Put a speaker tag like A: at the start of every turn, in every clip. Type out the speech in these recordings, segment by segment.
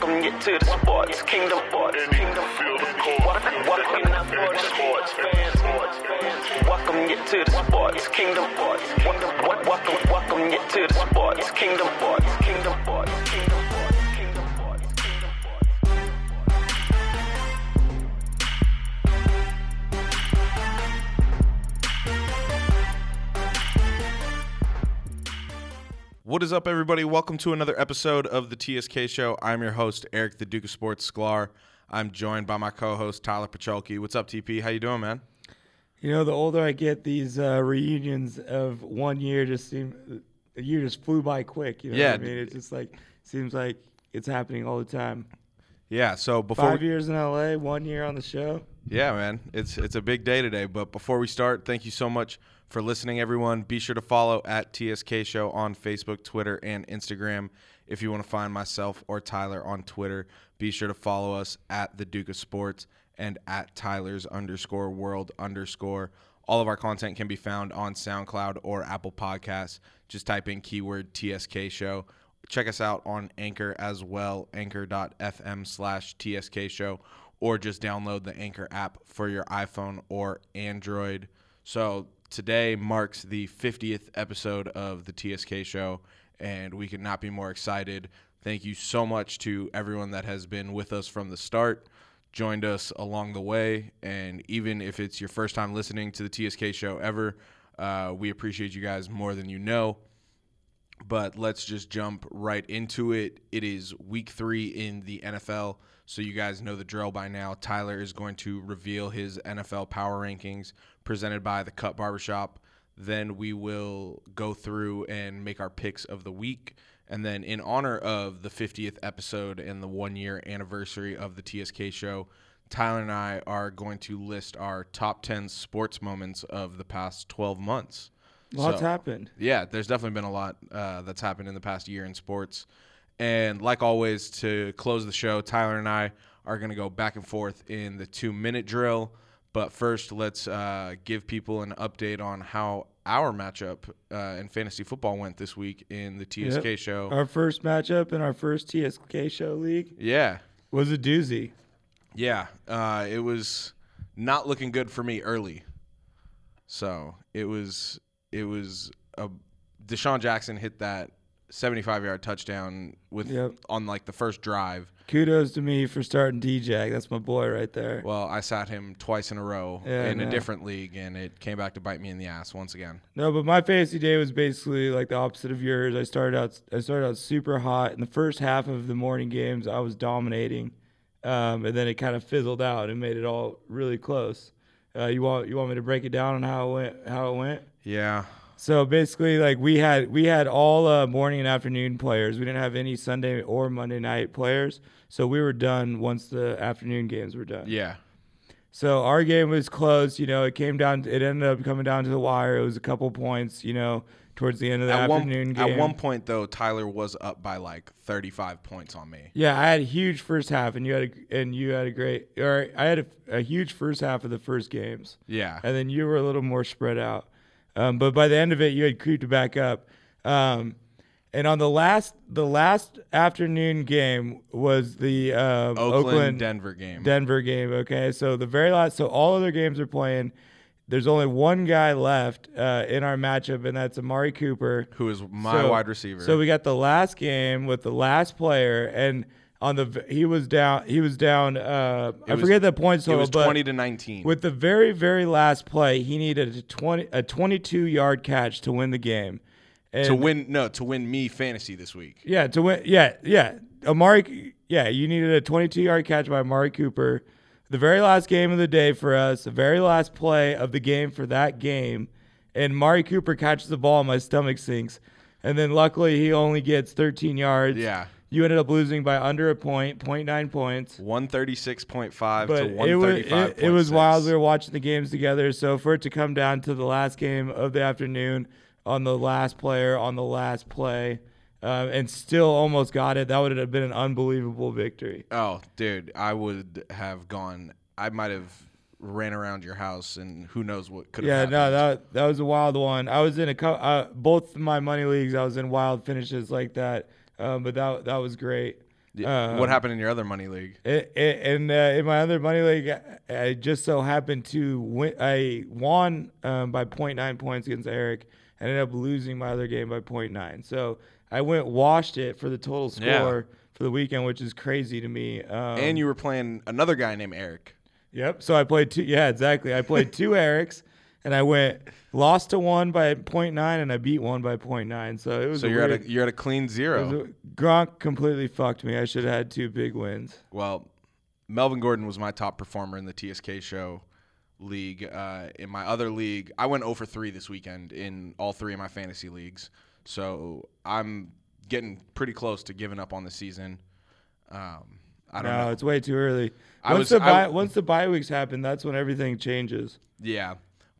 A: them get to the sports. Kingdom sports. Kingdom feel the court. Welcome in the sports fans. Welcome get to the sports. Kingdom sports. Welcome, welcome, welcome get to the sports. Kingdom sports. Kingdom sports. Kingdom sports. Kingdom sports. Kingdom sports.
B: What is up, everybody? Welcome to another episode of the TSK Show. I'm your host, Eric, the Duke of Sports Sklar. I'm joined by my co-host Tyler Pacholke. What's up, TP? How you doing, man?
C: You know, the older I get, these uh, reunions of one year just seem a year just flew by quick. You know
B: Yeah,
C: what I mean? It just like seems like it's happening all the time.
B: Yeah. So before,
C: Five
B: we-
C: years in LA, one year on the show.
B: yeah, man, it's it's a big day today. But before we start, thank you so much for listening, everyone. Be sure to follow at TSK Show on Facebook, Twitter, and Instagram. If you want to find myself or Tyler on Twitter, be sure to follow us at the Duke of Sports and at Tyler's underscore world underscore. All of our content can be found on SoundCloud or Apple Podcasts. Just type in keyword TSK show. Check us out on Anchor as well, anchor.fm slash TSK show, or just download the Anchor app for your iPhone or Android. So today marks the 50th episode of the TSK show, and we could not be more excited. Thank you so much to everyone that has been with us from the start joined us along the way. And even if it's your first time listening to the TSK show ever, uh, we appreciate you guys more than you know. But let's just jump right into it. It is week three in the NFL. So you guys know the drill by now. Tyler is going to reveal his NFL power rankings presented by the Cut Barbershop. Then we will go through and make our picks of the week. And then, in honor of the 50th episode and the one year anniversary of the TSK show, Tyler and I are going to list our top 10 sports moments of the past 12 months.
C: Lots
B: So-
C: happened.
B: yeah, there's definitely been a lot uh, that's happened in the past year in sports. And like always, to close the show, Tyler and I are going to go back and forth in the two minute drill. But first, let's uh, give people an update on how our matchup uh, in fantasy football went this week in the TSK
C: Yep.
B: show.
C: Our first matchup in our first TSK show league
B: yeah.
C: was a doozy.
B: Yeah, uh, it was not looking good for me early. So it was it was a Deshaun Jackson hit that seventy five yard touchdown with
C: Yep.
B: on like the first drive.
C: Kudos to me for starting DJ. That's my boy right there.
B: Well, I sat him twice in a row
C: Yeah,
B: in a
C: no.
B: different league, and it came back to bite me in the ass once again.
C: No, but my fantasy day was basically like the opposite of yours. I started out I started out super hot in the first half of the morning games. I was dominating, um, and then it kind of fizzled out and made it all really close. Uh, you want you want me to break it down on how it went? How it went?
B: Yeah,
C: So basically, like we had we had all uh, morning and afternoon players. We didn't have any Sunday or Monday night players. So we were done once the afternoon games were done.
B: yeah,
C: So our game was close. You know, it came down. It ended up coming down to the wire. It was a couple points. You know, towards the end of the
B: at one
C: afternoon game.
B: at one point though, Tyler was up by like thirty five points on me.
C: yeah, I had a huge first half, and you had a, and you had a great. Or I had a, a huge first half of the first games,
B: Yeah,
C: and then you were a little more spread out. Um, but by the end of it, you had creeped back up. Um, and on the last the last afternoon game was the um,
B: Oakland,
C: Oakland
B: Denver game.
C: Denver game. Okay, so the very last, so all other games are playing. There's only one guy left uh, in our matchup, and that's Amari Cooper,
B: who is my
C: So-
B: wide receiver?
C: So we got the last game with the last player, and on the v- he was down. He was down. Uh, I
B: was-
C: forget the points
B: it
C: total,
B: was
C: but
B: twenty to nineteen.
C: with the very very last play, he needed a twenty a 22 yard catch to win the game. And
B: to win no to win me fantasy this week
C: Yeah, to win. Yeah, yeah. Amari. Yeah, you needed a 22 yard catch by Amari Cooper. The very last game of the day for us, the very last play of the game for that game, and Amari Cooper catches the ball, and my stomach sinks. And then luckily, he only gets 13 yards.
B: Yeah.
C: You ended up losing by under a point, 0.9 points.
B: 136.5
C: But
B: to
C: it was,
B: 135
C: it, it was wild. We were watching the games together. So for it to come down to the last game of the afternoon on the last player, on the last play, um, and still almost got it, that would have been an unbelievable victory.
B: oh dude i would have gone i might have ran around your house and who knows what could
C: Yeah,
B: have
C: no,
B: happened
C: that that was a wild one. I was in a couple, uh, both my money leagues. I was in wild finishes like that, um, but that that was great.
B: Yeah. what happened in your other money league?
C: It, it, and uh, in my other money league, I- I just so happened to win. I won um, by 0.9 points against Eric. I ended up losing my other game by 0.9. So I went washed it for the total score
B: Yeah.
C: for the weekend, which is crazy to me. Um,
B: and you were playing another guy named Eric.
C: Yep. So I played two. Yeah, exactly. I played two Erics, and I went lost to one by 0.9, and I beat one by 0.9. So it was.
B: So
C: a
B: you're at
C: weird-
B: a you're at a clean
C: it was
B: zero.
C: a- Gronk completely fucked me. I should have had two big wins.
B: Well, Melvin Gordon was my top performer in the TSK show league. Uh, in my other league, I went 0 for 3 this weekend in all three of my fantasy leagues. So I'm getting pretty close to giving up on the season. Um, I don't
C: No,
B: know.
C: it's way too early.
B: I
C: once
B: was-
C: the
B: I-
C: bye, once the bye weeks happen, that's when everything changes.
B: Yeah.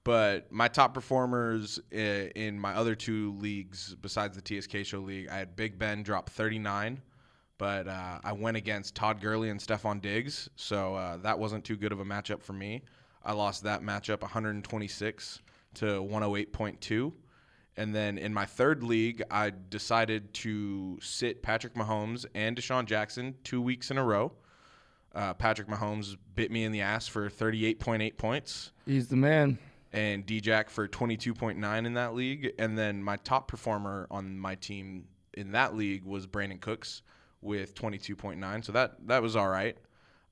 B: But my top performers i- in my other two leagues besides the TSK show league, I had Big Ben drop 39, but uh, I went against Todd Gurley and Stefan Diggs, so uh, that wasn't too good of a matchup for me. I lost that matchup 126 to 108.2. And then in my third league, I decided to sit Patrick Mahomes and Deshaun Jackson two weeks in a row. Uh, Patrick Mahomes bit me in the ass for 38.8 points
C: He's the man.
B: and DJack for 22.9 in that league. And then my top performer on my team in that league was Brandon Cooks with 22.9. So that that was all right.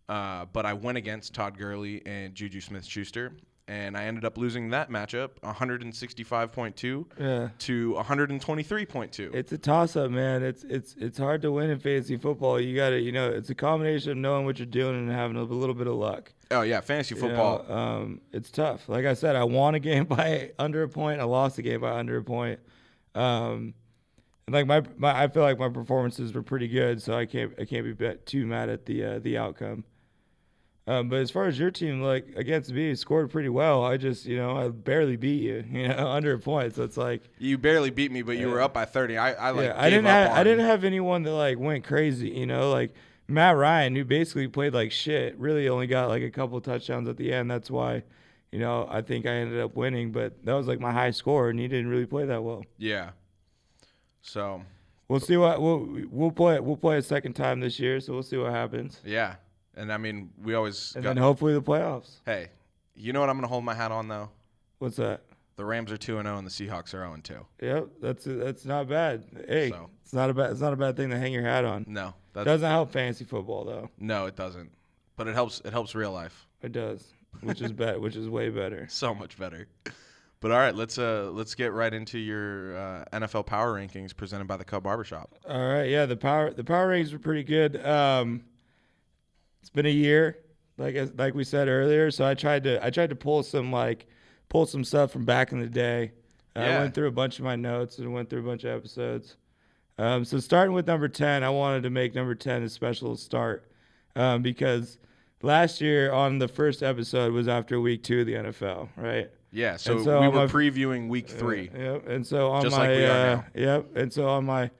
B: Uh, but I went against Todd Gurley and Juju Smith Schuster, and I ended up losing that matchup 165.2
C: Yeah.
B: to 123.2.
C: It's a toss up, man. It's it's it's hard to win in fantasy football. You got to, you know, it's a combination of knowing what you're doing and having a little bit of luck.
B: oh, yeah, fantasy
C: You know,
B: football.
C: um, it's tough. Like I said, I won a game by under a point. I lost a game by under a point. Um, and like my, my, I feel like my performances were pretty good, so I can't I can't be bet- too mad at the uh, the outcome. Um, but as far as your team, like against me, scored pretty well. I just you know I barely beat you, you know, under a point. So it's like
B: you barely beat me, but you were up by 30. I, I like
C: yeah, I
B: gave
C: didn't
B: up
C: have I
B: on-
C: didn't have anyone that like went crazy, you know, like Matt Ryan, who basically played like shit, really only got like a couple touchdowns at the end. That's why, you know, I think I ended up winning, but that was like my high score, and he didn't really play that well.
B: Yeah. So,
C: We'll see what we'll we'll play we'll play a second time this year, so we'll see what happens,
B: yeah. And I mean, we always
C: and
B: got-
C: then hopefully the playoffs.
B: Hey, you know what I'm going to hold my hat on though?
C: What's that?
B: The Rams are 2 and 0 and the Seahawks are 0 and 2.
C: Yep, that's that's not bad. Hey,
B: So.
C: it's not a bad it's not a bad thing to hang your hat on.
B: No, that's
C: Doesn't help fantasy football though.
B: no, it doesn't. But it helps it helps real life
C: It does, which is bet which is way better.
B: so much better. But all right, let's uh let's get right into your uh, NFL power rankings presented by the Cub Barbershop.
C: All right, yeah, the power the power ratings were pretty good. Um, it's been a year, like I- like we said earlier. So I tried to I tried to pull some like pull some stuff from back in the day. I
B: Yeah.
C: went through a bunch of my notes and went through a bunch of episodes. Um, so starting with number ten, I wanted to make number ten a special start um, because last year on the first episode was after week two of the NFL, right?
B: Yeah, so,
C: so
B: we
C: I'm
B: were
C: a- uh,
B: previewing week 3.
C: Yep. And so on
B: Just
C: my
B: like we are
C: uh,
B: now.
C: yep. And so on my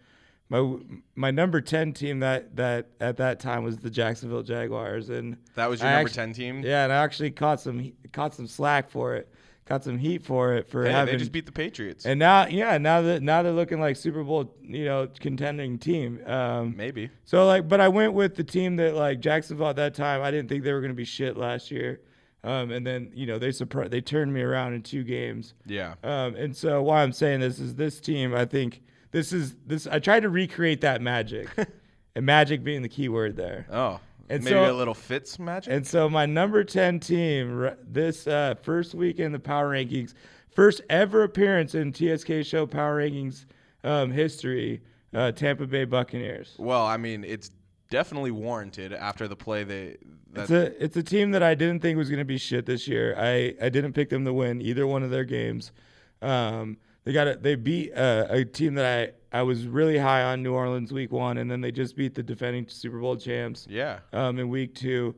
C: my my number ten team that that at that time was the Jacksonville Jaguars, and
B: That was your
C: I
B: number
C: actu-
B: 10 team?
C: Yeah, and I actually caught some he- caught some slack for it, caught some heat for it for
B: Hey,
C: having.
B: they just beat the Patriots.
C: and now, yeah, now that now they're looking like Super Bowl, you know, contending team. Um,
B: Maybe.
C: so like, but I went with the team that like Jacksonville at that time. I didn't think they were going to be shit last year, um, and then you know they surprised they turned me around in two games.
B: Yeah.
C: Um, and so why I'm saying this is this team, I think this is this. I tried to recreate that magic, and magic being the key word there.
B: Oh.
C: and
B: maybe
C: so-
B: a little Fitz magic?
C: And so my number ten team r- this uh, first week in the power rankings, first ever appearance in TSK show power rankings um, history, uh, Tampa Bay Buccaneers.
B: well, I mean, it's definitely warranted after the play they that
C: It's a it's a team that I didn't think was going to be shit this year. I, I didn't pick them to win either one of their games. Um, they got a, they beat uh, a team that I, I was really high on New Orleans week one, and then they just beat the defending Super Bowl champs
B: Yeah.
C: um, in week two.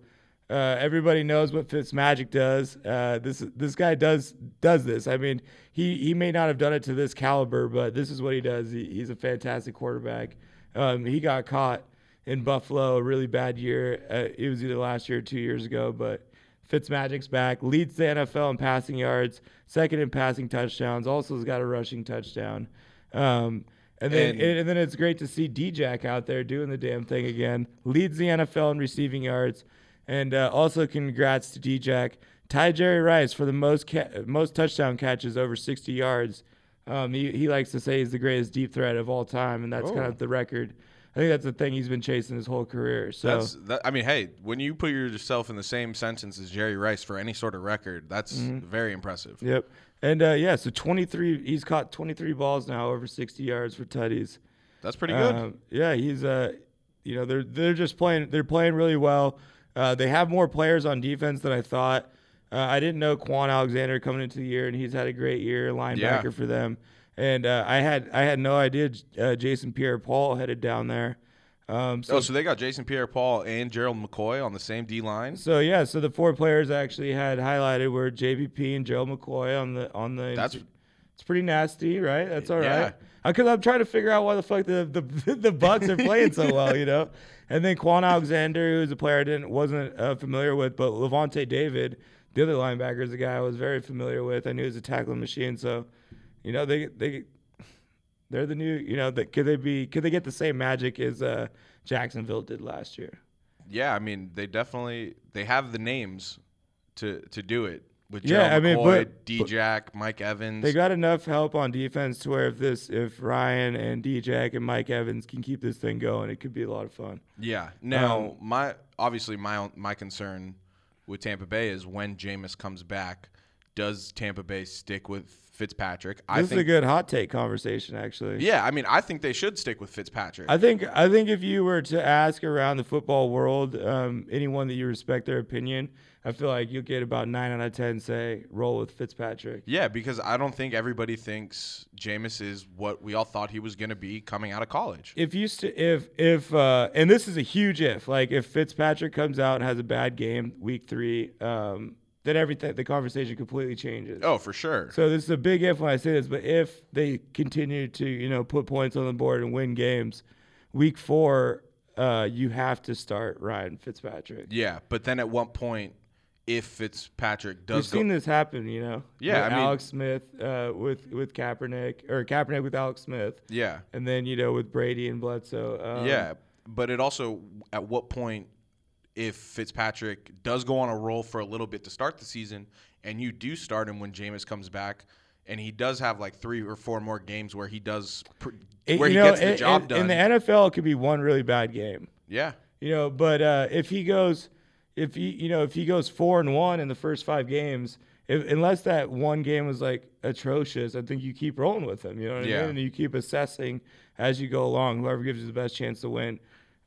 C: Uh, everybody knows what Fitzmagic does. Uh, this this guy does does this. I mean, he he may not have done it to this caliber, but this is what he does. He, he's a fantastic quarterback. Um, he got caught in Buffalo, a really bad year. Uh, it was either last year or two years ago, but Fitzmagic's back, leads the NFL in passing yards, second in passing touchdowns. Also has got a rushing touchdown. Um, And then
B: And-
C: and, and then it's great to see D-Jack out there doing the damn thing again. Leads the NFL in receiving yards, and uh, also congrats to D-Jack. Tie Jerry Rice for the most ca- most touchdown catches over 60 yards. Um, he, he likes to say he's the greatest deep threat of all time, and that's kind
B: Oh.
C: of the record. I think that's the thing he's been chasing his whole career. So
B: That's that, I mean, hey, when you put yourself in the same sentence as Jerry Rice for any sort of record, that's
C: Mm-hmm.
B: very impressive.
C: Yep. And uh, yeah, so 23. He's caught 23 balls now over 60 yards for tutties.
B: That's pretty good.
C: Um, yeah, he's uh, you know, they're they're just playing. They're playing really well. Uh, they have more players on defense than I thought. Uh, I didn't know Quan Alexander coming into the year, and he's had a great year, linebacker
B: Yeah.
C: for them. And uh, I had I had no idea uh, Jason Pierre-Paul headed down there. Um, so
B: oh, so they got Jason Pierre-Paul and Gerald McCoy on the same D line.
C: So yeah, so the four players I actually had highlighted were JBP and Gerald McCoy on the on the.
B: That's-
C: it's pretty nasty, right? That's all
B: Yeah.
C: right. Because I'm trying to figure out why the fuck the the, the Bucks are playing so well, you know. And then Quan Alexander, who's a player I didn't wasn't uh, familiar with, but Levante David, the other linebacker, is a guy I was very familiar with. I knew he was a tackling machine, so you know they they they're the new you know that could they be could they get the same magic as uh, Jacksonville did last year?
B: Yeah, I mean, they definitely they have the names to to do it with
C: Yeah,
B: Gerald
C: I mean,
B: McCoy,
C: but-
B: D-Jack, Mike Evans.
C: They got enough help on defense to where if this, if Ryan and D-Jack and Mike Evans can keep this thing going, it could be a lot of fun.
B: yeah.
C: um,
B: Now, my obviously my own- my concern with Tampa Bay is when Jameis comes back, does Tampa Bay stick with Fitzpatrick? I
C: This is a
B: think
C: good hot take conversation, actually.
B: Yeah, I mean, I think they should stick with Fitzpatrick.
C: I think I think if you were to ask around the football world, um, anyone that you respect their opinion, I feel like you'll get about nine out of ten say roll with Fitzpatrick.
B: Yeah, because I don't think everybody thinks Jameis is what we all thought he was going to be coming out of college.
C: if you st- if if uh, and this is a huge if like if Fitzpatrick comes out and has a bad game week three, um, then everything the conversation completely changes.
B: Oh, for sure.
C: So this is a big if when I say this, but if they continue to you know put points on the board and win games, week four, uh, you have to start Ryan Fitzpatrick.
B: yeah, but then at what point, if Fitzpatrick
C: We've
B: does go,
C: seen this happen, you know.
B: Yeah,
C: with
B: I mean-
C: Alex Smith uh, with with Kaepernick or Kaepernick with Alex Smith,
B: yeah,
C: and then you know with Brady and Bledsoe. Um,
B: yeah, but it also at what point, if Fitzpatrick does go on a roll for a little bit to start the season, and you do start him when Jameis comes back, and he does have like three or four more games where he does pr-
C: It-
B: where he
C: Eh, you know,
B: gets the
C: it-
B: job
C: it-
B: done.
C: In the NFL, it could be one really bad game.
B: yeah,
C: you know. But uh, if he goes, if he, you know, if he goes four and one in the first five games, if, unless that one game was like atrocious, I think you keep rolling with him. You know what I
B: Yeah.
C: mean? And you keep assessing as you go along. Whoever gives you the best chance to win.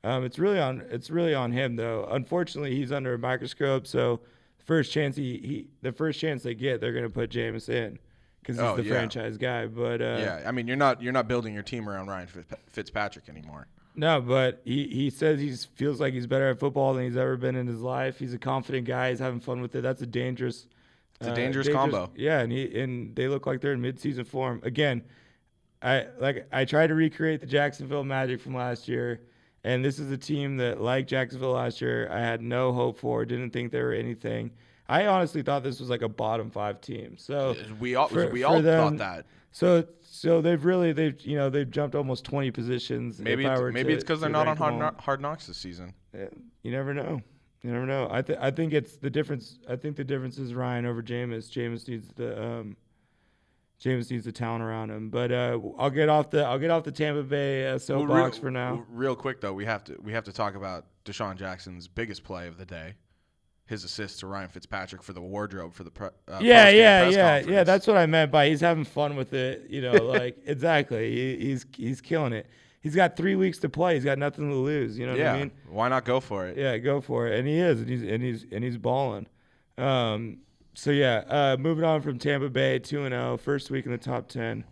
C: Um, it's really on. It's really on him though. Unfortunately, he's under a microscope. So first chance he, he the first chance they get, they're gonna put Jameis in because he's
B: Oh,
C: the
B: yeah.
C: franchise guy. But uh,
B: yeah. I mean, you're not you're not building your team around Ryan Fitz- Fitzpatrick anymore.
C: No, but he, he says he feels like he's better at football than he's ever been in his life. He's a confident guy. He's having fun with it. That's a dangerous. It's
B: a dangerous combo.
C: Yeah, and he and they look like they're in midseason form again. I like I tried to recreate the Jacksonville Magic from last year, and this is a team that, like Jacksonville last year, I had no hope for. Didn't think they were anything. I honestly thought this was like a bottom five team. So
B: We all
C: Oh, for-
B: we
C: for
B: all thought
C: them-
B: that.
C: So so they've really they've you know they've jumped almost twenty positions. if
B: Maybe
C: I
B: it's,
C: were
B: maybe
C: to-
B: it's because
C: to
B: they're not on
C: rank them
B: hard,
C: all.
B: Kno- hard knocks this season.
C: Yeah, you never know. You never know. I th- I think it's the difference. I think the difference is Ryan over Jameis. Jameis needs the um, Jameis needs the talent around him. But uh, I'll get off the I'll get off the Tampa Bay uh,
B: Well,
C: soapbox
B: real-
C: for now.
B: well, Real quick though, we have to we have to talk about Deshaun Jackson's biggest play of the day, his assist to Ryan Fitzpatrick for the wardrobe for the pre, uh,
C: Yeah,
B: post-game
C: yeah,
B: press
C: yeah, yeah.
B: conference.
C: That's what I meant by he's having fun with it. You know, like exactly. He, he's he's killing it. He's got three weeks to play. He's got nothing to lose. You know what
B: yeah.
C: I mean?
B: Why not go for it?
C: Yeah, go for it. And he is, and he's and he's and he's balling. Um, so yeah, uh, moving on from Tampa Bay, two and zero, first week in the top ten.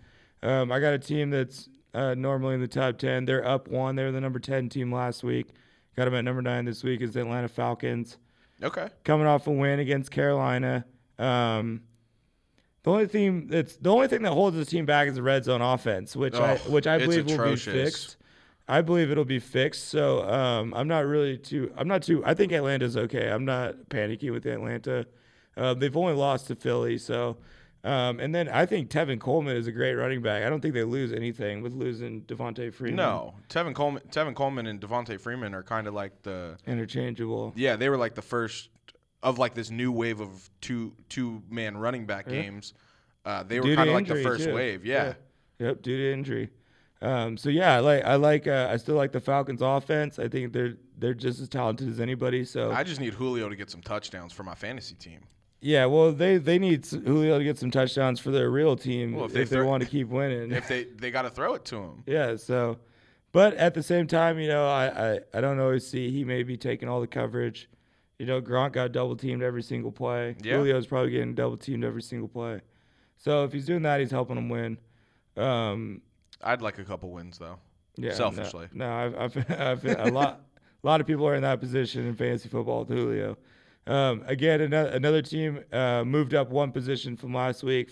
C: Um, I got a team that's uh, normally in the top ten. They're up one. They were the number ten team last week. Got them at number nine this week. Is the Atlanta Falcons
B: Okay.
C: coming off a win against Carolina? Um, the only thing that's the only thing that holds this team back is the red zone offense, which I
B: Oh,
C: which I
B: it's
C: believe will be
B: atrocious.
C: fixed. I believe it'll be fixed. So um, I'm not really too. I'm not too. I think Atlanta's okay. I'm not panicking with Atlanta. Uh, they've only lost to Philly, so Um, and then I think Tevin Coleman is a great running back. I don't think they lose anything with losing Devontae Freeman.
B: No, Tevin Coleman, Tevin Coleman and Devontae Freeman are kind of like the
C: Interchangeable.
B: yeah, they were like the first of like this new wave of two two man running back games. Uh, they
C: Due
B: were
C: to
B: kind of like the
C: injury,
B: first
C: too.
B: wave. Yeah.
C: Yep, due to injury. Um, so yeah, I like I like uh, I still like the Falcons offense. I think they're they're just as talented as anybody. So
B: I just need Julio to get some touchdowns for my fantasy team.
C: yeah, well they they need s- Julio to get some touchdowns for their real team
B: Well, if
C: if,
B: they
C: they,
B: throw-
C: want to keep winning.
B: If they they got to throw it to him.
C: yeah, so but at the same time, you know, I, I I don't always see he may be taking all the coverage. You know, Gronk got double teamed every single play.
B: Yeah.
C: Julio's probably getting double teamed every single play. So if he's doing that, he's helping them win. Um,
B: I'd like a couple wins though.
C: Yeah, no-
B: selfishly.
C: No, I've, I've, I've a lot. A lot of people are in that position in fantasy football with Julio. Um, again, another, another team uh, moved up one position from last week.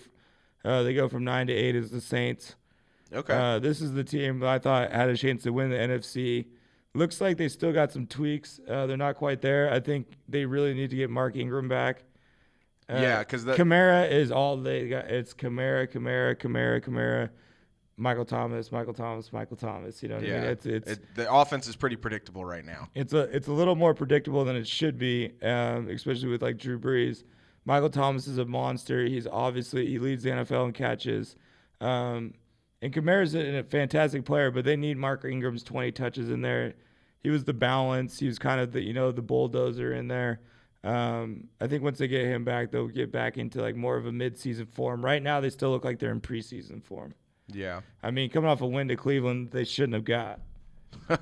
C: Uh, they go from nine to eight is the Saints.
B: Okay.
C: Uh, this is the team that I thought had a chance to win the NFC. Looks like they still got some tweaks. Uh, they're not quite there. I think they really need to get Mark Ingram back. Uh,
B: Yeah, 'cause that-
C: Kamara is all they got. It's Kamara, Kamara, Kamara, Kamara, Michael Thomas, Michael Thomas, Michael Thomas. You know what I
B: yeah.
C: mean? It's it's
B: It- the offense is pretty predictable right now.
C: it's a it's a little more predictable than it should be, um, especially with like Drew Brees. Michael Thomas is a monster. He's obviously he leads the NFL in catches, um, and Kamara's a, a fantastic player. But they need Mark Ingram's twenty touches in there. He was the balance. He was kind of the you know the bulldozer in there. Um, I think once they get him back, they'll get back into like more of a midseason form. Right now, they still look like they're in preseason form.
B: Yeah.
C: I mean, coming off a win to Cleveland, they shouldn't have got.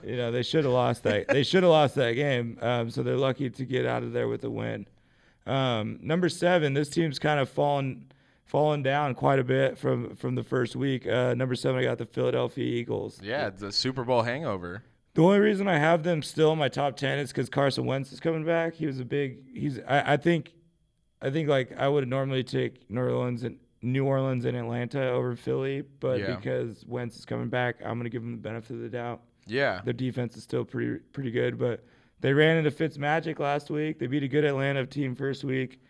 C: you know, they should have lost that. They should have lost that game. Um, so they're lucky to get out of there with a win. Um, number seven, this team's kind of fallen fallen down quite a bit from from the first week. Uh, number seven, I got the Philadelphia Eagles.
B: Yeah, the Super Bowl hangover.
C: The only reason I have them still in my top ten is because Carson Wentz is coming back. He was a big. He's. I, I think. I think like I would normally take New Orleans and New Orleans and Atlanta over Philly, but
B: Yeah.
C: because Wentz is coming back, I'm gonna give him the benefit of the doubt.
B: Yeah.
C: Their defense is still pretty pretty good, but they ran into Fitz Magic last week. They beat a good Atlanta team first week.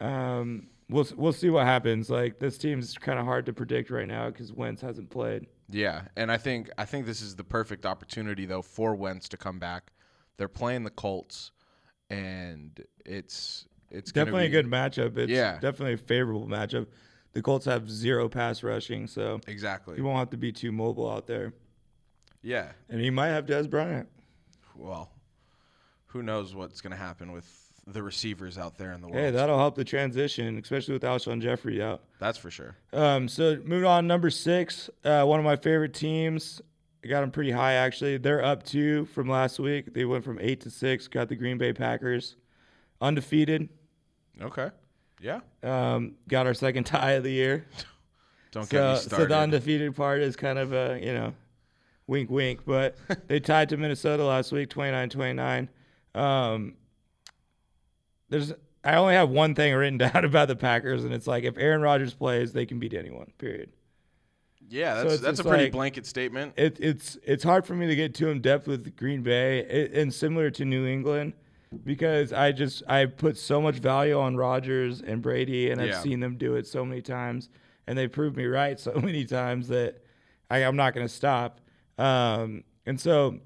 C: Um, we'll we'll see what happens. Like this team's kind of hard to predict right now because Wentz hasn't played.
B: Yeah, and I think I think this is the perfect opportunity though for Wentz to come back. They're playing the Colts, and it's it's gonna
C: definitely
B: be-
C: a good matchup. It's
B: Yeah.
C: definitely a favorable matchup. The Colts have zero pass rushing, so
B: Exactly.
C: he won't have to be too mobile out there.
B: Yeah.
C: And he might have Des Bryant.
B: Well, who knows what's gonna happen with the receivers out there in the world?
C: Hey, that'll help the transition, especially with Alshon Jeffrey out.
B: That's for sure.
C: Um, so moving on, number six, uh, one of my favorite teams. I got them pretty high actually. They're up two from last week. They went from eight to six. Got the Green Bay Packers, undefeated.
B: Okay. Yeah.
C: Um, got our second tie of the year.
B: Don't get
C: So,
B: me
C: so
B: started.
C: the undefeated part is kind of a you know, wink wink. But they tied to Minnesota last week, 29-29. Um, there's I only have one thing written down about the Packers, and it's like if Aaron Rodgers plays, they can beat anyone. Period.
B: yeah,
C: so
B: that's
C: it's
B: that's a
C: just
B: pretty
C: like-
B: blanket statement.
C: It, it's it's hard for me to get too in depth with Green Bay it, and similar to New England because I just I put so much value on Rodgers and Brady, and I've
B: Yeah.
C: seen them do it so many times, and they proved me right so many times that I, I'm not going to stop. Um, and so,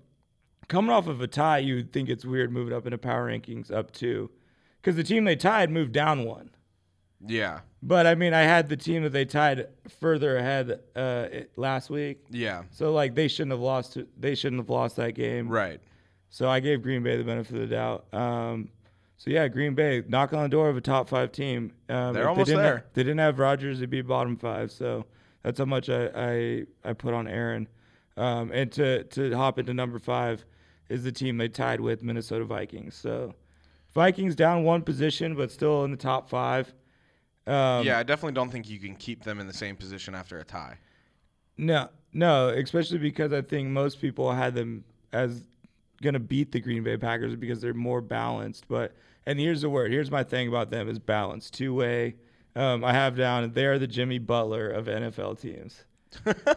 C: coming off of a tie, you'd think it's weird moving up into power rankings up two, because the team they tied moved down one.
B: Yeah.
C: But I mean, I had the team that they tied further ahead uh, it- last week.
B: Yeah.
C: So like they shouldn't have lost. to- They shouldn't have lost that game.
B: Right.
C: So I gave Green Bay the benefit of the doubt. Um, so yeah, Green Bay knocking on the door of a top five team. Um,
B: They're
C: if
B: almost
C: they didn't ha-
B: there.
C: they didn't have Rodgers to be bottom five. So that's how much I I, I put on Aaron. Um, and to to hop into number five is the team they tied with Minnesota Vikings. So Vikings down one position, but still in the top five. Um,
B: yeah, I definitely don't think you can keep them in the same position after a tie.
C: No, no, especially because I think most people had them as gonna beat the Green Bay Packers because they're more balanced. But and here's the word. Here's my thing about them is balance, two way. Um, I have down they are the Jimmy Butler of NFL teams.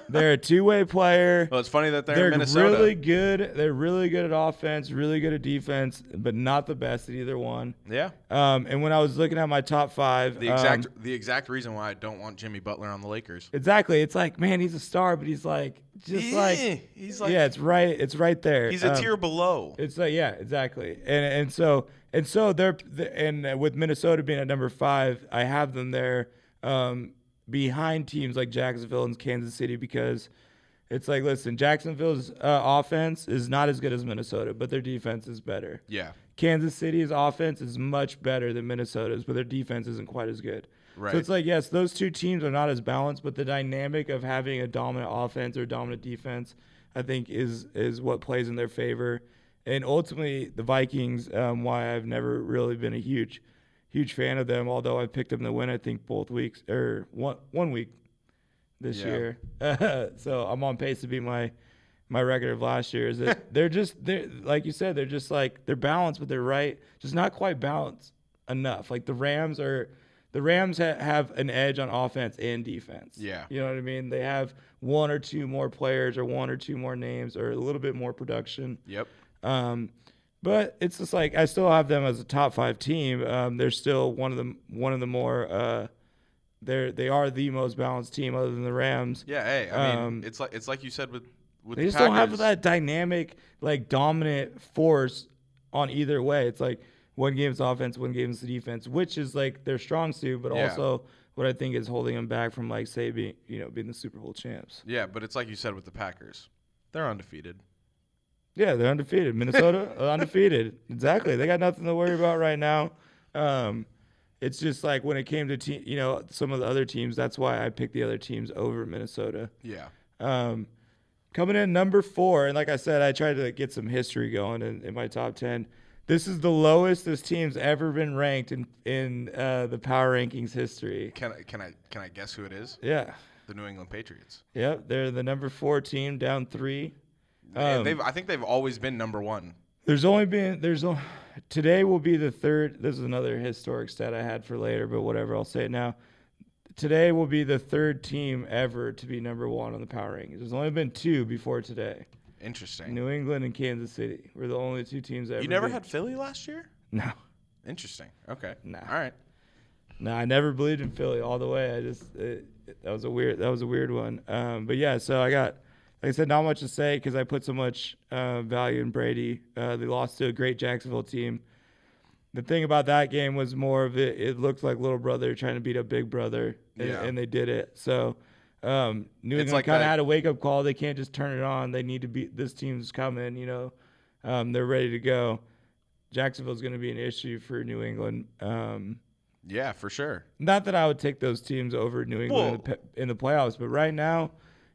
C: They're a two-way player.
B: Well, it's funny that they're,
C: They're
B: in Minnesota.
C: really good. They're really good at offense, really good at defense, but not the best at either one.
B: yeah.
C: Um, and when I was looking at my top five,
B: The exact
C: um,
B: the exact reason why I don't want Jimmy Butler on the Lakers.
C: exactly, it's like, man, he's a star, but he's like, just
B: Eh,
C: like,
B: he's like
C: yeah, it's right, it's right there.
B: he's a
C: Um,
B: tier below.
C: It's like yeah, exactly, and and so and so they're th- and uh, with Minnesota being at number five, I have them there um, behind teams like Jacksonville and Kansas City because it's like listen, Jacksonville's uh, offense is not as good as Minnesota, but their defense is better.
B: yeah.
C: Kansas City's offense is much better than Minnesota's, but their defense isn't quite as good.
B: Right.
C: So it's like, yes, those two teams are not as balanced, but the dynamic of having a dominant offense or dominant defense, I think, is is what plays in their favor. And ultimately, the Vikings, um, why I've never really been a huge, huge fan of them, although I picked them to win, I think, both weeks or one one week this
B: Yeah.
C: year. so I'm on pace to be my my record of last year. Is that they're just they're like you said, they're just like they're balanced, but they're right, just not quite balanced enough. Like the Rams are. The Rams ha- have an edge on offense and defense.
B: Yeah.
C: You know what I mean? They have one or two more players or one or two more names or a little bit more production.
B: Yep.
C: Um, but it's just like I still have them as a top five team. Um, they're still one of the one of the more uh, they're they are the most balanced team other than the Rams.
B: Yeah, hey, I mean
C: Um,
B: it's like it's like you said with with
C: They
B: the
C: just don't have
B: Packers.
C: that dynamic like dominant force on either way. It's like one game's offense, one game's the defense, which is like their strong suit, but
B: Yeah.
C: also what I think is holding them back from like say being you know being the Super Bowl champs.
B: Yeah, but it's like you said with the Packers. They're undefeated.
C: Yeah, they're undefeated. Minnesota uh, undefeated. Exactly. They got nothing to worry about right now. Um, it's just like when it came to te- you know some of the other teams. That's why I picked the other teams over Minnesota.
B: Yeah.
C: Um, coming in number four, and like I said, I tried to get some history going in, in my top ten. This is the lowest this team's ever been ranked in in uh, the power rankings history.
B: Can I can I can I guess who it is?
C: Yeah,
B: The New England Patriots.
C: yep, they're the number four team, down three. Um,
B: And they've I think they've always been number one.
C: There's only been there's o- today will be the third. This is another historic stat I had for later, but whatever, I'll say it now. Today will be the third team ever to be number one on the power rankings. There's only been two before today:
B: Interesting.
C: New England and Kansas City. We're the only two teams that ever.
B: you never
C: did-
B: had Philly last year?
C: no,
B: Interesting. Okay.
C: Nah.
B: All right.
C: no. I never believed in Philly all the way. I just it, it- that was a weird that was a weird one. Um, but yeah, so I got like I said, not much to say because I put so much uh, value in Brady. Uh, they lost to a great Jacksonville team. the thing about that game was more of it, it looked like little brother trying to beat up big brother and,
B: Yeah.
C: and they did it so um, new
B: It's
C: england
B: like
C: kind
B: that-
C: of had a wake-up call they can't just turn it on they need to be this team's coming you know um, they're ready to go jacksonville's going to be an issue for new england um,
B: Yeah, for sure.
C: not that i would take those teams over new england in the, pe- in the playoffs but right now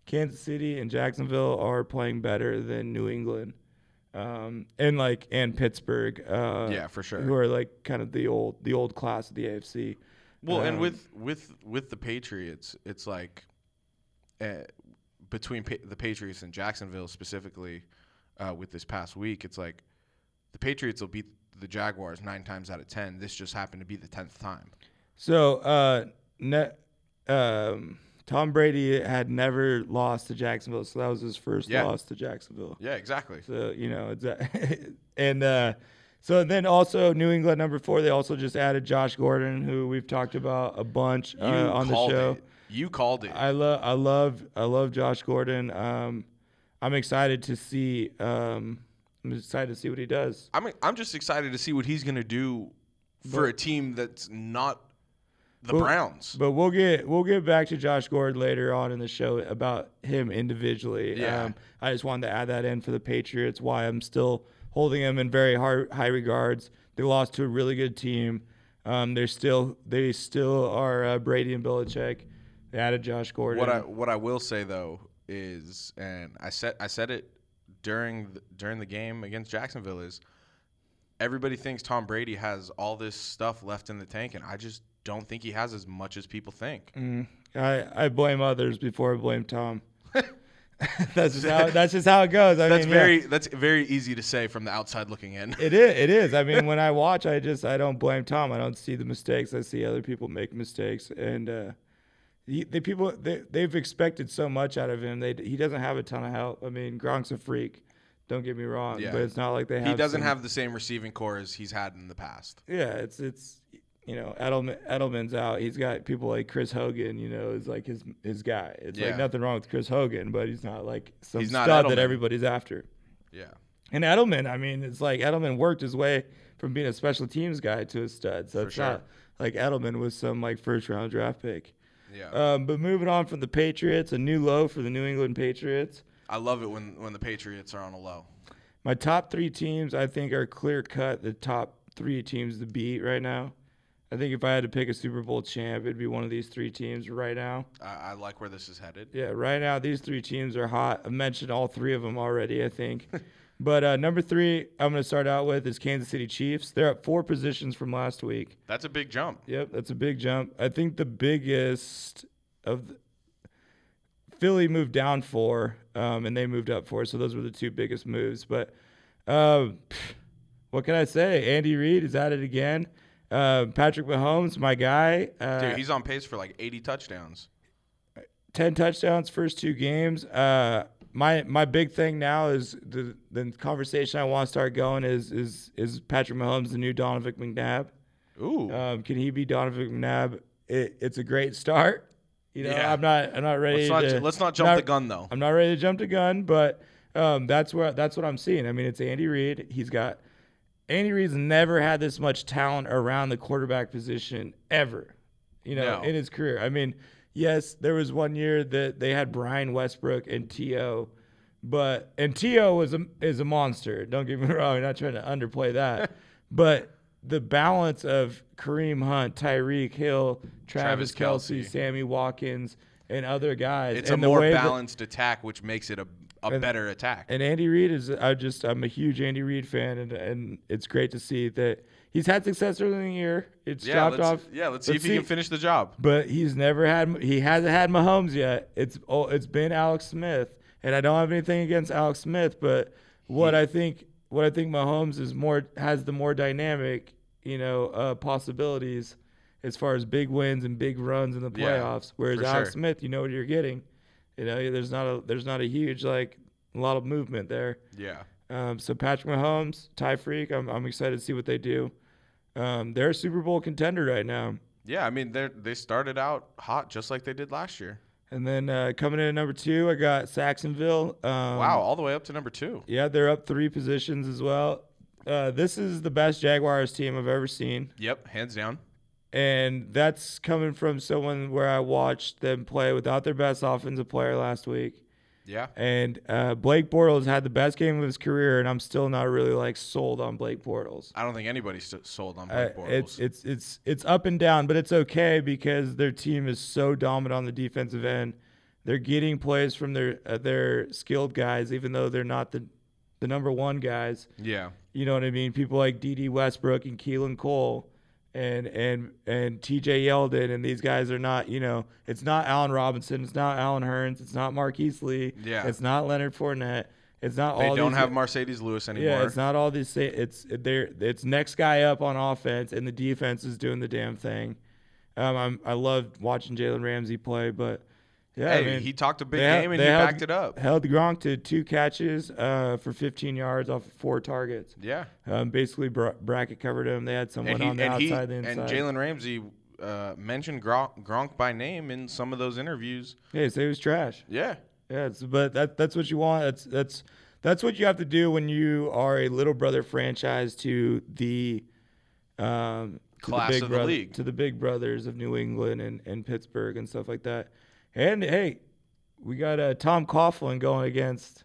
C: kansas city and jacksonville are playing better than new england um, and like and pittsburgh uh,
B: yeah, for sure.
C: who are like kind of the old the old class of the AFC.
B: Well, and
C: Um,
B: with with with the Patriots, it's like uh, between pa- the Patriots and Jacksonville specifically, uh, with this past week, it's like the Patriots will beat the Jaguars nine times out of ten. This just happened to be the tenth time.
C: So uh, ne- um, Tom Brady had never lost to Jacksonville, so that was his first
B: Yeah.
C: loss to Jacksonville.
B: Yeah, exactly.
C: So you know, it's a and uh, so then also New England number four. They also just added Josh Gordon, who we've talked about a bunch uh, on the
B: called
C: show.
B: It. You called it.
C: I love, I love, I love Josh Gordon. Um, I'm excited to see. Um, I'm excited to see what he does.
B: I'm I'm just excited to see what he's gonna do for a team that's not the
C: But-
B: Browns.
C: But we'll get we'll get back to Josh Gordon later on in the show about him individually. Um,
B: Yeah.
C: I just wanted to add that in for the Patriots. Why I'm still holding him in very high, high regards. They lost to a really good team. Um, they're still they still are uh, Brady and Belichick. They added Josh Gordon.
B: What I what I will say though is, and I said I said it during the, during the game against Jacksonville is everybody thinks Tom Brady has all this stuff left in the tank, and I just don't think he has as much as people think.
C: Mm, I, I blame others before I blame Tom. that's just how that's just how it goes. I
B: That's
C: mean, yeah.
B: very that's very easy to say from the outside looking in.
C: It is. It is. I mean, when I watch, I just I don't blame Tom. I don't see the mistakes. I see other people make mistakes, and uh, he, the people they, they've expected so much out of him. They he doesn't have a ton of help. I mean, Gronk's a freak. Don't get me wrong,
B: Yeah.
C: but it's not like they have.
B: He doesn't
C: some-
B: have the same receiving core as he's had in the past.
C: Yeah, it's it's you know Edelman Edelman's out. He's got people like Chris Hogan. You know, is like his his guy. It's
B: Yeah.
C: like nothing wrong with Chris Hogan, but he's not like some
B: He's not
C: stud
B: Edelman.
C: that everybody's after.
B: Yeah.
C: And Edelman, I mean, it's like Edelman worked his way from being a special teams guy to a stud. So it's
B: sure.
C: not like Edelman was some like first round draft pick.
B: Yeah.
C: Um, but moving on from the Patriots, a new low for the New England Patriots.
B: I love it when, when the Patriots are on a low.
C: My top three teams, I think, are clear cut the top three teams to beat right now. I think if I had to pick a Super Bowl champ, it'd be one of these three teams right now.
B: I, I like where this is headed.
C: Yeah, right now these three teams are hot. I mentioned all three of them already, I think. but uh, number three, I'm going to start out with is Kansas City Chiefs. They're up four positions from last week.
B: That's a big jump.
C: Yep, that's a big jump. I think the biggest of the, Philly moved down four, um, and they moved up four. So those were the two biggest moves. But um, pff, what can I say? Andy Reid is at it again. Uh, Patrick Mahomes, my guy. Uh,
B: Dude, he's on pace for like 80 touchdowns.
C: 10 touchdowns first two games. Uh, my my big thing now is the the conversation I want to start going is is is Patrick Mahomes the new Donovan McNabb?
B: Ooh.
C: Um, can he be Donovan McNabb? It, it's a great start. You know,
B: Yeah.
C: I'm not I'm not ready
B: let's, not,
C: to
B: let's not jump the gun, though.
C: I'm not ready to jump the gun, but um, that's where that's what I'm seeing. I mean, it's Andy Reid. He's got Andy Reid's never had this much talent around the quarterback position ever, you know,
B: No.
C: in his career. I mean, yes, there was one year that they had Brian Westbrook and T.O., but and T.O. was a is a monster. Don't get me wrong. I'm not trying to underplay that, but the balance of Kareem Hunt, Tyreek Hill, Travis,
B: Travis
C: Kelsey,
B: Kelce.
C: Sammy Watkins, and other guys.
B: It's a
C: and the
B: more
C: way that-
B: balanced attack, which makes it a, a better attack.
C: and Andy Reid is I just I'm a huge Andy Reid fan and and it's great to see that he's had success early in the year. It's
B: yeah,
C: dropped
B: let's,
C: off.
B: yeah, let's see if he can finish the job.
C: But he's never had he hasn't had Mahomes yet. It's oh, it's been Alex Smith, and I don't have anything against Alex Smith, but what I think what I think Mahomes is more has the more dynamic, you know, uh, possibilities as far as big wins and big runs in the
B: Yeah,
C: playoffs. Whereas
B: for
C: Alex
B: sure.
C: Smith, you know what you're getting. You know, there's not a there's not a huge like a lot of movement there.
B: Yeah.
C: Um, so Patrick Mahomes, Ty Freak, I'm, I'm excited to see what they do. Um, they're a Super Bowl contender right now.
B: Yeah, I mean, they they started out hot just like they did last year.
C: And then uh, coming in at number two, I got Saxonville. Um,
B: Wow, all the way up to number two.
C: Yeah, they're up three positions as well. Uh, this is the best Jaguars team I've ever seen.
B: Yep, hands down.
C: And that's coming from someone where I watched them play without their best offensive player last week.
B: Yeah.
C: And uh, Blake Bortles had the best game of his career, and I'm still not really like sold on Blake Bortles.
B: I don't think anybody's s- sold on
C: Uh,
B: Blake Bortles.
C: it's it's it's it's up and down, but it's okay because their team is so dominant on the defensive end. They're getting plays from their uh, their skilled guys, even though they're not the the number one guys.
B: yeah.
C: You know what I mean? People like D.D. Westbrook and Keelan Cole, and and and T.J. Yeldon, and these guys are not. You know, it's not Allen Robinson, it's not Allen Hearns, it's not Marquise Lee,
B: Yeah.
C: it's not Leonard Fournette, it's not
B: They
C: all.
B: don't
C: these
B: have Mercedes Lewis anymore.
C: yeah, it's not all these. sa- It's they're it's next guy up on offense, and the defense is doing the damn thing. Um, I'm I loved watching Jalen Ramsey play, but yeah,
B: hey,
C: I mean,
B: he talked a big
C: they hel-
B: game and
C: they
B: he
C: held-
B: backed it up.
C: Held Gronk to two catches uh, for 15 yards off of four targets.
B: Yeah.
C: Um, basically, bra- bracket covered him. They had someone
B: And he
C: on the
B: and, he,
C: outside, the
B: and
C: inside.
B: Jalen Ramsey uh, mentioned Gronk, Gronk by name in some of those interviews.
C: yeah, so he was trash.
B: Yeah.
C: Yeah, it's, but that that's what you want. That's that's that's what you have to do when you are a little brother franchise to the um to
B: Class
C: big
B: of the
C: broth-
B: league.
C: to the big brothers of New England and, and Pittsburgh and stuff like that. And hey, we got uh, Tom Coughlin going against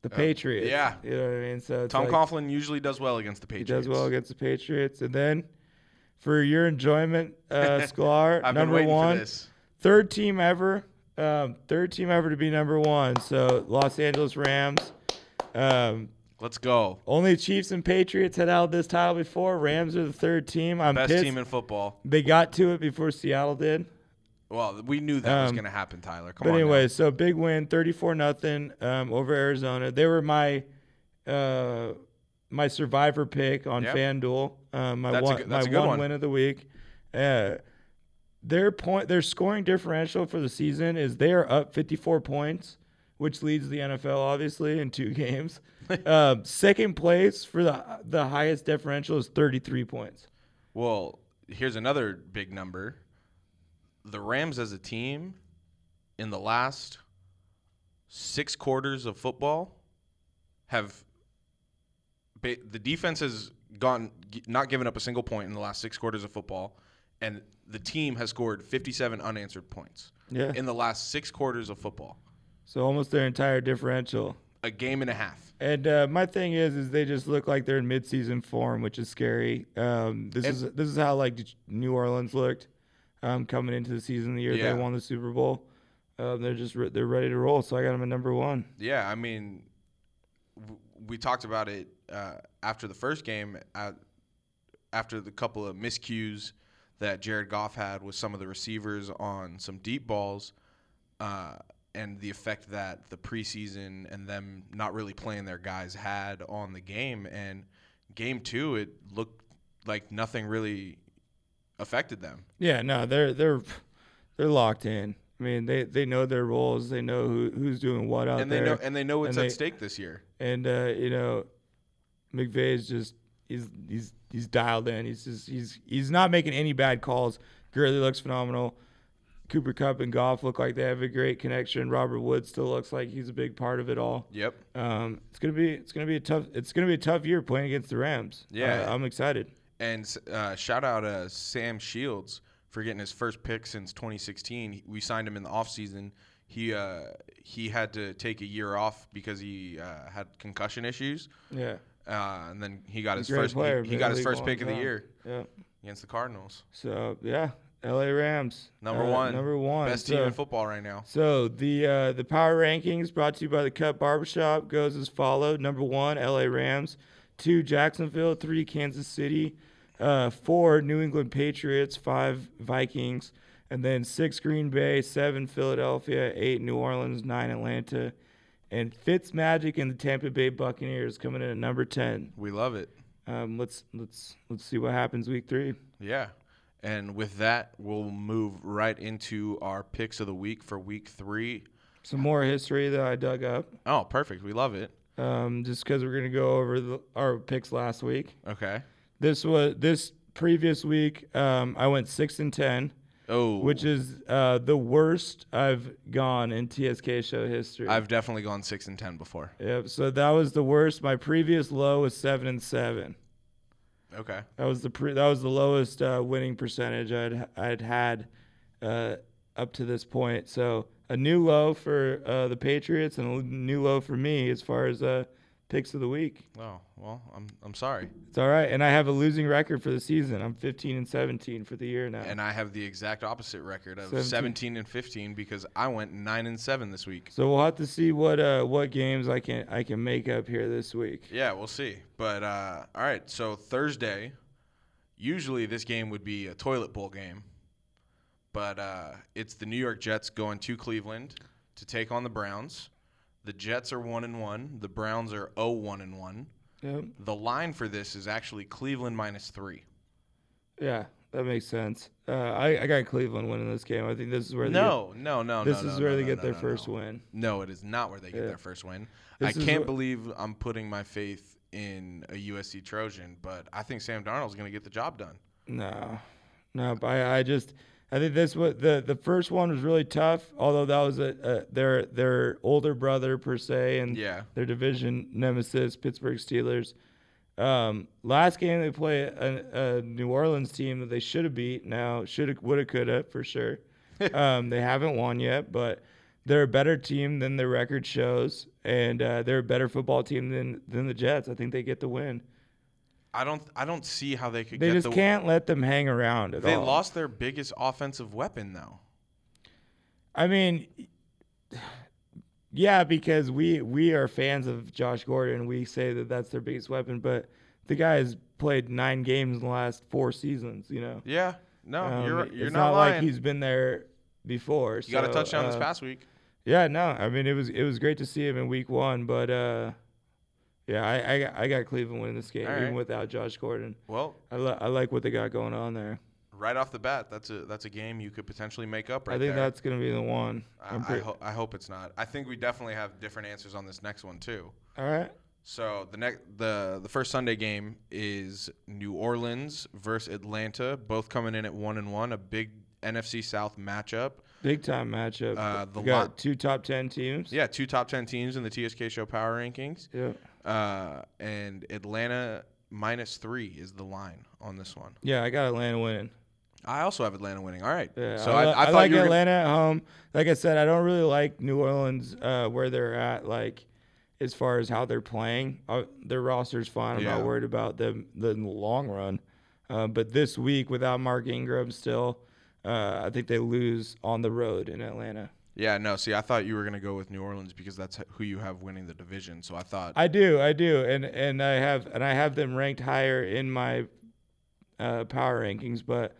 C: the Patriots.
B: Uh, yeah.
C: you know what I mean. So it's
B: Tom
C: like-
B: Coughlin usually does well against the
C: he
B: Patriots.
C: does well against the Patriots, and then for your enjoyment, uh, Sklar,
B: I've been
C: number
B: waiting
C: one
B: for this.
C: third team ever, um, third team ever to be number one. So Los Angeles Rams. Um,
B: Let's go.
C: only Chiefs and Patriots had held this title before. Rams are the third team. I'm
B: Best
C: pissed.
B: team in football.
C: they got to it before Seattle did.
B: Well, we knew that was
C: Um,
B: going to happen, Tyler. Come
C: But
B: on. now.
C: anyway, so big win, 34 nothing um, over Arizona. They were my uh, my survivor pick on
B: Yep.
C: FanDuel. Um, my
B: That's a
C: one,
B: good- that's
C: my
B: a good
C: one,
B: one.
C: win of the week. Uh, their point their scoring differential for the season is they are up 54 points, which leads the NFL obviously in two games. um, second place for the the highest differential is 33 points.
B: Well, here's another big number. The Rams as a team in the last six quarters of football have ba- the defense has gone g- not given up a single point in the last six quarters of football and the team has scored 57 unanswered points
C: Yeah.
B: in the last six quarters of football
C: So almost their entire differential.
B: a game and a half
C: And uh, my thing is, is they just look like they're in midseason form, which is scary. Um, this is this is how like Det- New Orleans looked um, coming into the season the year
B: Yeah.
C: they won the Super Bowl. Um, they're just re- they're ready to roll. So I got them at number one.
B: yeah i mean w- we talked about it uh, after the first game uh, after the couple of miscues that jared goff had with some of the receivers on some deep balls uh, and the effect that the preseason and them not really playing their guys had on the game. And game two, it looked like nothing really affected them.
C: Yeah, no, they're they're they're locked in. I mean, they they know their roles. They know who who's doing what out
B: And
C: there.
B: they know, and they know what's
C: And
B: at
C: they-
B: stake this year.
C: and uh, you know, McVay is just he's he's he's dialed in. He's just he's he's not making any bad calls. Gurley looks phenomenal. Cooper Cup and Goff look like they have a great connection. Robert Woods still looks like he's a big part of it all.
B: Yep.
C: Um, it's gonna be it's gonna be a tough it's gonna be a tough year playing against the Rams.
B: Yeah.
C: I- I'm excited.
B: And uh, shout out uh, Sam Shields for getting his first pick since 2016. He- We signed him in the offseason. He uh, he had to take a year off because he uh, had concussion issues,
C: Yeah,
B: uh, and then he got his
C: Great
B: first
C: player,
B: he, he
C: been
B: got
C: in the
B: his
C: league a
B: first
C: long
B: pick of the
C: time.
B: year
C: yeah.
B: against the Cardinals.
C: So yeah, L.A. Rams
B: Number
C: Uh,
B: one.
C: number one
B: Best team
C: So-
B: in football right now.
C: So the uh, the power rankings brought to you by the Cut Barbershop goes as followed: number one, L.A. Rams; two, Jacksonville; three, Kansas City; uh, four, New England Patriots; five, Vikings; and then six, Green Bay; seven, Philadelphia; eight, New Orleans; nine, Atlanta, and Fitz Magic and the Tampa Bay Buccaneers coming in at number ten.
B: We love it.
C: Um, let's let's let's see what happens week three.
B: Yeah. And with that, we'll move right into our picks of the week for week three.
C: Some more history that I dug up,
B: Oh, perfect. We love it.
C: um, just because we're gonna go over the, our picks last week.
B: Okay.
C: This was this previous week. Um, I went six and ten,
B: Oh,
C: which is uh, the worst I've gone in TSK show history.
B: I've definitely gone six and ten before.
C: yep. So that was the worst. My previous low was seven and seven.
B: Okay.
C: That was the pre- that was the lowest uh, winning percentage I'd I'd had uh, up to this point. So a new low for uh, the Patriots and a new low for me as far as uh, picks of the week.
B: Oh well, I'm I'm sorry.
C: It's all right, and I have a losing record for the season. I'm 15 and 17 for the year now.
B: And I have the exact opposite record of 17,
C: Seventeen.
B: and fifteen because I went nine and seven this week.
C: So we'll have to see what uh what games I can I can make up here this week.
B: Yeah, we'll see. But uh, all right, so Thursday, usually this game would be a toilet bowl game, but uh, it's the New York Jets going to Cleveland to take on the Browns. The Jets are one and one. The Browns are oh one and one.
C: Yep.
B: The line for this is actually Cleveland minus three.
C: Yeah, that makes sense. Uh, I I got Cleveland winning this game. I think this is where they
B: No, no, no,
C: get, this
B: no,
C: is
B: no,
C: where
B: no,
C: they
B: no,
C: get
B: no,
C: their
B: no,
C: first
B: no.
C: win.
B: No, it is not where they get
C: Yeah.
B: their first win.
C: This
B: I
C: is
B: can't
C: what-
B: believe I'm putting my faith in a USC Trojan, but I think Sam Darnold's going to get the job done.
C: No, no. But I, I just I think this was the the first one was really tough. Although that was a, a their their older brother per se, and
B: Yeah.
C: their division nemesis Pittsburgh Steelers. Um, last game they play a, a New Orleans team that they should have beat. Now should have would have could have for sure. um, they haven't won yet, but they're a better team than their record shows, and uh, they're a better football team than than the Jets. I think they get the win.
B: I don't, I don't see how they could
C: They
B: get the.
C: just can't let them hang around at
B: They
C: all.
B: lost their biggest offensive weapon though.
C: I mean, yeah, because we we are fans of Josh Gordon. We say that that's their biggest weapon, but the guy has played nine games in the last four seasons. You know,
B: Yeah, no,
C: Um,
B: you're
C: it's
B: you're not, lying.
C: like he's been there before.
B: you got a touchdown this
C: uh,
B: past week.
C: Yeah, no, I mean it was it was great to see him in week one, but uh, yeah, I I got, I got Cleveland winning this game
B: All
C: even
B: right.
C: without Josh Gordon.
B: Well,
C: I li- I like what they got going on there.
B: right off the bat, that's a that's a game you could potentially make up right
C: I think
B: there.
C: that's gonna be the one.
B: I,
C: I'm
B: I,
C: pretty-
B: ho- I hope it's not. I think we definitely have different answers on this next one too.
C: All right.
B: So the next the the first Sunday game is New Orleans versus Atlanta, both coming in at one and one, a big NFC South matchup.
C: Big time matchup.
B: Uh, the
C: We got
B: lot-
C: two top ten teams.
B: Yeah, two top ten teams in the TSK Show Power Rankings,
C: Yeah.
B: uh, and Atlanta minus three is the line on this one.
C: Yeah, I got Atlanta winning.
B: I also have Atlanta winning. All right,
C: Yeah,
B: so
C: I,
B: I,
C: li-
B: I,
C: I
B: thought
C: like
B: you were gonna-
C: Atlanta at home. Like I said, I don't really like New Orleans uh, where they're at. Like as far as how they're playing, uh, their roster's fine. I'm
B: Yeah.
C: not worried about them the long run. Uh, but this week, without Mark Ingram, still, uh, I think they lose on the road in Atlanta.
B: Yeah, no. See, I thought you were gonna go with New Orleans because that's who you have winning the division. So I thought,
C: I do, I do, and and I have and I have them ranked higher in my uh, power rankings, but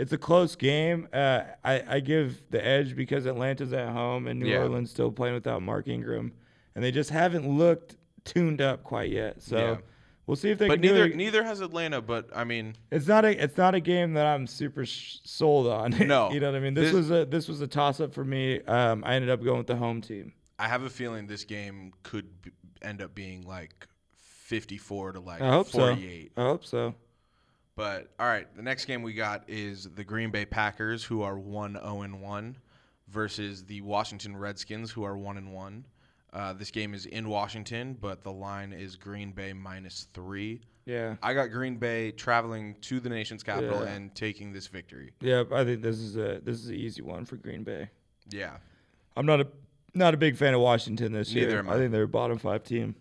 C: it's a close game. Uh, I I give the edge because Atlanta's at home and New
B: Yeah.
C: Orleans still playing without Mark Ingram, and they just haven't looked tuned up quite yet. So
B: Yeah.
C: we'll see if they
B: but
C: can do
B: neither
C: it.
B: neither has Atlanta. But I mean,
C: It's not a it's not a game that I'm super sh- sold on.
B: No.
C: you know what I mean. This,
B: This-
C: was a this was a toss up for me. Um, I ended up going with the home team.
B: I have a feeling this game could b- end up being like 54 to like
C: I hope
B: 48.
C: so. Oh, I hope so.
B: But all right, the next game we got is the Green Bay Packers, who are 1 0 and 1, versus the Washington Redskins, who are 1 and 1. Uh, this game is in Washington, but the line is Green Bay minus three.
C: Yeah.
B: I got Green Bay traveling to the nation's capital
C: Yeah.
B: and taking this victory.
C: Yep, I think this is a this is an easy one for Green Bay.
B: Yeah.
C: I'm not a not a big fan of Washington this
B: Neither
C: year.
B: am
C: I.
B: I.
C: think they're a bottom five team.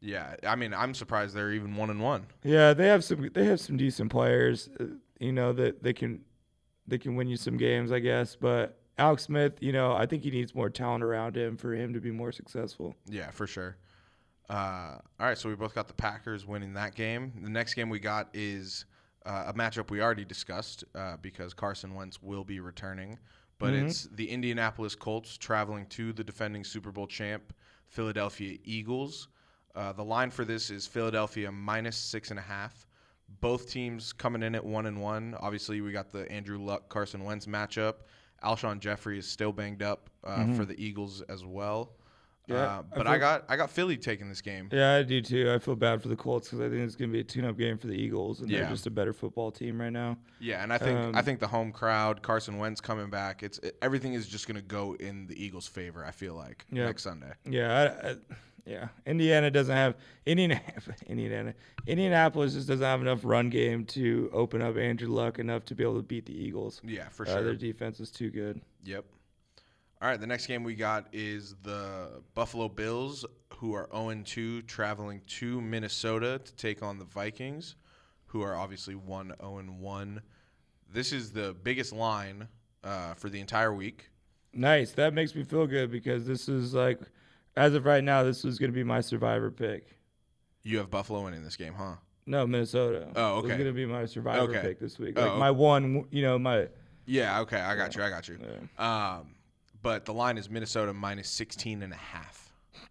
B: Yeah. I mean, I'm surprised they're even 1 and 1.
C: Yeah, they have some they have some decent players. uh, You know that they can they can win you some games, I guess. But Alex Smith, you know, I think he needs more talent around him for him to be more successful.
B: Yeah, for sure. Uh, all right, so we both got the Packers winning that game. The next game we got is uh, a matchup we already discussed uh, because Carson Wentz will be returning, but
C: Mm-hmm.
B: it's the Indianapolis Colts traveling to the defending Super Bowl champ Philadelphia Eagles. Uh, the line for this is Philadelphia minus six and a half. Both teams coming in at one and one. Obviously, we got the Andrew Luck Carson Wentz matchup. Alshon Jeffrey is still banged up uh, for the Eagles as well.
C: Mm-hmm. Yeah,
B: Uh,
C: I
B: but I,
C: feel-
B: got I got Philly taking this game.
C: Yeah, I do too. I feel bad for the Colts because I think it's going to be a tune-up game for the Eagles, and
B: Yeah.
C: they're just a better football team right now.
B: Yeah, and I think
C: Um,
B: I think the home crowd, Carson Wentz coming back, it's it, everything is just going to go in the Eagles' favor. I feel like
C: Yeah.
B: next Sunday.
C: Yeah, I, I, yeah. Indiana doesn't have Indiana, Indiana, Indianapolis just doesn't have enough run game to open up Andrew Luck enough to be able to beat the Eagles.
B: Yeah, for
C: Uh,
B: sure.
C: their defense is too good.
B: Yep. All right, the next game we got is the Buffalo Bills, who are 0 2, traveling to Minnesota to take on the Vikings, who are obviously 1 0 1. This is the biggest line uh, for the entire week.
C: Nice. That makes me feel good because this is like, as of right now, this was going to be my survivor pick.
B: You have Buffalo winning this game, huh?
C: No, Minnesota.
B: Oh,
C: It was
B: okay.
C: going to be my survivor
B: Okay.
C: pick this week.
B: Oh,
C: Like
B: okay.
C: my one, you know, my
B: Yeah, okay. I got you. I got you. Um, but the line is Minnesota minus 16 and a half.
C: I'm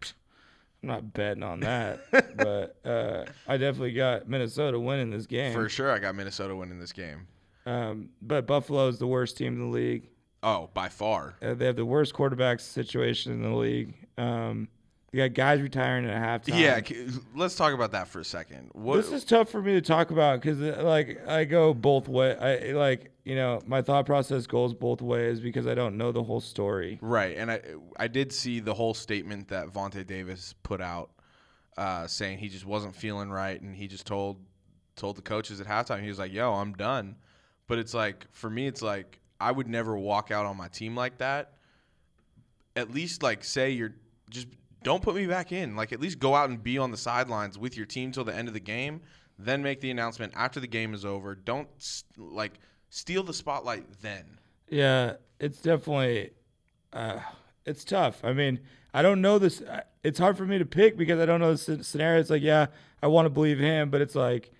C: not betting on that, but uh, I definitely got Minnesota winning this game.
B: For sure, I got Minnesota winning this game.
C: Um, but Buffalo is the worst team in the league.
B: Oh, by far.
C: Uh, they have the worst quarterback situation in the league. Um, you got guys retiring at halftime.
B: Yeah, c- let's talk about that for a second. What,
C: this is tough for me to talk about because like I go both way. I like you know my thought process goes both ways because I don't know the whole story.
B: Right, and I I did see the whole statement that Vontae Davis put out, uh, saying he just wasn't feeling right, and he just told told the coaches at halftime he was like, "Yo, I'm done." But it's like for me, it's like I would never walk out on my team like that. At least like say you're just don't put me back in. Like at least go out and be on the sidelines with your team till the end of the game. Then make the announcement after the game is over. Don't s- like steal the spotlight then.
C: Yeah, it's definitely uh, it's tough. I mean, I don't know this. I- It's hard for me to pick because I don't know the sce- scenario. It's like, yeah, I want to believe him, but it's like,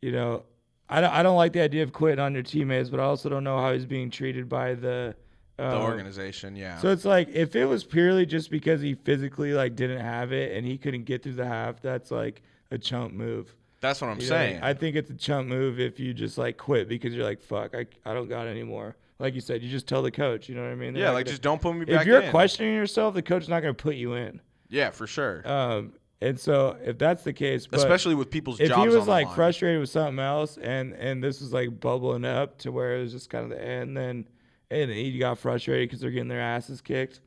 C: you know, I don't, I don't like the idea of quitting on your teammates, but I also don't know how he's being treated by the uh,
B: The organization, yeah.
C: So it's like if it was purely just because he physically like didn't have it and he couldn't get through the half, that's like a chump move.
B: That's what I'm
C: You know what I mean?
B: saying.
C: I think it's a chump move if you just like quit because you're like, fuck, I, I don't got any more. Like you said, you just tell the coach. You know what I mean? They're
B: yeah,
C: not
B: like
C: gonna-
B: just don't put me back.
C: if you're
B: in.
C: questioning yourself, the coach's not going to put you in.
B: yeah, for sure.
C: Um, and so if that's the case, but
B: Especially with people's
C: if
B: jobs.
C: he was
B: on the
C: like
B: line.
C: frustrated with something else, and and this was like bubbling up to where it was just kind of the end, then and he got frustrated because they're getting their asses kicked.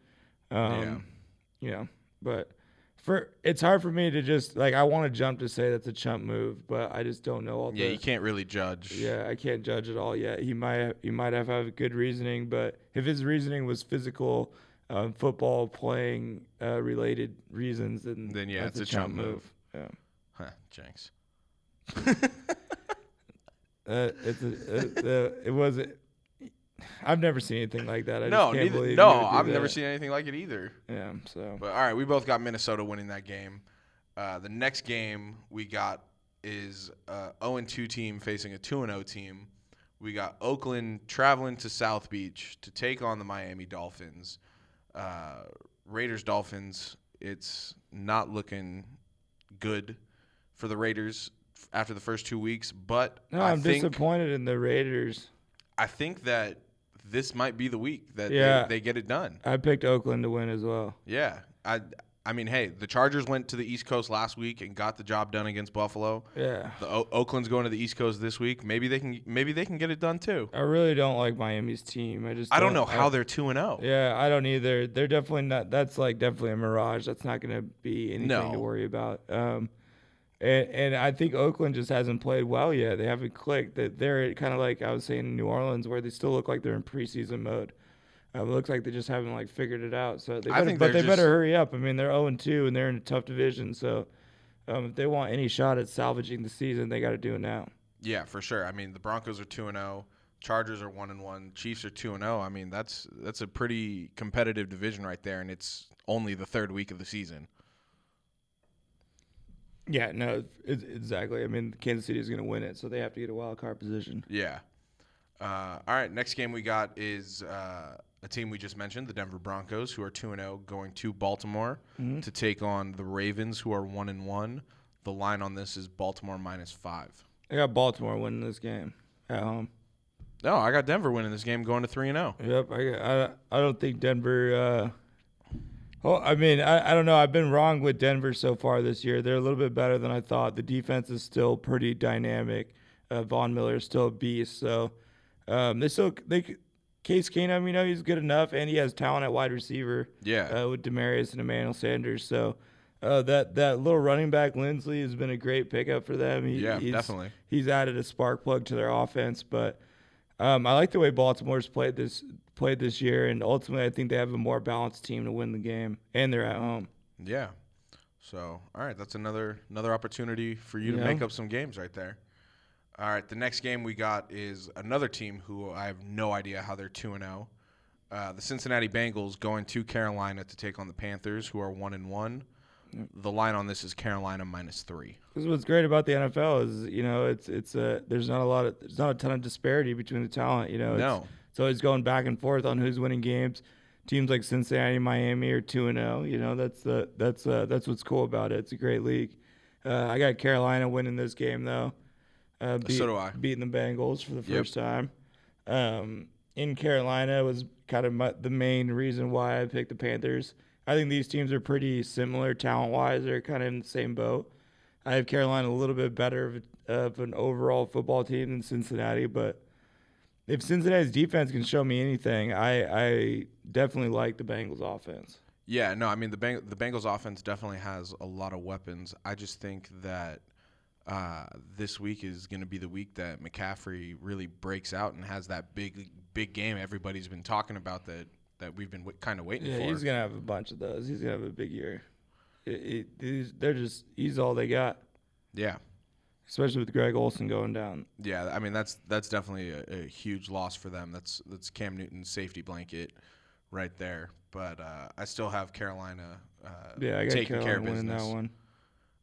C: Um, You know, but for it's hard for me to just like I want to jump to say that's a chump move, but I just don't know all
B: yeah,
C: the
B: you can't really judge.
C: yeah, I can't judge it all yet. He might he might have have good reasoning, but if his reasoning was physical, um, football playing uh, related reasons, then
B: Then, yeah,
C: that's
B: it's a chump move.
C: Yeah.
B: Huh, jinx.
C: Uh, it's a, uh, uh, it was. I've never seen anything like that. I
B: no,
C: just can't
B: neither,
C: believe
B: no,
C: you would do
B: I've never
C: that.
B: seen anything like it either.
C: Yeah, so
B: But all right, we both got Minnesota winning that game. Uh, the next game we got is uh, 0 and 2 team facing a 2 and 0 team. We got Oakland traveling to South Beach to take on the Miami Dolphins. Uh, Raiders Dolphins. It's not looking good for the Raiders f- after the first two weeks, but
C: no,
B: I
C: I'm
B: think
C: disappointed in the Raiders.
B: I think that this might be the week that
C: Yeah.
B: they, they get it done.
C: I picked Oakland to win as well.
B: Yeah. I I mean, hey, the Chargers went to the East Coast last week and got the job done against Buffalo.
C: Yeah,
B: The o- Oakland's going to the East Coast this week. Maybe they can maybe they can get it done too.
C: I really don't like Miami's team. I just
B: I don't know how
C: I-
B: they're 2 and oh. 0.
C: Yeah, I don't either. They're definitely not. That's like definitely a mirage. That's not going to be anything
B: No.
C: to worry about. Um, and and I think Oakland just hasn't played well yet. They haven't clicked. That they're kind of like I was saying in New Orleans, where they still look like they're in preseason mode. Um, it looks like they just haven't like figured it out. So they
B: I
C: better,
B: think
C: but
B: they're
C: they
B: just-
C: better hurry up. I mean, they're zero and two, and they're in a tough division. So um, if they want any shot at salvaging the season, they got to do it now.
B: Yeah, for sure. I mean, the Broncos are 2 and 0. Chargers are 1 and 1. Chiefs are 2 and 0. I mean, that's that's a pretty competitive division right there and it's only the third week of the season.
C: Yeah, no, it's, exactly. I mean, Kansas City is going to win it, so they have to get a wild card position.
B: Yeah. Uh, all right. Next game we got is uh, a team we just mentioned, the Denver Broncos, who are two and zero, going to Baltimore to take on the Ravens, who are one and one. The line on this is Baltimore minus five.
C: I got Baltimore winning this game at home.
B: No, I got Denver winning this game, going to three and oh. zero.
C: Yep, I got- I, I don't think Denver. Uh, oh, I mean, I, I don't know. I've been wrong with Denver so far this year. They're a little bit better than I thought. The defense is still pretty dynamic. Uh, Von Miller is still a beast. So um, they still they c- Case Keenum. You know, he's good enough, and he has talent at wide receiver.
B: Yeah.
C: uh, with Demarius and Emmanuel Sanders. So. Uh, that that little running back Lindsley has been a great pickup for them. He,
B: Yeah,
C: he's-
B: definitely.
C: He's added a spark plug to their offense, but um, I like the way Baltimore's played this played this year, and ultimately, I think they have a more balanced team to win the game, and they're at home.
B: Yeah. So all right, that's another another opportunity for you to
C: Yeah.
B: make up some games right there. All right, the next game we got is another team who I have no idea how they're two and zero. Uh, The Cincinnati Bengals going to Carolina to take on the Panthers, who are one and one. The line on this is Carolina minus three.
C: This is what's great about the NFL is you know it's it's a there's not a lot of there's not a ton of disparity between the talent. You know, it's,
B: No.
C: it's always going back and forth on who's winning games. Teams like Cincinnati, Miami are two and zero. You know, that's the that's uh, that's what's cool about it. It's a great league. Uh, I got Carolina winning this game though. Uh, beat,
B: do I.
C: Beating the Bengals for the first time. Um, in Carolina was kind of my, the main reason why I picked the Panthers. I think these teams are pretty similar talent wise. They're kind of in the same boat. I have Carolina a little bit better of, a, of an overall football team than Cincinnati, but if Cincinnati's defense can show me anything, I, I definitely like the Bengals offense.
B: Yeah, no, I mean the Bang- the Bengals offense definitely has a lot of weapons. I just think that uh, this week is going to be the week that McCaffrey really breaks out and has that big big game everybody's been talking about that that we've been w- kind of waiting
C: Yeah,
B: for.
C: he's gonna have a bunch of those. He's gonna have a big year. It- it- these- they're just he's all they got,
B: yeah,
C: especially with Greg Olson going down.
B: yeah. I mean that's that's definitely a, a huge loss for them. That's that's Cam Newton's safety blanket right there. But uh, I still have Carolina uh,
C: Yeah, I got
B: taking care
C: Carolina
B: of
C: winning
B: business.
C: that one.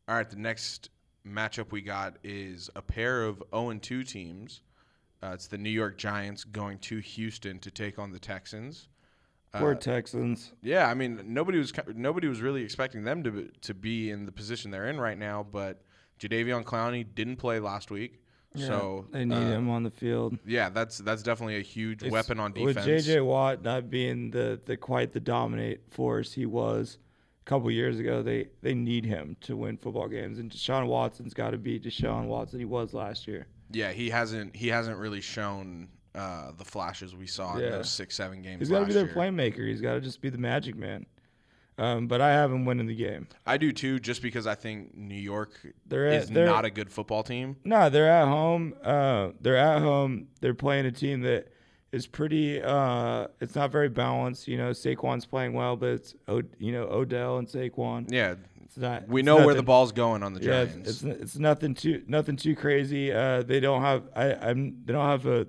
B: All right, the next matchup we got is a pair of 0 and 2 teams. Uh, it's the New York Giants going to Houston to take on the Texans. Uh,
C: Poor Texans.
B: Yeah, I mean nobody was ki- nobody was really expecting them to be, to be in the position they're in right now, but Jadavion Clowney didn't play last week, so
C: they need
B: uh,
C: him on the field.
B: Yeah, that's that's definitely a huge weapon on
C: With
B: defense.
C: JJ Watt not being the, the quite the dominant force he was a couple years ago, they they need him to win football games. And Deshaun Watson's got to be Deshaun Watson he was last year.
B: Yeah, he hasn't he hasn't really shown uh, the flashes we saw in
C: Yeah.
B: those six seven games.
C: He's got to be
B: last
C: their
B: year.
C: playmaker. He's got to just be the magic man. Um, but I have him winning the game.
B: I do too, just because I think New York
C: They're at-
B: is
C: they're-
B: not a good football team.
C: No, they're at home. Uh, they're at home. They're playing a team that is pretty. Uh, it's not very balanced. You know, Saquon's playing well, but it's o- you know Odell and Saquon.
B: Yeah,
C: It's not.
B: we
C: it's
B: know where the
C: nothing-
B: ball's going on the
C: Yeah,
B: Giants.
C: it's, it's it's nothing too nothing too crazy. Uh, they don't have I I'm they don't have a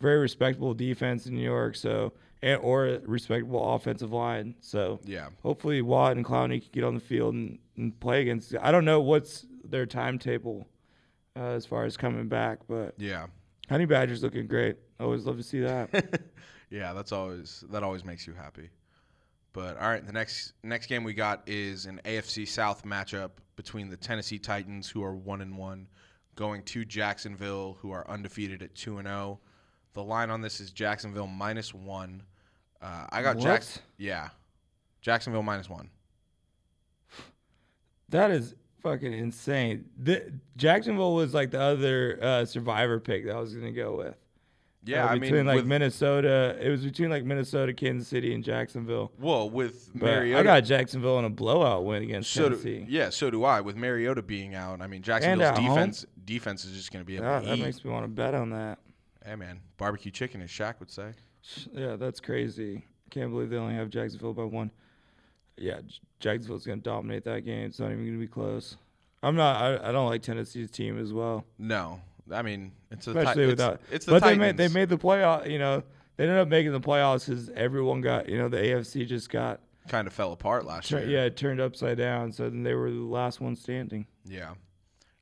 C: very respectable defense in New York, so and or a respectable offensive line. So
B: yeah,
C: hopefully Watt and Clowney can get on the field and, and play against. I don't know what's their timetable uh, as far as coming back, but
B: yeah,
C: Honey Badger's looking great. Always love to see that.
B: yeah. That's always that always makes you happy. But all right, the next next game we got is an AFC South matchup between the Tennessee Titans, who are one and one, going to Jacksonville, who are undefeated at two and zero. The line on this is Jacksonville minus one. Uh, I got
C: What?
B: Jackson. Yeah, Jacksonville minus one.
C: that is fucking insane. The, Jacksonville was like the other uh, survivor pick that I was gonna go with.
B: Yeah,
C: Uh,
B: I
C: between
B: mean,
C: like
B: with,
C: Minnesota, it was between like Minnesota, Kansas City, and Jacksonville.
B: well, with
C: But
B: Mariota,
C: I got Jacksonville in a blowout win against
B: so do,
C: Tennessee.
B: yeah, so do I. With Mariota being out, I mean, Jacksonville's
C: at home?
B: defense defense is just going to be able
C: God,
B: to
C: that
B: eat.
C: makes me want to bet on that.
B: hey man, barbecue chicken, as Shaq would say.
C: Yeah, that's crazy. Can't believe they only have Jacksonville by one. Yeah, J- Jacksonville's gonna dominate that game. It's not even gonna be close. I'm not. I, I don't like Tennessee's team as well,
B: No, I mean it's the
C: especially
B: ti-
C: without.
B: It's, it's the
C: but
B: Titans.
C: they made they made the playoff. You know, they ended up making the playoffs because everyone got. You know, the AFC just got.
B: kind of fell apart last
C: tur-
B: year.
C: yeah, turned upside down. So then they were the last one standing.
B: Yeah.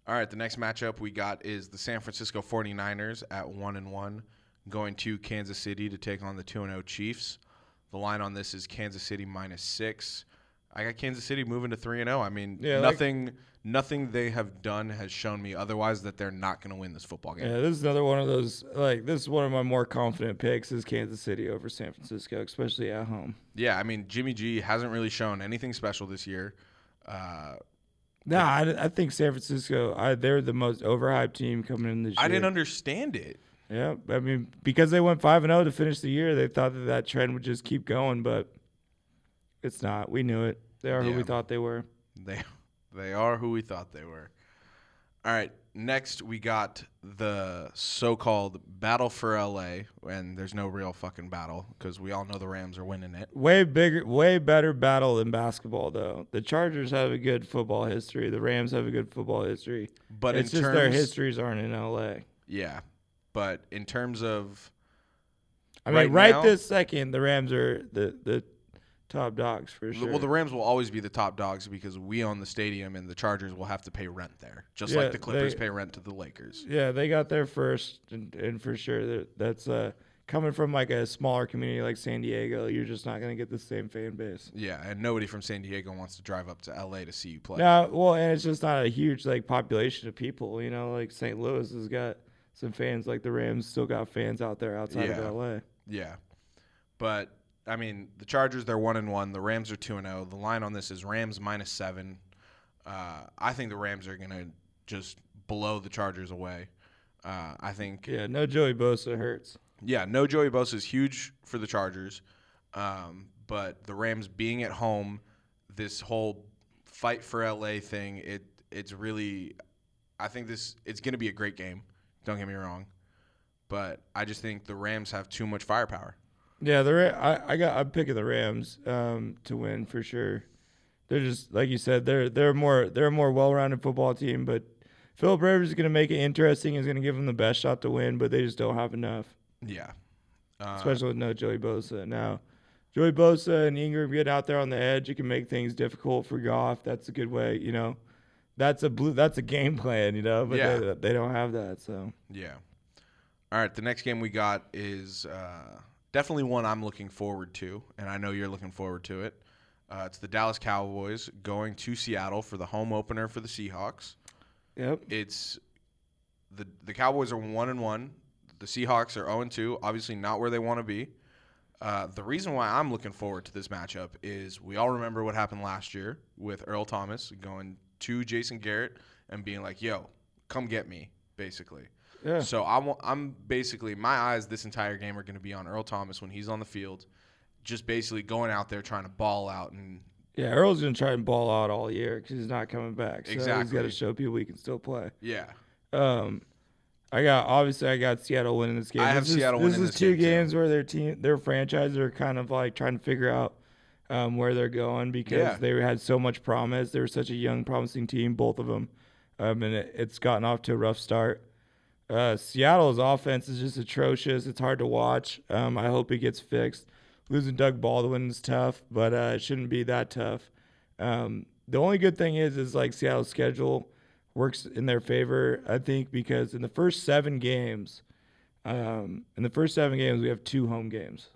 B: All right, the next matchup we got is the San Francisco 49ers at 1 and 1 going to Kansas City to take on the 2 and 0 Chiefs. The line on this is Kansas City minus 6. I got Kansas City moving to 3 and 0. I mean,
C: Yeah, like-
B: nothing nothing they have done has shown me otherwise that they're not going to win this football game.
C: Yeah, this is another one of those. Like this is one of my more confident picks is Kansas City over San Francisco, especially at home.
B: Yeah, I mean, Jimmy G hasn't really shown anything special this year. Uh,
C: Nah, I, I think San Francisco. I, they're the most overhyped team coming in this year.
B: I didn't understand it.
C: Yeah, I mean because they went five and zero to finish the year, they thought that that trend would just keep going, but it's not. We knew it. They are who
B: Yeah.
C: we thought they were.
B: They they are who we thought they were. All right. Next, we got the so-called battle for LA, and there's no real fucking battle because we all know the Rams are winning it.
C: Way bigger, way better battle than basketball, though. The Chargers have a good football history. The Rams have a good football history.
B: But
C: it's
B: in
C: just
B: terms,
C: their histories aren't in L.A.
B: yeah. But in terms of
C: I mean,
B: Right
C: right,
B: now-
C: this second, the Rams are the the top dogs for sure.
B: well, the Rams will always be the top dogs because we own the stadium, and the Chargers will have to pay rent there, just
C: Yeah,
B: like the Clippers
C: they-
B: pay rent to the Lakers.
C: yeah, they got there first, and, and for sure that that's uh, coming from like a smaller community like San Diego. You're just not gonna get the same fan base.
B: Yeah, and nobody from San Diego wants to drive up to LA to see you play.
C: No, well, and it's just not a huge like population of people. You know, like St. Louis has got some fans. Like the Rams still got fans out there outside
B: Yeah.
C: of LA.
B: Yeah. But I mean, the Chargers they're one and one. The Rams are two and zero. The line on this is Rams minus seven. Uh, I think the Rams are gonna just blow the Chargers away. Uh, I think yeah.
C: Yeah, no Joey Bosa hurts.
B: no Joey Bosa is huge for the Chargers, um, but the Rams being at home, this whole fight for LA thing, it it's really, I think this it's gonna be a great game. Don't get me wrong, but I just think the Rams have too much firepower.
C: Yeah, the Ra- I, I got I'm picking the Rams um, to win for sure. They're just like you said. They're they're more they're a more well-rounded football team, but Philip Rivers is going to make it interesting. He's going to give them the best shot to win, but they just don't have enough,
B: Yeah. Uh,
C: especially with no Joey Bosa now. Joey Bosa and Ingram get out there on the edge. You can make things difficult for Goff. That's a good way, you know. That's a blue. That's a game plan, you know. But
B: Yeah.
C: they, they don't have that, so
B: Yeah. All right. The next game we got is uh, definitely one I'm looking forward to, and I know you're looking forward to it. Uh, it's the Dallas Cowboys going to Seattle for the home opener for the Seahawks.
C: Yep.
B: It's the the Cowboys are one and one. The Seahawks are zero and two. Obviously, not where they want to be. Uh, the reason why I'm looking forward to this matchup is we all remember what happened last year with Earl Thomas going to Jason Garrett and being like, "Yo, come get me," basically.
C: Yeah.
B: So I want, I'm basically my eyes this entire game are going to be on Earl Thomas when he's on the field, just basically going out there trying to ball out and
C: Yeah, Earl's gonna try and ball out all year because he's not coming back. So he's got
B: Exactly.
C: to show people he can still play.
B: yeah.
C: Um, I got obviously I got Seattle winning this game.
B: I have
C: this
B: Seattle
C: Is, this
B: winning
C: is
B: this
C: two
B: game, too.
C: games where their team, their franchises are kind of like trying to figure out um, where they're going because
B: Yeah.
C: they had so much promise. They were such a young, promising team, both of them, um, and it, it's gotten off to a rough start. Uh, Seattle's offense is just atrocious. It's hard to watch. Um, I hope it gets fixed. Losing Doug Baldwin is tough, but uh, it shouldn't be that tough. Um, the only good thing is, is like Seattle's schedule works in their favor, I think, because in the first seven games, um, in the first seven games, we have two home games,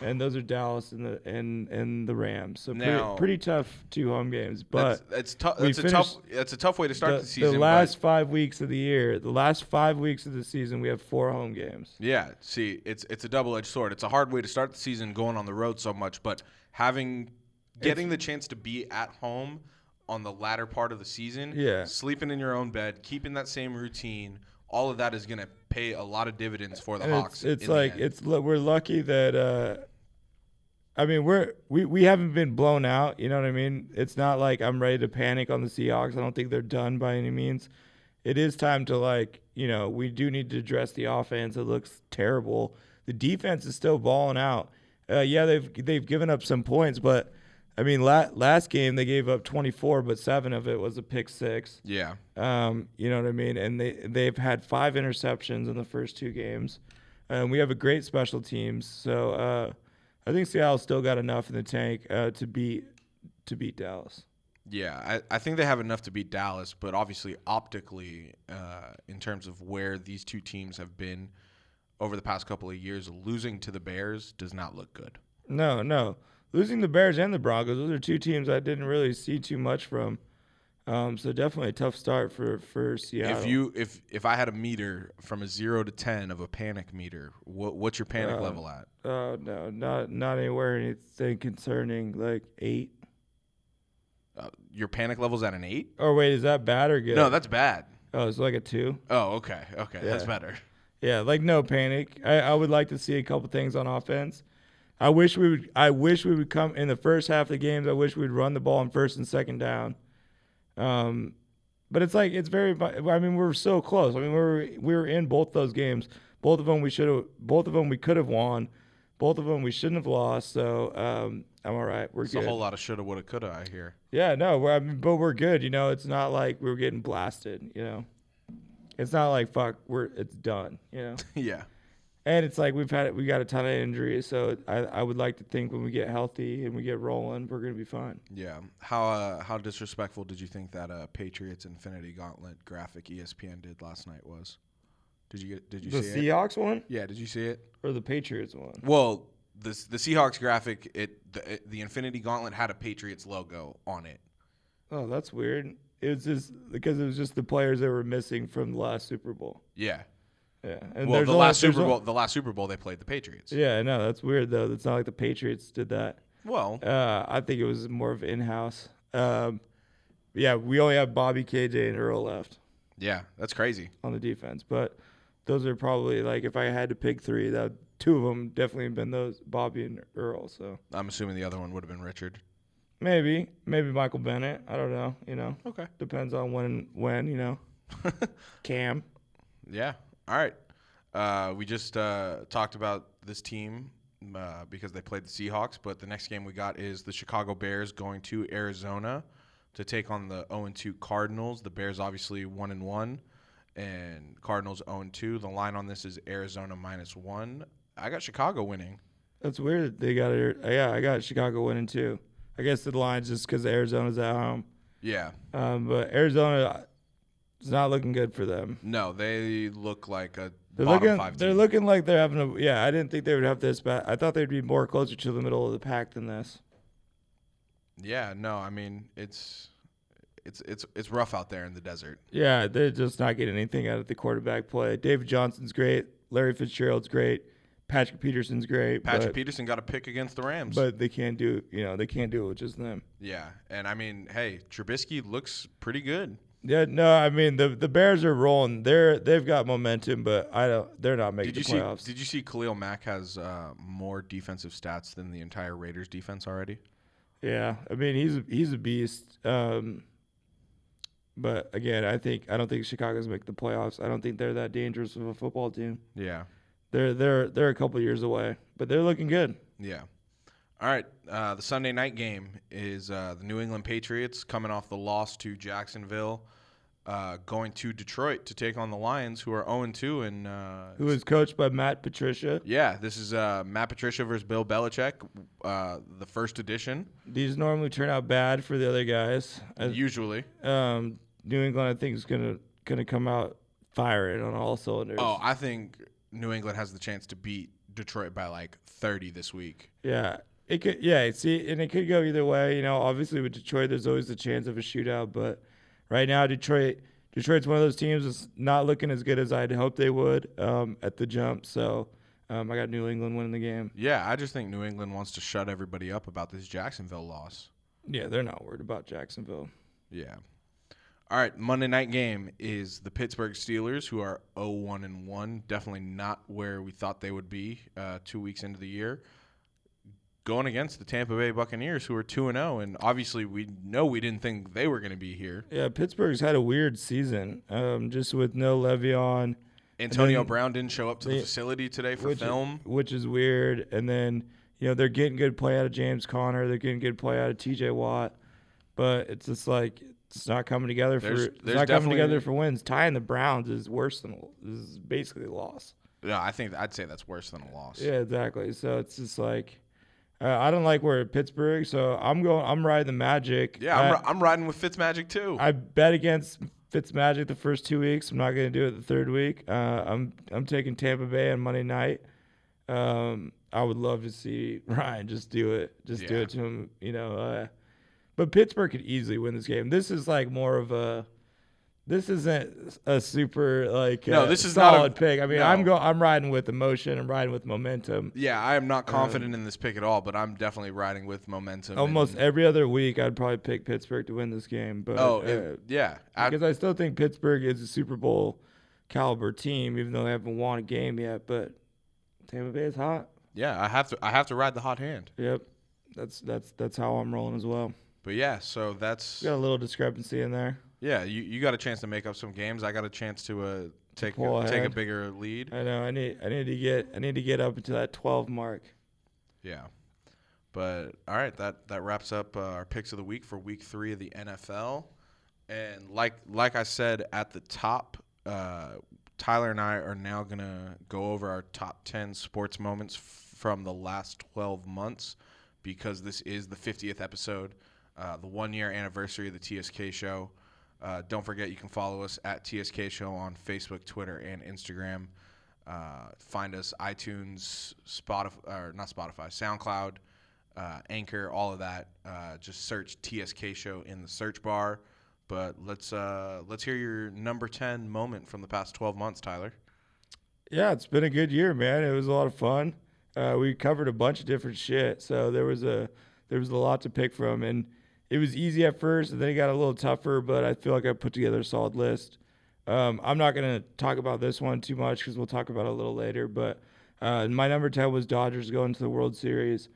C: and those are Dallas and the and and the Rams. So pretty,
B: Now-
C: pretty tough two home games, but
B: That's, that's tough.
C: we
B: That's a tough.
C: finished
B: That's a tough way to start the,
C: the,
B: season.
C: the
B: but
C: last five weeks of the year, the last five weeks of the season, we have four home games.
B: Yeah, see, it's it's a double edged sword. It's a hard way to start the season going on the road so much, but having getting the chance to be at home on the latter part of the season,
C: Yeah.
B: sleeping in your own bed, keeping that same routine, all of that is going to pay a lot of dividends for the
C: And
B: Hawks.
C: it's, it's
B: in the
C: like
B: end.
C: it's lu- we're lucky that uh, I mean we're we, we haven't been blown out. You know what I mean? It's not like I'm ready to panic on the Seahawks. I don't think they're done by any means. It is time to like you know we do need to address the offense. It looks terrible. The defense is still balling out. Uh, yeah, they've they've given up some points, but I mean la- last game they gave up 24, but seven of it was a pick six.
B: yeah,
C: Um, you know what I mean? And they they've had five interceptions in the first two games. Um, we have a great special teams, so uh, I think Seattle's still got enough in the tank uh, to beat to beat Dallas.
B: yeah. I, I think they have enough to beat Dallas, but obviously optically, uh, in terms of where these two teams have been over the past couple of years, losing to the Bears does not look good.
C: No, no, losing the Bears and the Broncos. Those are two teams I didn't really see too much from. Um, so definitely a tough start for for Seattle.
B: If you if if I had a meter from a zero to ten of a panic meter, what what's your panic
C: Uh,
B: level at?
C: uh, no, not not anywhere anything concerning like eight.
B: Uh, your panic level's at an eight?
C: Or Oh, wait, is that bad or good?
B: No, that's bad.
C: oh, it's like a two.
B: Oh, okay, okay, that's
C: Yeah.
B: better.
C: Yeah, like no panic. I, I would like to see a couple things on offense. I wish we would. I wish we would come in the first half of the games. I wish we'd run the ball on first and second down. Um, but it's like it's very. bu- I mean, we're so close. I mean, we were we were in both those games. Both of them we should have. Both of them we could have won. Both of them we shouldn't have lost. So um, I'm all right. We're
B: It's
C: good.
B: a whole lot of shoulda, woulda, coulda. I hear.
C: Yeah, no, we're, I mean, but we're good. You know, it's not like we were getting blasted. You know, it's not like fuck. We're it's done. You know.
B: yeah,
C: And it's like we've had we got a ton of injuries, so I, I would like to think when we get healthy and we get rolling, we're gonna be fine.
B: yeah. How uh, how disrespectful did you think that uh, Patriots Infinity Gauntlet graphic E ESPN did last night was? Did you get? Did you
C: The
B: see it?
C: Seahawks one
B: Yeah, did you see it?
C: or the Patriots one?
B: Well, the the Seahawks graphic, it the, the Infinity Gauntlet had a Patriots logo on it.
C: Oh, that's weird. It was just because it was just the players that were missing from the last Super Bowl.
B: Yeah.
C: Yeah, and
B: Well,
C: there's
B: the
C: only-
B: last
C: there's
B: Super
C: on-
B: Bowl, the last Super Bowl, they played the Patriots.
C: Yeah, no, that's weird though. That's not like the Patriots did that.
B: Well,
C: Uh, I think it was more of in house. Um, yeah, we only have Bobby, KJ, and Earl left
B: yeah, that's crazy.
C: on the defense, but those are probably like if I had to pick three, that two of them definitely have been those Bobby and Earl. So.
B: I'm assuming the other one would have been Richard.
C: Maybe, maybe Michael Bennett. I don't know. You know,
B: Okay.
C: depends on when. When you know, Cam.
B: Yeah. All right. Uh, we just uh, talked about this team uh, because they played the Seahawks, but the next game we got is the Chicago Bears going to Arizona to take on the 0 2 Cardinals. The Bears obviously 1 and 1, and Cardinals 0 2. The line on this is Arizona minus 1. I got Chicago winning.
C: That's weird. They got it. Yeah, I got Chicago winning too. I guess the lines just because Arizona's at home.
B: Yeah.
C: Um, but Arizona, it's not looking good for them.
B: No, they look like a
C: They're
B: bottom
C: looking.
B: five team.
C: They're looking like they're having a. Yeah, I didn't think they would have this bad. I thought they'd be more closer to the middle of the pack than this.
B: Yeah, no, I mean it's it's it's it's rough out there in the desert.
C: Yeah, they're just not getting anything out of the quarterback play. David Johnson's great. Larry Fitzgerald's great. Patrick Peterson's great.
B: Patrick
C: but,
B: Peterson got a pick against the Rams.
C: but they can't do you know they can't do it with just them.
B: yeah, and I mean, hey, Trubisky looks pretty good.
C: Yeah, no, I mean the the Bears are rolling. They're they've got momentum, but I don't. They're not making
B: Did you
C: the
B: see?
C: playoffs.
B: Did you see? Khalil Mack has uh, more defensive stats than the entire Raiders defense already.
C: yeah, I mean he's a- he's a beast. Um, but again, I think I don't think Chicago's make the playoffs. I don't think they're that dangerous of a football team.
B: Yeah,
C: They're they're they're a couple years away, but they're looking good.
B: yeah. All right, uh, the Sunday night game is uh, the New England Patriots coming off the loss to Jacksonville, uh, going to Detroit to take on the Lions, who are 0 2 and uh,
C: Who is coached by Matt Patricia?
B: Yeah, this is uh, Matt Patricia versus Bill Belichick, uh, the first edition,
C: These normally turn out bad for the other guys. I-
B: usually.
C: um, New England, I think, is gonna gonna come out firing on all cylinders.
B: Oh, I think New England has the chance to beat Detroit by like 30 this week.
C: Yeah. It could yeah, see and it could go either way. You know, obviously with Detroit there's always the chance of a shootout, but right now Detroit Detroit's one of those teams that's not looking as good as I'd hoped they would um, at the jump. So um, I got New England winning the game.
B: Yeah, I just think New England wants to shut everybody up about this Jacksonville loss.
C: Yeah, they're not worried about Jacksonville.
B: Yeah. All right, Monday night game is the Pittsburgh Steelers, who are 0-1 and 1. Definitely not where we thought they would be uh, two weeks into the year. Going against the Tampa Bay Buccaneers, who are 2 and 0, and obviously we know we didn't think they were going to be here.
C: Yeah, Pittsburgh's had a weird season, um, just with no Le'Veon,
B: Antonio
C: then
B: Brown didn't show up to the facility today for
C: which
B: film.
C: which is weird. And then you know they're getting good play out of James Conner, they're getting good play out of T.J. Watt, but it's just like it's not coming together for
B: There's-
C: it's
B: there's
C: not coming
B: definitely-
C: together for wins. Tying the Browns is worse than is basically a loss.
B: No, I think I'd say that's worse than a loss.
C: Yeah, exactly. So it's just like. Uh, I don't like where Pittsburgh, so I'm going. I'm riding the Magic.
B: Yeah, I'm,
C: I-
B: ri- I'm riding with Fitzmagic too.
C: I bet against Fitzmagic the first two weeks. I'm not going to do it the third week. Uh, I'm I'm taking Tampa Bay on Monday night. Um, I would love to see Ryan just do it, just do
B: Yeah.
C: it to him. You know, uh, but Pittsburgh could easily win this game. This is like more of a. This isn't a super like
B: No,
C: uh,
B: this is not a-
C: solid pick. I mean,
B: no.
C: I'm go I'm riding with emotion. I'm riding with momentum.
B: yeah, I am
C: Uh,
B: not confident in this pick at all, but I'm definitely riding with momentum. and-
C: Almost every other week, I'd probably pick Pittsburgh to win this game. But
B: oh,
C: uh,
B: it- yeah. I-
C: because I still think Pittsburgh is a Super Bowl caliber team, even though they haven't won a game yet. But Tampa Bay is hot.
B: yeah, I have to. I have to ride the hot hand.
C: Yep, that's that's that's how I'm rolling as well.
B: But yeah, so that's
C: Got a little discrepancy in there.
B: yeah. You, you got a chance to make up some games. I got a chance to uh, take
C: pull
B: take a
C: ahead.
B: bigger lead.
C: I know. I need I need to get I need to get up into that 12 mark.
B: Yeah. But all right, that that wraps up uh, our picks of the week for week three of the NFL. And like like I said at the top, uh, Tyler and I are now gonna go over our top ten sports moments f- from the last twelve months because this is the fiftieth episode, uh, the one year anniversary of the TSK show. Uh, don't forget you can follow us at TSK show on Facebook, Twitter, and Instagram. Uh, find us iTunes, Spotify, or not Spotify, SoundCloud, uh, Anchor, all of that. Uh, just search TSK Show in the search bar. But let's uh, let's hear your number ten moment from the past twelve months, Tyler.
C: Yeah, it's been a good year, man. It was a lot of fun. Uh, we covered a bunch of different shit, so there was a there was a lot to pick from, and it was easy at first, and then it got a little tougher. But I feel like I put together a solid list. Um, I'm not gonna talk about this one too much because we'll talk about it a little later. But uh, my number ten was Dodgers going to the World Series,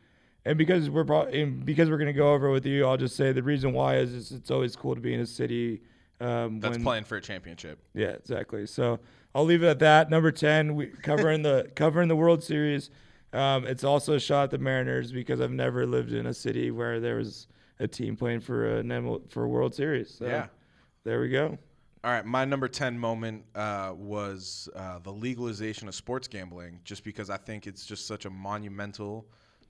C: and because we're pro- and because we're gonna go over it with you, I'll just say the reason why is it's, it's always cool to be in a city. Um,
B: That's
C: when,
B: playing for a championship.
C: yeah, exactly. So I'll leave it at that. Number ten, we covering the covering the World Series. Um, it's also a shot at the Mariners because I've never lived in a city where there was a team playing for an ML- for a World Series. So
B: Yeah.
C: there we go.
B: All right, my number 10 moment uh, was uh, the legalization of sports gambling, just because I think it's just such a monumental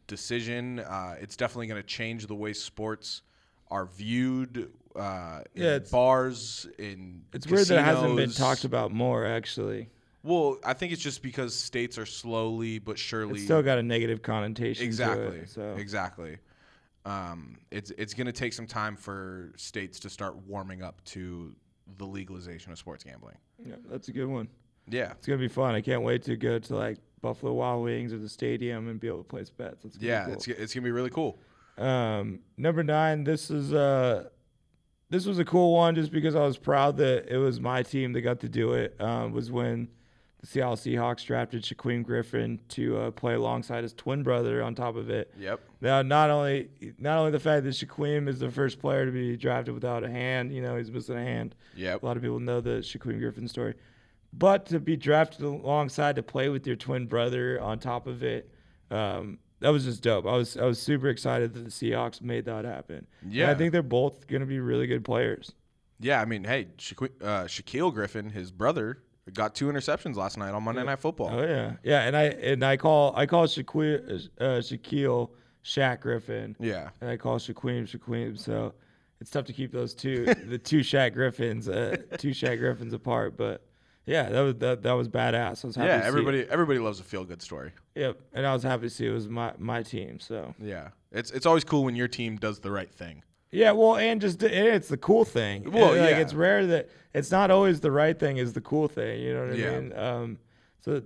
B: decision. Uh, it's definitely going to change the way sports are viewed uh, in
C: Yeah, it's-
B: bars, in
C: It's weird that it hasn't been
B: casinos.
C: talked about more. Actually,
B: Well, I think it's just because states are slowly but surely
C: it's still got a negative connotation. to it,
B: Exactly.
C: so
B: Exactly. Um, it's it's going to take some time for states to start warming up to the legalization of sports gambling.
C: Yeah, that's a good one.
B: Yeah,
C: It's gonna be fun. I can't wait to go to like Buffalo Wild Wings or the stadium and be able to place bets. That's gonna
B: yeah,
C: be cool.
B: it's it's going to be really cool.
C: Um, number nine. This is uh, this was a cool one just because I was proud that it was my team that got to do it. Um, was when the Seattle Seahawks drafted Shaquem Griffin to uh, play alongside his twin brother. On top of it,
B: Yep.
C: now not only not only the fact that Shaquem is the first player to be drafted without a hand. You know he's missing a hand.
B: Yep.
C: A lot of people know the Shaquem Griffin story. But to be drafted alongside to play with your twin brother on top of it, um, that was just dope. I was I was super excited that the Seahawks made that happen. And
B: Yeah.
C: I think they're both going to be really good players.
B: Yeah, I mean, hey, Shaqu- uh, Shaquille Griffin, his brother, got two interceptions last night on Monday Night Football.
C: Oh yeah, yeah. And I and I call I call Shaquille uh, Shaquille Shaq Griffin.
B: Yeah.
C: and I call Shaquem Shaquem. So it's tough to keep those two, the two Shaq Griffins, uh, two Shaq Griffins apart. But yeah, that was that, that was badass. I was happy. to
B: Yeah,
C: see it.
B: everybody everybody loves a feel good story.
C: Yep, and I was happy to see it was my my team. So
B: Yeah. It's it's always cool when your team does the right thing.
C: yeah, well, and just and it's the cool thing.
B: Well,
C: And, like,
B: yeah.
C: it's rare that it's not always the right thing is the cool thing. You know what I
B: Yeah.
C: mean? Um, so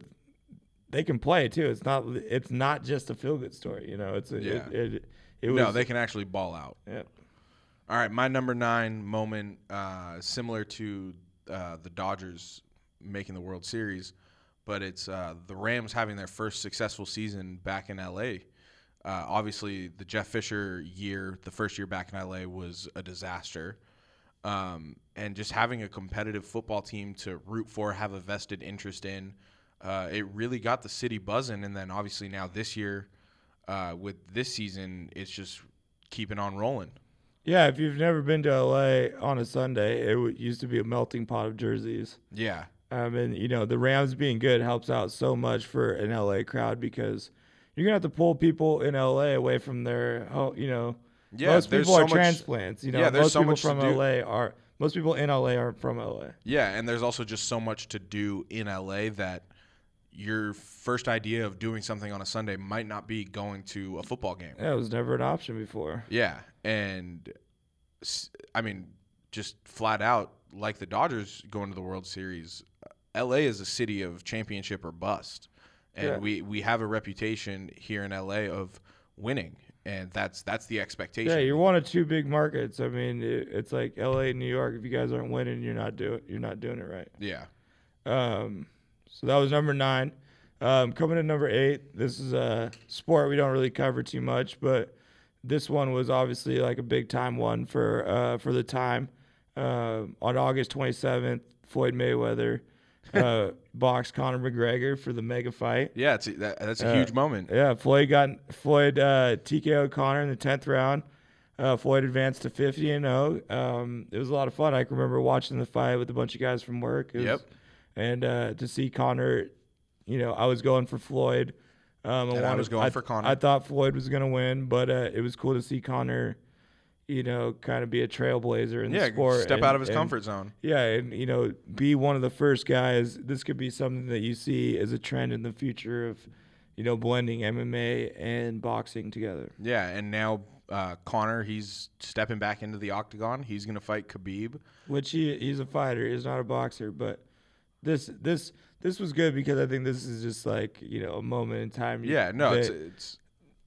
C: they can play too. It's not it's not just a feel good story. You know, it's a,
B: Yeah.
C: it, it it was
B: No, they can actually ball out.
C: yeah.
B: All right, my number nine moment, uh, similar to uh, the Dodgers making the World Series, but it's uh, the Rams having their first successful season back in LA. Uh, obviously, the Jeff Fisher year, the first year back in LA, was a disaster. Um, and just having a competitive football team to root for, have a vested interest in, uh, it really got the city buzzing. And then obviously now this year, uh, with this season, it's just keeping on rolling.
C: Yeah, if you've never been to LA on a Sunday, it w- used to be a melting pot of jerseys.
B: Yeah.
C: Um, and you know the Rams being good helps out so much for an LA crowd because you're gonna have to pull people in LA away from their, ho- you know,
B: Yeah,
C: most
B: there's
C: people are
B: so much-
C: transplants. You know,
B: yeah, there's
C: most
B: so
C: people
B: much to
C: from
B: do.
C: LA are most people in LA are from LA.
B: Yeah, and there's also just so much to do in LA that your first idea of doing something on a Sunday might not be going to a football game.
C: Yeah, it was never an option before.
B: Yeah, and s- I mean, just flat out, like the Dodgers going to the World Series, LA is a city of championship or bust, and
C: Yeah.
B: we we have a reputation here in LA of winning, and that's that's the expectation.
C: Yeah, you're one of two big markets. I mean, it, it's like LA and New York. If you guys aren't winning, you're not doing you're not doing it right.
B: yeah,
C: Um, so that was number nine. Um, coming to number eight, this is a sport we don't really cover too much, but this one was obviously like a big time one for uh, for the time. Um on August 27th, Floyd Mayweather uh, boxed Conor McGregor for the mega fight.
B: yeah, it's that, that's a huge moment.
C: Yeah, Floyd got Floyd uh, TKO Connor in the tenth round. Uh, Floyd advanced to fifty and zero. Um, it was a lot of fun. I can remember watching the fight with a bunch of guys from work. It was-
B: Yep.
C: And uh, to see Connor, you know, I was going for Floyd. Um,
B: And I
C: wanted-
B: was going for Conor.
C: I thought Floyd was going to win, but uh, it was cool to see Connor, you know, kind of be a trailblazer in
B: Yeah,
C: the sport.
B: step
C: and-
B: out of his
C: and-
B: comfort zone.
C: yeah, and you know, be one of the first guys. This could be something that you see as a trend in the future of, you know, blending MMA and boxing together.
B: Yeah, and now uh, Connor, he's stepping back into the octagon. He's going to fight Khabib.
C: Which he he's a fighter, he's not a boxer, but this this this was good because I think this is just like you know a moment in time.
B: Yeah, no, it's,
C: that
B: it's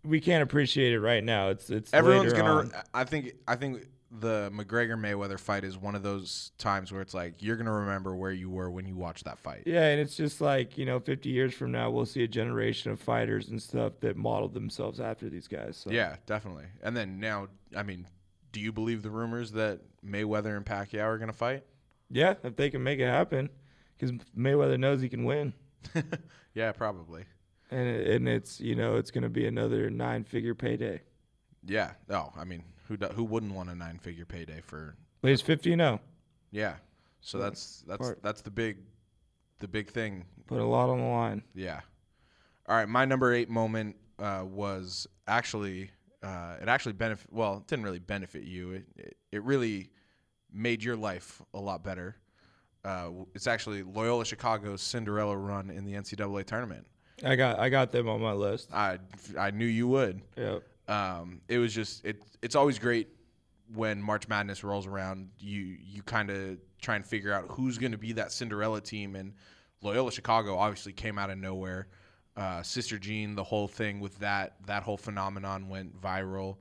C: we can't appreciate it right now. It's it's
B: everyone's
C: later
B: going
C: on.
B: to. I think I think the McGregor Mayweather fight is one of those times where it's like you're going to remember where you were when you watched that fight.
C: Yeah, and it's just like you know, 50 years from now, we'll see a generation of fighters and stuff that modeled themselves after these guys. So.
B: Yeah, definitely. And then now, I mean, do you believe the rumors that Mayweather and Pacquiao are going to fight?
C: Yeah, if they can make it happen, because Mayweather knows he can win,
B: yeah, probably.
C: and it, and it's you know it's going to be another nine figure payday.
B: Yeah. Oh, I mean, who do, who wouldn't want a nine figure payday for
C: But he's fifty and oh, zero,
B: Yeah. So that's that's
C: Part-
B: that's the big the big thing.
C: put a lot on the line.
B: Yeah. All right, my number 8 moment uh, was actually uh, it actually benefit well, it didn't really benefit you. It it, it really made your life a lot better. Uh, w- it's actually Loyola Chicago's Cinderella run in the NCAA tournament.
C: I got I got them on my list.
B: I I knew you would.
C: Yep.
B: um, it was just it. It's always great when March Madness rolls around. You you kind of try and figure out who's going to be that Cinderella team, and Loyola Chicago obviously came out of nowhere. Uh, Sister Jean, the whole thing with that that whole phenomenon went viral.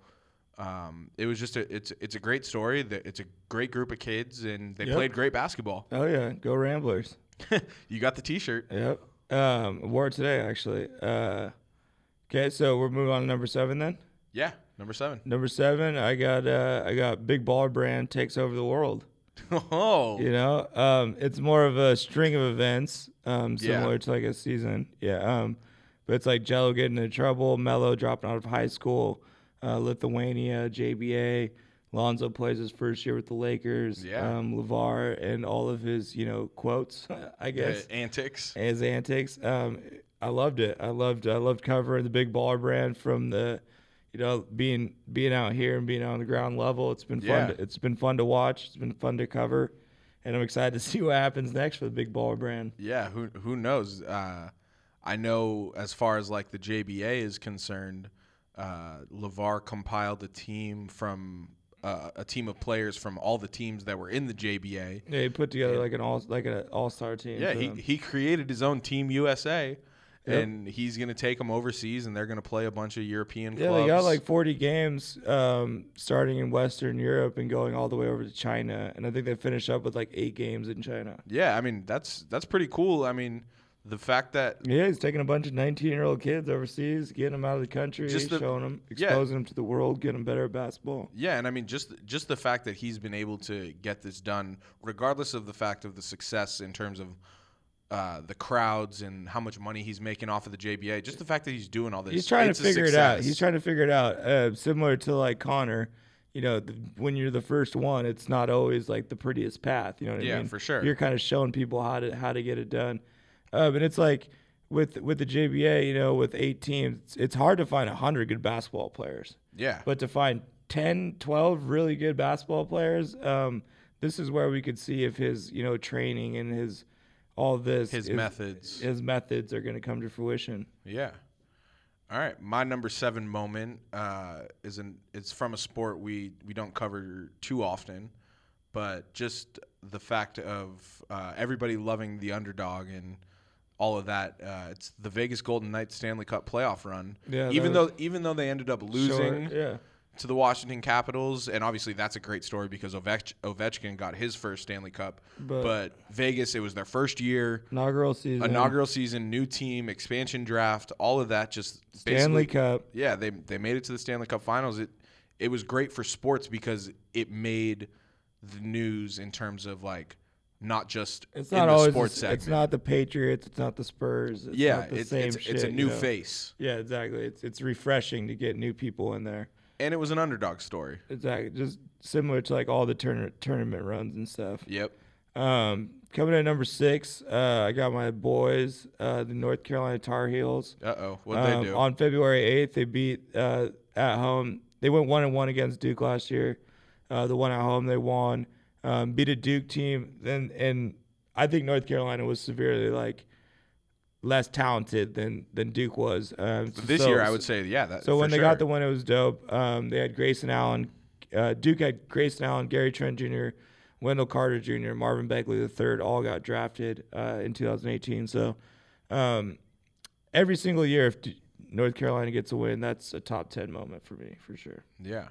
B: Um, it was just a it's it's a great story. That it's a great group of kids, and they
C: Yep.
B: played great basketball.
C: Oh yeah, go Ramblers.
B: you got the T-shirt.
C: Yep. Um, wore it today actually. Uh, okay, so we're moving on to number seven then.
B: Yeah, number seven.
C: Number seven, I got uh, I got Big Baller Brand takes over the world.
B: oh,
C: You know, um, it's more of a string of events, um,
B: Yeah.
C: similar to like a season. Yeah. Um, but it's like Jello getting into trouble, Mello dropping out of high school, uh, Lithuania, JBA. Lonzo plays his first year with the Lakers.
B: Yeah.
C: Um, LeVar and all of his, you know, quotes, I guess
B: Uh, antics.
C: his antics. Um, I loved it. I loved I loved covering the big baller brand from the, you know, being being out here and being on the ground level. It's been fun.
B: Yeah.
C: To, it's been fun to watch. It's been fun to cover, and I'm excited to see what happens next for the big baller brand.
B: Yeah, who who knows? Uh, I know as far as like the JBA is concerned, uh, Levar compiled a team from uh, a team of players from all the teams that were in the JBA.
C: They put together like an all like an all star team.
B: Yeah,
C: for
B: he,
C: them.
B: he created his own team USA,
C: Yep.
B: and he's gonna take them overseas, and they're gonna play a bunch of European
C: yeah,
B: clubs.
C: they got like 40 games um, starting in Western Europe and going all the way over to China, and I think they finished up with like eight games in China.
B: yeah, I mean that's that's pretty cool. I mean the fact that
C: Yeah, he's taking a bunch of 19 year old kids overseas, getting them out of the country,
B: Just the-
C: showing them,
B: yeah.
C: exposing them to the world, getting them better at basketball.
B: Yeah, and I mean just just the fact that he's been able to get this done, regardless of the fact of the success in terms of uh, the crowds and how much money he's making off of the JBA. Just the fact that he's doing all this,
C: He's trying
B: it's
C: to
B: a
C: figure it out.
B: success.
C: He's trying to figure it out. Uh, similar to like Connor, you know, the, when you're the first one, it's not always like the prettiest path. You know what I
B: Yeah,
C: mean?
B: for sure.
C: You're kind of showing people how to how to get it done. Uh, but it's like with with the JBA, you know, with eight teams, it's, it's hard to find 100 good basketball players.
B: yeah,
C: But to find 10, 12 really good basketball players, um, this is where we could see if his, you know, training and his all this
B: his
C: is-
B: methods.
C: his methods are going to come to fruition.
B: Yeah. All right, my number seven moment uh, is an it's from a sport we we don't cover too often, but just the fact of uh, everybody loving the underdog and all of that. Uh, it's the Vegas Golden Knights Stanley Cup playoff run.
C: Yeah,
B: even
C: that
B: though even though they ended up
C: Sure,
B: losing
C: yeah.
B: to the Washington Capitals, and obviously that's a great story because Ovech- Ovechkin got his first Stanley Cup.
C: But-
B: but Vegas, it was their first year
C: Inaugural season.
B: inaugural season, new team, expansion draft, all of that just
C: Stanley
B: basically-
C: Cup.
B: Yeah, they they made it to the Stanley Cup Finals. It it was great for sports because it made the news in terms of like not just
C: It's
B: in
C: not
B: the
C: always
B: sports
C: it's,
B: segment.
C: it's not the Patriots, it's not the Spurs, it's
B: yeah,
C: not the
B: it's
C: same
B: it's,
C: shit.
B: it's a
C: you
B: new
C: know?
B: face,
C: Yeah, exactly. It's it's refreshing to get new people in there.
B: and it was an underdog story.
C: Exactly. Just similar to like all the tourna- tournament runs and stuff.
B: Yep.
C: Um, coming in at number six, uh, I got my boys, uh, the North Carolina Tar Heels.
B: Uh oh, what
C: Um,
B: they do?
C: On February 8th, they beat uh, at home. They went one and one against Duke last year. Uh, the one at home they won, um, beat a Duke team, and and I think North Carolina was severely like less talented than than Duke was. Um,
B: this
C: so-
B: year, I would say, yeah. That,
C: so
B: for
C: when they
B: sure.
C: got the win, it was dope. Um, they had Grayson Allen, uh, Duke had Grayson Allen, Gary Trent Jr., Wendell Carter Jr., Marvin Beckley III, all got drafted uh, in 2018. So um, every single year, if D- North Carolina gets a win, that's a top 10 moment for me, for sure.
B: Yeah.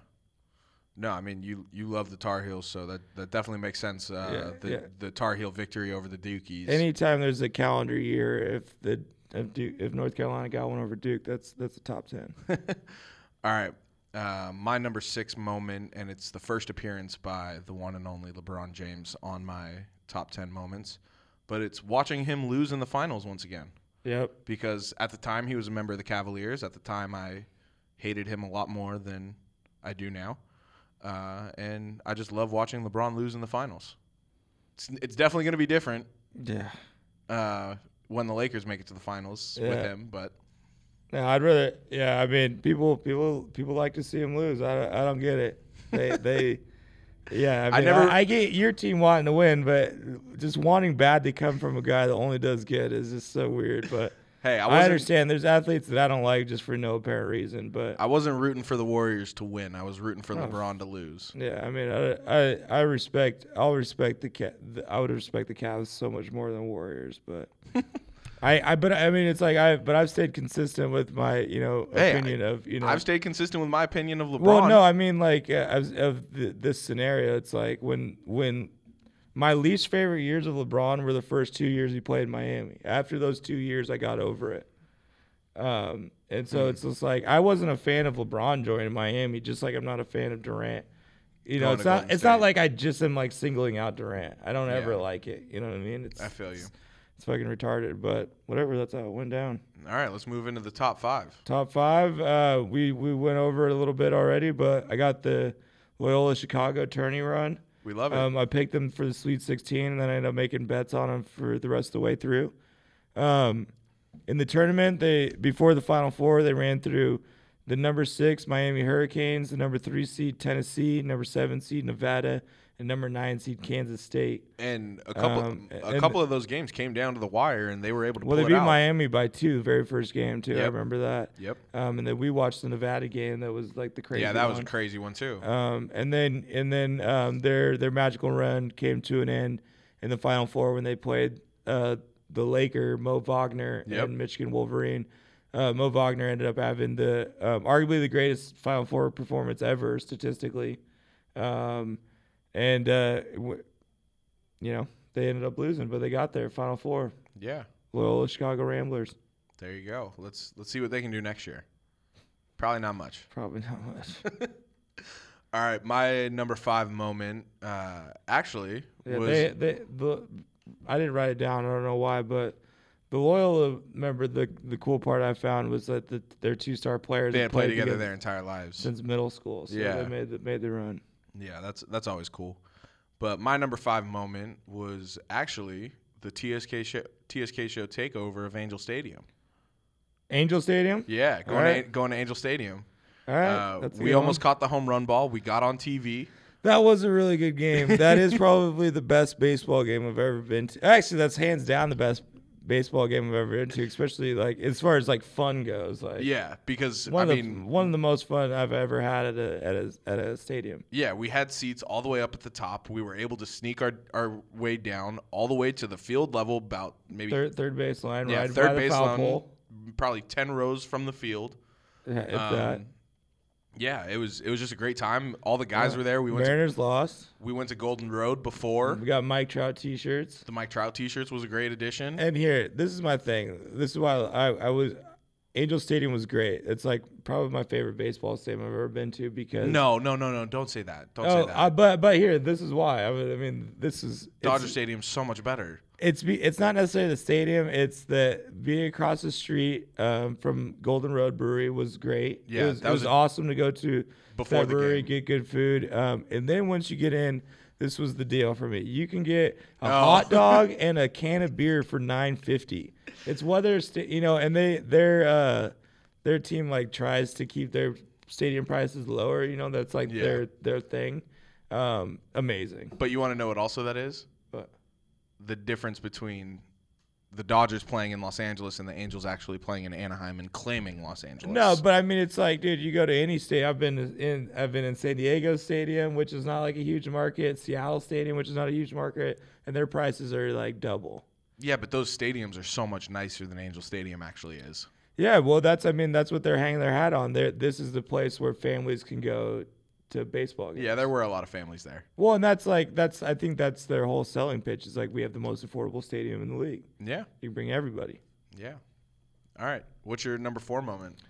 B: No, I mean you you love the Tar Heels, so that, that definitely makes sense. Uh,
C: Yeah,
B: the
C: yeah.
B: the Tar Heel victory over the Dukies.
C: Anytime there's a calendar year, if the if, Duke, if North Carolina got one over Duke, that's that's a top 10.
B: All right. Uh, my number six moment, and it's the first appearance by the one and only LeBron James on my top 10 moments, but it's watching him lose in the finals once again.
C: yep.
B: Because at the time, he was a member of the Cavaliers. At the time, I hated him a lot more than I do now. Uh, and I just love watching LeBron lose in the finals. It's, it's definitely going to be different
C: Yeah.
B: uh, when the Lakers make it to the finals with
C: Yeah.
B: him, but
C: No, I'd rather. Yeah, I mean, people, people, people like to see him lose. I, don't- I don't get it. They, they, yeah. I, mean, I
B: never-
C: I, get your team wanting to win, but just wanting bad to come from a guy that only does good is just so weird. But
B: Hey, I
C: I
B: wasn't.
C: understand there's athletes that I don't like just for no apparent reason, but
B: I wasn't rooting for the Warriors to win. I was rooting
C: Oh.
B: for LeBron to lose.
C: yeah, I mean, I, I, I respect, I'll respect the cat. I would respect the Cavs so much more than Warriors, but I, I, but I mean, it's like I, but I've stayed consistent with my, you know,
B: Hey,
C: opinion of, you know,
B: I've stayed consistent with my opinion of LeBron.
C: Well, no, I mean like uh, as, of th this scenario, it's like when when my least favorite years of LeBron were the first two years he played in Miami. After those two years, I got over it. Um, and
B: Hmm.
C: so it's just like I wasn't a fan of LeBron joining Miami, just like I'm not a fan of Durant. You know,
B: Going
C: it's
B: to
C: not
B: Golden
C: it's not
B: State.
C: like I just am like singling out Durant. I don't ever
B: Yeah.
C: like it. You know what I mean? It's
B: I feel you.
C: It's, it's fucking retarded, but whatever. That's how it went down.
B: All right, let's move into the top five.
C: Top five. Uh, we we went over it a little bit already, but I got the Loyola Chicago tourney run.
B: We love it.
C: Um, I picked them for the Sweet 16, and then I ended up making bets on them for the rest of the way through. Um, in the tournament, they before the Final Four, they ran through the number six Miami Hurricanes, the number three seed Tennessee, number seven seed Nevada, and number nine seed Kansas State.
B: and a couple,
C: um,
B: a
C: and-
B: couple of those games came down to the wire, and they were able to.
C: Well, they
B: pull
C: beat
B: it out.
C: Miami by two the very first game too. I
B: Yep.
C: remember that.
B: Yep.
C: Um, and then we watched the Nevada game that was like the crazy.
B: Yeah, that was a
C: one.
B: crazy one too.
C: Um, and then and then um, their their magical run came to an end in the Final Four when they played uh, the Laker Mo Wagner
B: Yep.
C: and Michigan Wolverine. Uh, Mo Wagner ended up having the um, arguably the greatest Final Four performance ever statistically, um, and uh, w- you know they ended up losing, but they got their Final Four.
B: yeah,
C: Loyola Chicago Ramblers,
B: there you go. Let's let's see what they can do next year. Probably not much.
C: probably not much.
B: All right, my number five moment uh, actually
C: Yeah,
B: was
C: they, they, the, I didn't write it down. I don't know why, but the Loyola member, the the cool part I found was that the, their two star players
B: they
C: had
B: had played together their entire lives.
C: since middle school. So
B: Yeah.
C: they made the, made the run.
B: Yeah, that's that's always cool. But my number five moment was actually the TSK show, TSK show takeover of Angel Stadium.
C: Angel Stadium.
B: Yeah, going
C: right.
B: to, going to Angel Stadium.
C: All right,
B: Uh,
C: that's a
B: we
C: good
B: almost
C: one.
B: caught the home run ball. We got on TV.
C: that was a really good game. That is probably the best baseball game I've ever been to. Actually, that's hands down the best baseball game I've ever been to, especially like as far as like fun goes. Like
B: Yeah, because
C: one
B: I
C: of the
B: mean,
C: one of the most fun I've ever had at a at a at a stadium.
B: yeah, we had seats all the way up at the top. We were able to sneak our, our way down all the way to the field level, about maybe
C: Third third base line,
B: yeah,
C: right by
B: third
C: the
B: base
C: foul
B: line,
C: pole.
B: probably ten rows from the field.
C: Yeah, if
B: Um,
C: that.
B: Yeah, it was it was just a great time. All the guys were there. We went to,
C: Mariners lost.
B: we went to Golden Road before.
C: We got Mike Trout T-shirts.
B: The Mike Trout T-shirts was a great addition.
C: And here, this is my thing. This is why I, I was. Angel Stadium was great. It's like probably my favorite baseball stadium I've ever been to because
B: no, no, no, no! Don't say that. Don't
C: Oh,
B: say that.
C: I, but but here, this is why. I, would- I mean, this is it's-
B: Dodger Stadium's so much better.
C: it's be, it's not necessarily the stadium. It's the being across the street um, from Golden Road Brewery was great.
B: Yeah,
C: it was,
B: that
C: it
B: was
C: was
B: a-
C: awesome to go to
B: Before
C: that
B: the
C: brewery,
B: game.
C: get good food, um, and then once you get in, this was the deal for me. You can get a
B: Oh.
C: hot dog and a can of beer for nine fifty. It's whether it's you know, and they their uh, their team like tries to keep their stadium prices lower. You know, that's like
B: Yeah.
C: their their thing. Um, amazing,
B: But you want to know what also that is?
C: but.
B: The difference between the Dodgers playing in Los Angeles and the Angels actually playing in Anaheim and claiming Los Angeles.
C: No, but I mean, it's like, dude, you go to any state. I've been in, I've been in San Diego Stadium, which is not like a huge market. Seattle Stadium, which is not a huge market, and their prices are like double.
B: yeah, but those stadiums are so much nicer than Angel Stadium actually is.
C: Yeah, well, that's I mean, that's what they're hanging their hat on. They're, this is the place where families can go to baseball games.
B: Yeah, there were a lot of families there.
C: Well, and that's like that's I think that's their whole selling pitch. Is like we have the most affordable stadium in the league.
B: Yeah,
C: You can bring everybody.
B: yeah. All right, what's your number four moment?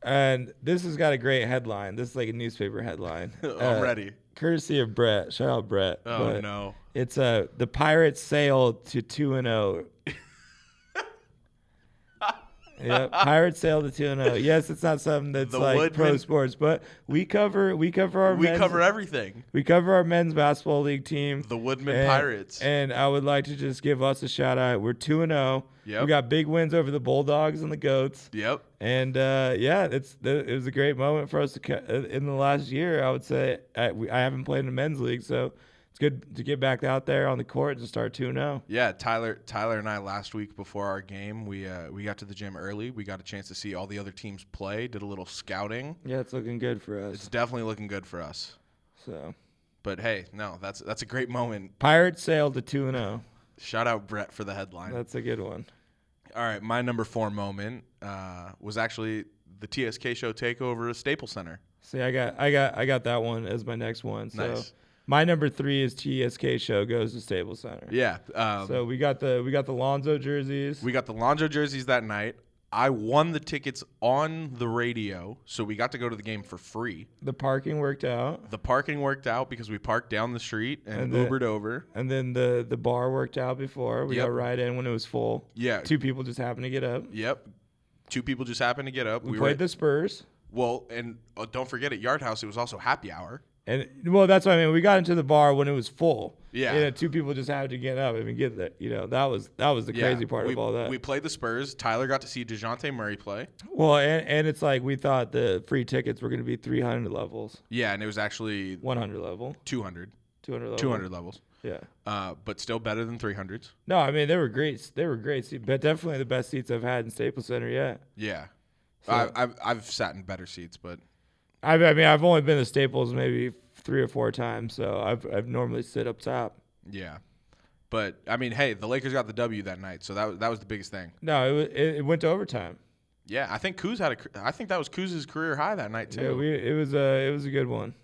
C: And this has got a great headline. This is like a newspaper headline.
B: I'm
C: Uh,
B: ready.
C: Courtesy of Brett. Shout out Brett.
B: Oh
C: Uh, But-
B: no,
C: It's uh, the Pirates sail to two and oh. zero. yeah, Pirates sail to two and zero. Yes, it's not something that's
B: The
C: like pro
B: Woodman-
C: sports, but we cover we cover our
B: we
C: men's,
B: cover everything.
C: we cover our men's basketball league team,
B: The Woodman
C: and-
B: Pirates.
C: And I would like to just give us a shout out. We're two and zero.
B: Yep.
C: We got big wins over the Bulldogs and the Goats.
B: yep.
C: And uh, yeah, it's it was a uh, great moment for us to co- in the last year. I would say I, we, I haven't played in a men's league, so it's It's good to get back out there on the court and oh. start 2 0.
B: Yeah, Tyler, Tyler and I last week before our game, we uh, we got to the gym early. We got a chance to see all the other teams play. Did a little scouting.
C: Yeah, it's looking good for
B: It's
C: us.
B: definitely looking good for us.
C: So
B: But hey, no, that's that's a great moment.
C: Pirates sailed to 2 0.
B: Shout out Brett for the headline.
C: That's a good one.
B: All right, my number four moment uh, was actually the TSK show takeover at Staples Center.
C: See, I got, I got, I got that one as my next one. So
B: Nice.
C: my number three is TSK show goes to Staples Center.
B: Yeah, um,
C: So we got the we got the Lonzo jerseys.
B: we got the Lonzo jerseys that night. I won the tickets on the radio, so we got to go to the game for free.
C: the parking worked out,
B: The parking worked out because we parked down the street and,
C: And the-
B: Ubered over.
C: and then the the bar worked out before we
B: Yep.
C: got right in when it was full.
B: Yeah.
C: two people just happened to get up.
B: Yep, two people just happened to get up.
C: We, played the Spurs,
B: well, and uh, don't forget at Yard House it was also happy hour.
C: and well, that's what I mean. We got into the bar when it was full.
B: Yeah.
C: you know, two people just had to get up and get there. You know, that was that was the
B: Yeah,
C: crazy part
B: we,
C: of all that.
B: We played the Spurs. Tyler got to see Dejounte Murray play.
C: well, and and it's like we thought the free tickets were going to be 300 levels,
B: Yeah, and it was actually
C: 100 level,
B: 200,
C: 200 level,
B: 200 levels.
C: Yeah.
B: uh, but still better than 300s.
C: No, I mean they were great. They were great seats, but definitely the best seats I've had in Staples Center yet.
B: Yeah. I, I've, I've sat in better seats, but
C: I, I mean, I've only been to Staples maybe three or four times, so I've I've normally sit up top.
B: yeah. But I mean, hey, the Lakers got the W that night, so that was, that was the biggest thing.
C: No, it wa- it, it went to overtime.
B: Yeah, I think Kuz had a. cr- I think that was Kuz's career high that night
C: Yeah,
B: too.
C: we it was a it was a good one.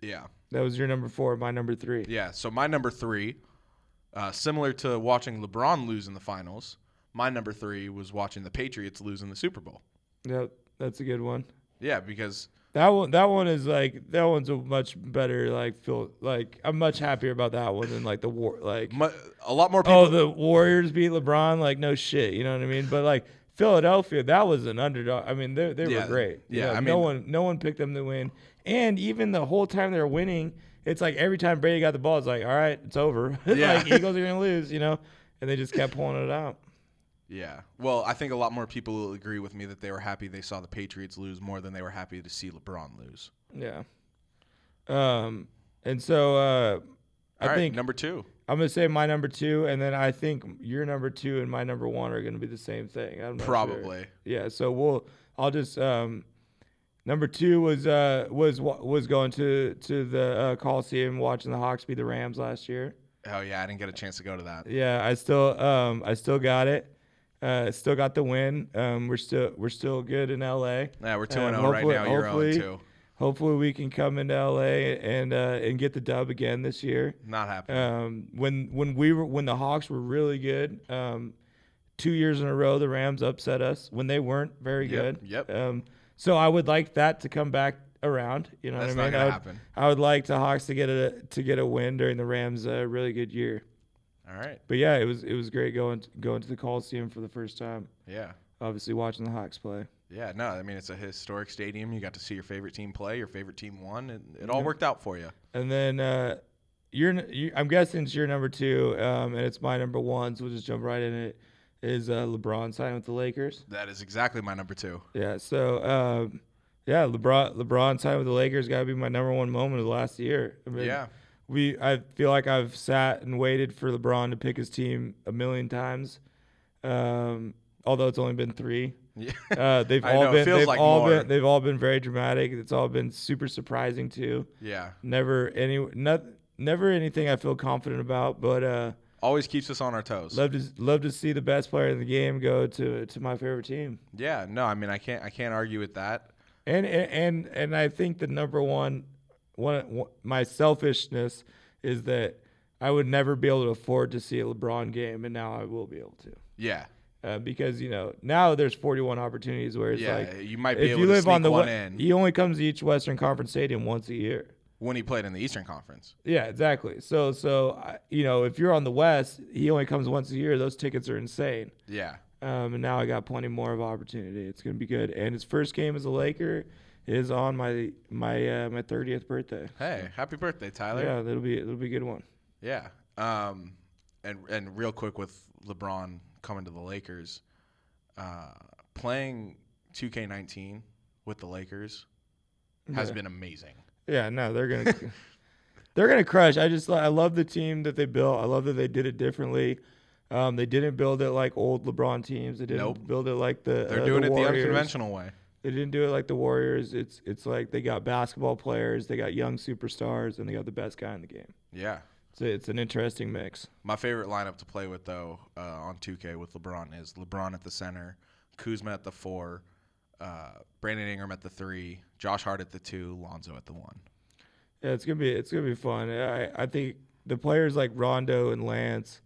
B: yeah,
C: That was your number four, my number three.
B: yeah. So my number three, uh, similar to watching LeBron lose in the finals, my number three was watching the Patriots lose in the Super Bowl.
C: Yep, that's a good one.
B: Yeah, because
C: That one that one is like that one's a much better like feel like I'm much happier about that one than like the war like
B: mu- a lot more people.
C: oh the Warriors beat LeBron like no shit you know what I mean but like Philadelphia that was an underdog I mean they they
B: Yeah,
C: were great
B: yeah,
C: Like,
B: I
C: no
B: mean-
C: one no one picked them to win and even the whole time they're winning it's like every time Brady got the ball it's like all right it's over
B: Yeah.
C: like Eagles are gonna lose you know and they just kept pulling it out Oh.
B: Yeah. Well, I think a lot more people will agree with me that they were happy they saw the Patriots lose more than they were happy to see LeBron lose.
C: yeah um and so uh I
B: All right,
C: think
B: number two.
C: I'm gonna say my number two, and then I think your number two and my number one are gonna be the same thing. I'm not sure.
B: Probably.
C: Yeah. So we'll. I'll just. Um, number two was uh was wa- was going to to the uh, Coliseum watching the Hawks beat the Rams last year.
B: Oh yeah, I didn't get a chance to go to that.
C: Yeah, I still um I still got it. Uh, still got the win. Um, we're still we're still good in LA.
B: Yeah, we're two
C: Um,
B: and zero right
C: hopefully-
B: now. You're zero
C: hopefully-
B: two.
C: Hopefully we can come into LA and uh, and get the dub again this year.
B: Not happening.
C: um, when when we were when the Hawks were really good. Um, two years in a row, the Rams upset us when they weren't very
B: Yep,
C: good.
B: yep.
C: Um, so I would like that to come back around. You know
B: That's
C: what I
B: not
C: mean?
B: gonna
C: I would,
B: happen.
C: I would like the Hawks to get a to get a win during the Rams' uh, really good year.
B: All right.
C: But yeah, it was it was great going going to the Coliseum for the first time.
B: Yeah.
C: Obviously, watching the Hawks play.
B: Yeah. No, I mean it's a historic stadium. You got to see your favorite team play. Your favorite team won, and it all worked out for you.
C: And then uh, you're, n- you, I'm guessing it's your number two, um, and it's my number one. So we'll just jump right in. It is uh, LeBron signing with the Lakers.
B: That is exactly my number two.
C: Yeah. So, um, yeah, LeBron LeBron time with the Lakers got to be my number one moment of the last year. I mean,
B: Yeah.
C: We I feel like I've sat and waited for LeBron to pick his team a million times. Um, although it's only been three.
B: Yeah.
C: Uh, they've
B: I
C: all
B: know, it
C: been
B: feels
C: they've
B: like
C: all
B: more.
C: been they've all been very dramatic. It's all been super surprising too.
B: yeah.
C: Never any not, never anything I feel confident about, but uh,
B: Always keeps us on our toes.
C: love to love to see the best player in the game go to to my favorite team.
B: yeah. No, I mean I can't. I can't argue with that.
C: And and and- and I think the number one, one, one my selfishness is that I would never be able to afford to see a LeBron game, and now I will be able to.
B: Yeah.
C: Uh, because you know now there's 41 opportunities where it's
B: Yeah.
C: like
B: you might be
C: if
B: able
C: you
B: to
C: live
B: sneak
C: on the
B: one
C: we-
B: in
C: he only comes to each Western Conference stadium once a year.
B: when he played in the Eastern Conference.
C: Yeah, exactly. So so I- you know if you're on the West, he only comes once a year. Those tickets are insane.
B: Yeah.
C: Um, and now I got plenty more of opportunity. It's gonna be good. And his first game as a Laker is on my my uh, my thirtieth birthday.
B: Hey, happy birthday, Tyler.
C: Yeah, that'll be that'll be a good one.
B: Yeah. Um, and and real quick with LeBron coming to the Lakers, uh, playing 2K19 with the Lakers has been amazing.
C: Yeah, no, they're gonna they're gonna crush. I just I love the team that they built. I love that they did it differently. Um, they didn't build it like old LeBron teams. They didn't
B: Nope.
C: build it like the
B: They're
C: uh,
B: doing
C: the
B: it the
C: Warriors.
B: unconventional way.
C: They didn't do it like the Warriors. It's it's like they got basketball players, they got young superstars, and they got the best guy in the game.
B: Yeah.
C: So it's an interesting mix.
B: My favorite lineup to play with though uh, on 2K with LeBron is LeBron at the center, Kuzma at the four, uh, Brandon Ingram at the three, Josh Hart at the two, Lonzo at the one.
C: Yeah, it's gonna be it's gonna be fun. I I think the players like Rondo and Lance,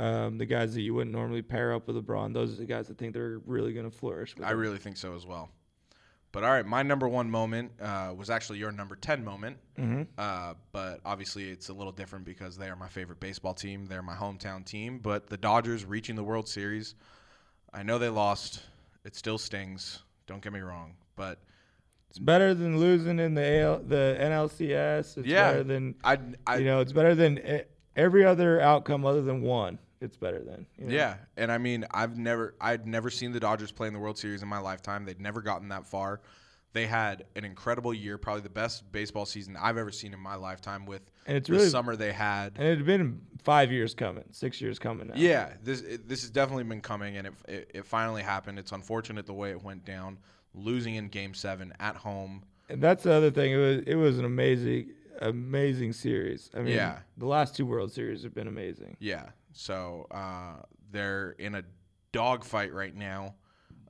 C: um, the guys that you wouldn't normally pair up with LeBron, those are the guys that think they're really gonna flourish. With
B: I
C: him.
B: really think so as well. But all right, my number one moment uh, was actually your number ten moment. Uh, but obviously, it's a little different because they are my favorite baseball team. They're my hometown team. But the Dodgers reaching the World Series, I know they lost. It still stings. Don't get me wrong. But
C: it's better than losing in the AL, the NLCS. It's
B: yeah,
C: better than
B: I, I
C: you know, it's better than e- every other outcome other than one. It's better than you know?
B: Yeah, and I mean, I've never, I'd never seen the Dodgers play in the World Series in my lifetime. They'd never gotten that far. They had an incredible year, probably the best baseball season I've ever seen in my lifetime. With
C: And it's
B: the
C: really-
B: summer they had.
C: And it had been five years coming, six years coming now.
B: Yeah, this it, this has definitely been coming, and it, it it finally happened. It's unfortunate the way it went down, losing in Game Seven at home.
C: And that's the other thing. It was it was an amazing amazing series. I mean
B: Yeah.
C: the last two World Series have been amazing.
B: Yeah. So uh, they're in a dogfight right now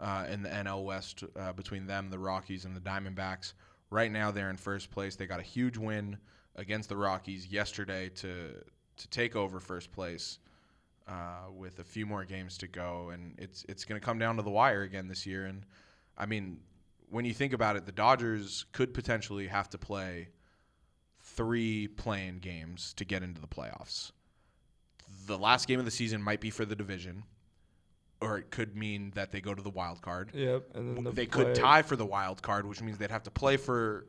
B: uh, in the NL West uh, between them, the Rockies, and the Diamondbacks. Right now, they're in first place. They got a huge win against the Rockies yesterday to to take over first place uh, with a few more games to go, and it's it's going to come down to the wire again this year. And I mean, when you think about it, the Dodgers could potentially have to play three playing games to get into the playoffs the last game of the season might be for the division, or it could mean that they go to the wild card.
C: Yep. And then the
B: they
C: play-
B: could tie for the wild card, which means they'd have to play for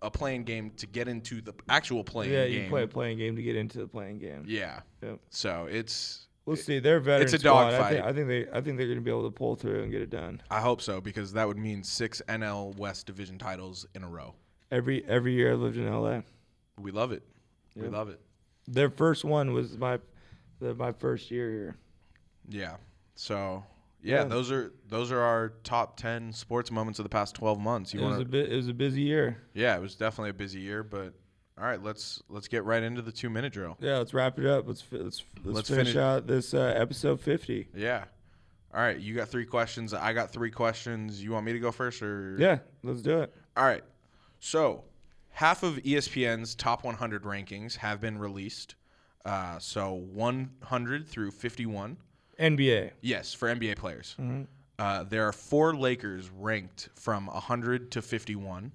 B: a playing game to get into the actual playing
C: Yeah,
B: game.
C: you play a playing game to get into the playing game.
B: Yeah.
C: Yep.
B: So it's.
C: We'll see. They're veterans.
B: a dog
C: I think,
B: fight.
C: I think they I think they're gonna be able to pull through and get it done.
B: I hope so because that would mean six NL West division titles in a row.
C: Every every year I lived in LA.
B: We love it. We love it.
C: Their first one was my the, my first year here.
B: Yeah. So yeah, those are those are our top ten sports moments of the past twelve months. You
C: It was
B: want
C: a bit it was a busy year.
B: Yeah, it was definitely a busy year, but all right, let's let's get right into the two minute drill.
C: Yeah, let's wrap it up. Let's fi- let's let's,
B: Let's
C: finish,
B: finish-
C: out this uh, episode fifty.
B: Yeah. All right, you got three questions. I got three questions. You want me to go first or
C: Yeah, let's do it.
B: All right. So, half of E ESPN's top 100 rankings have been released. Uh, so 100 through 51.
C: NBA.
B: Yes, for NBA players.
C: Mm-hmm.
B: Uh, there are four Lakers ranked from 100 to 51.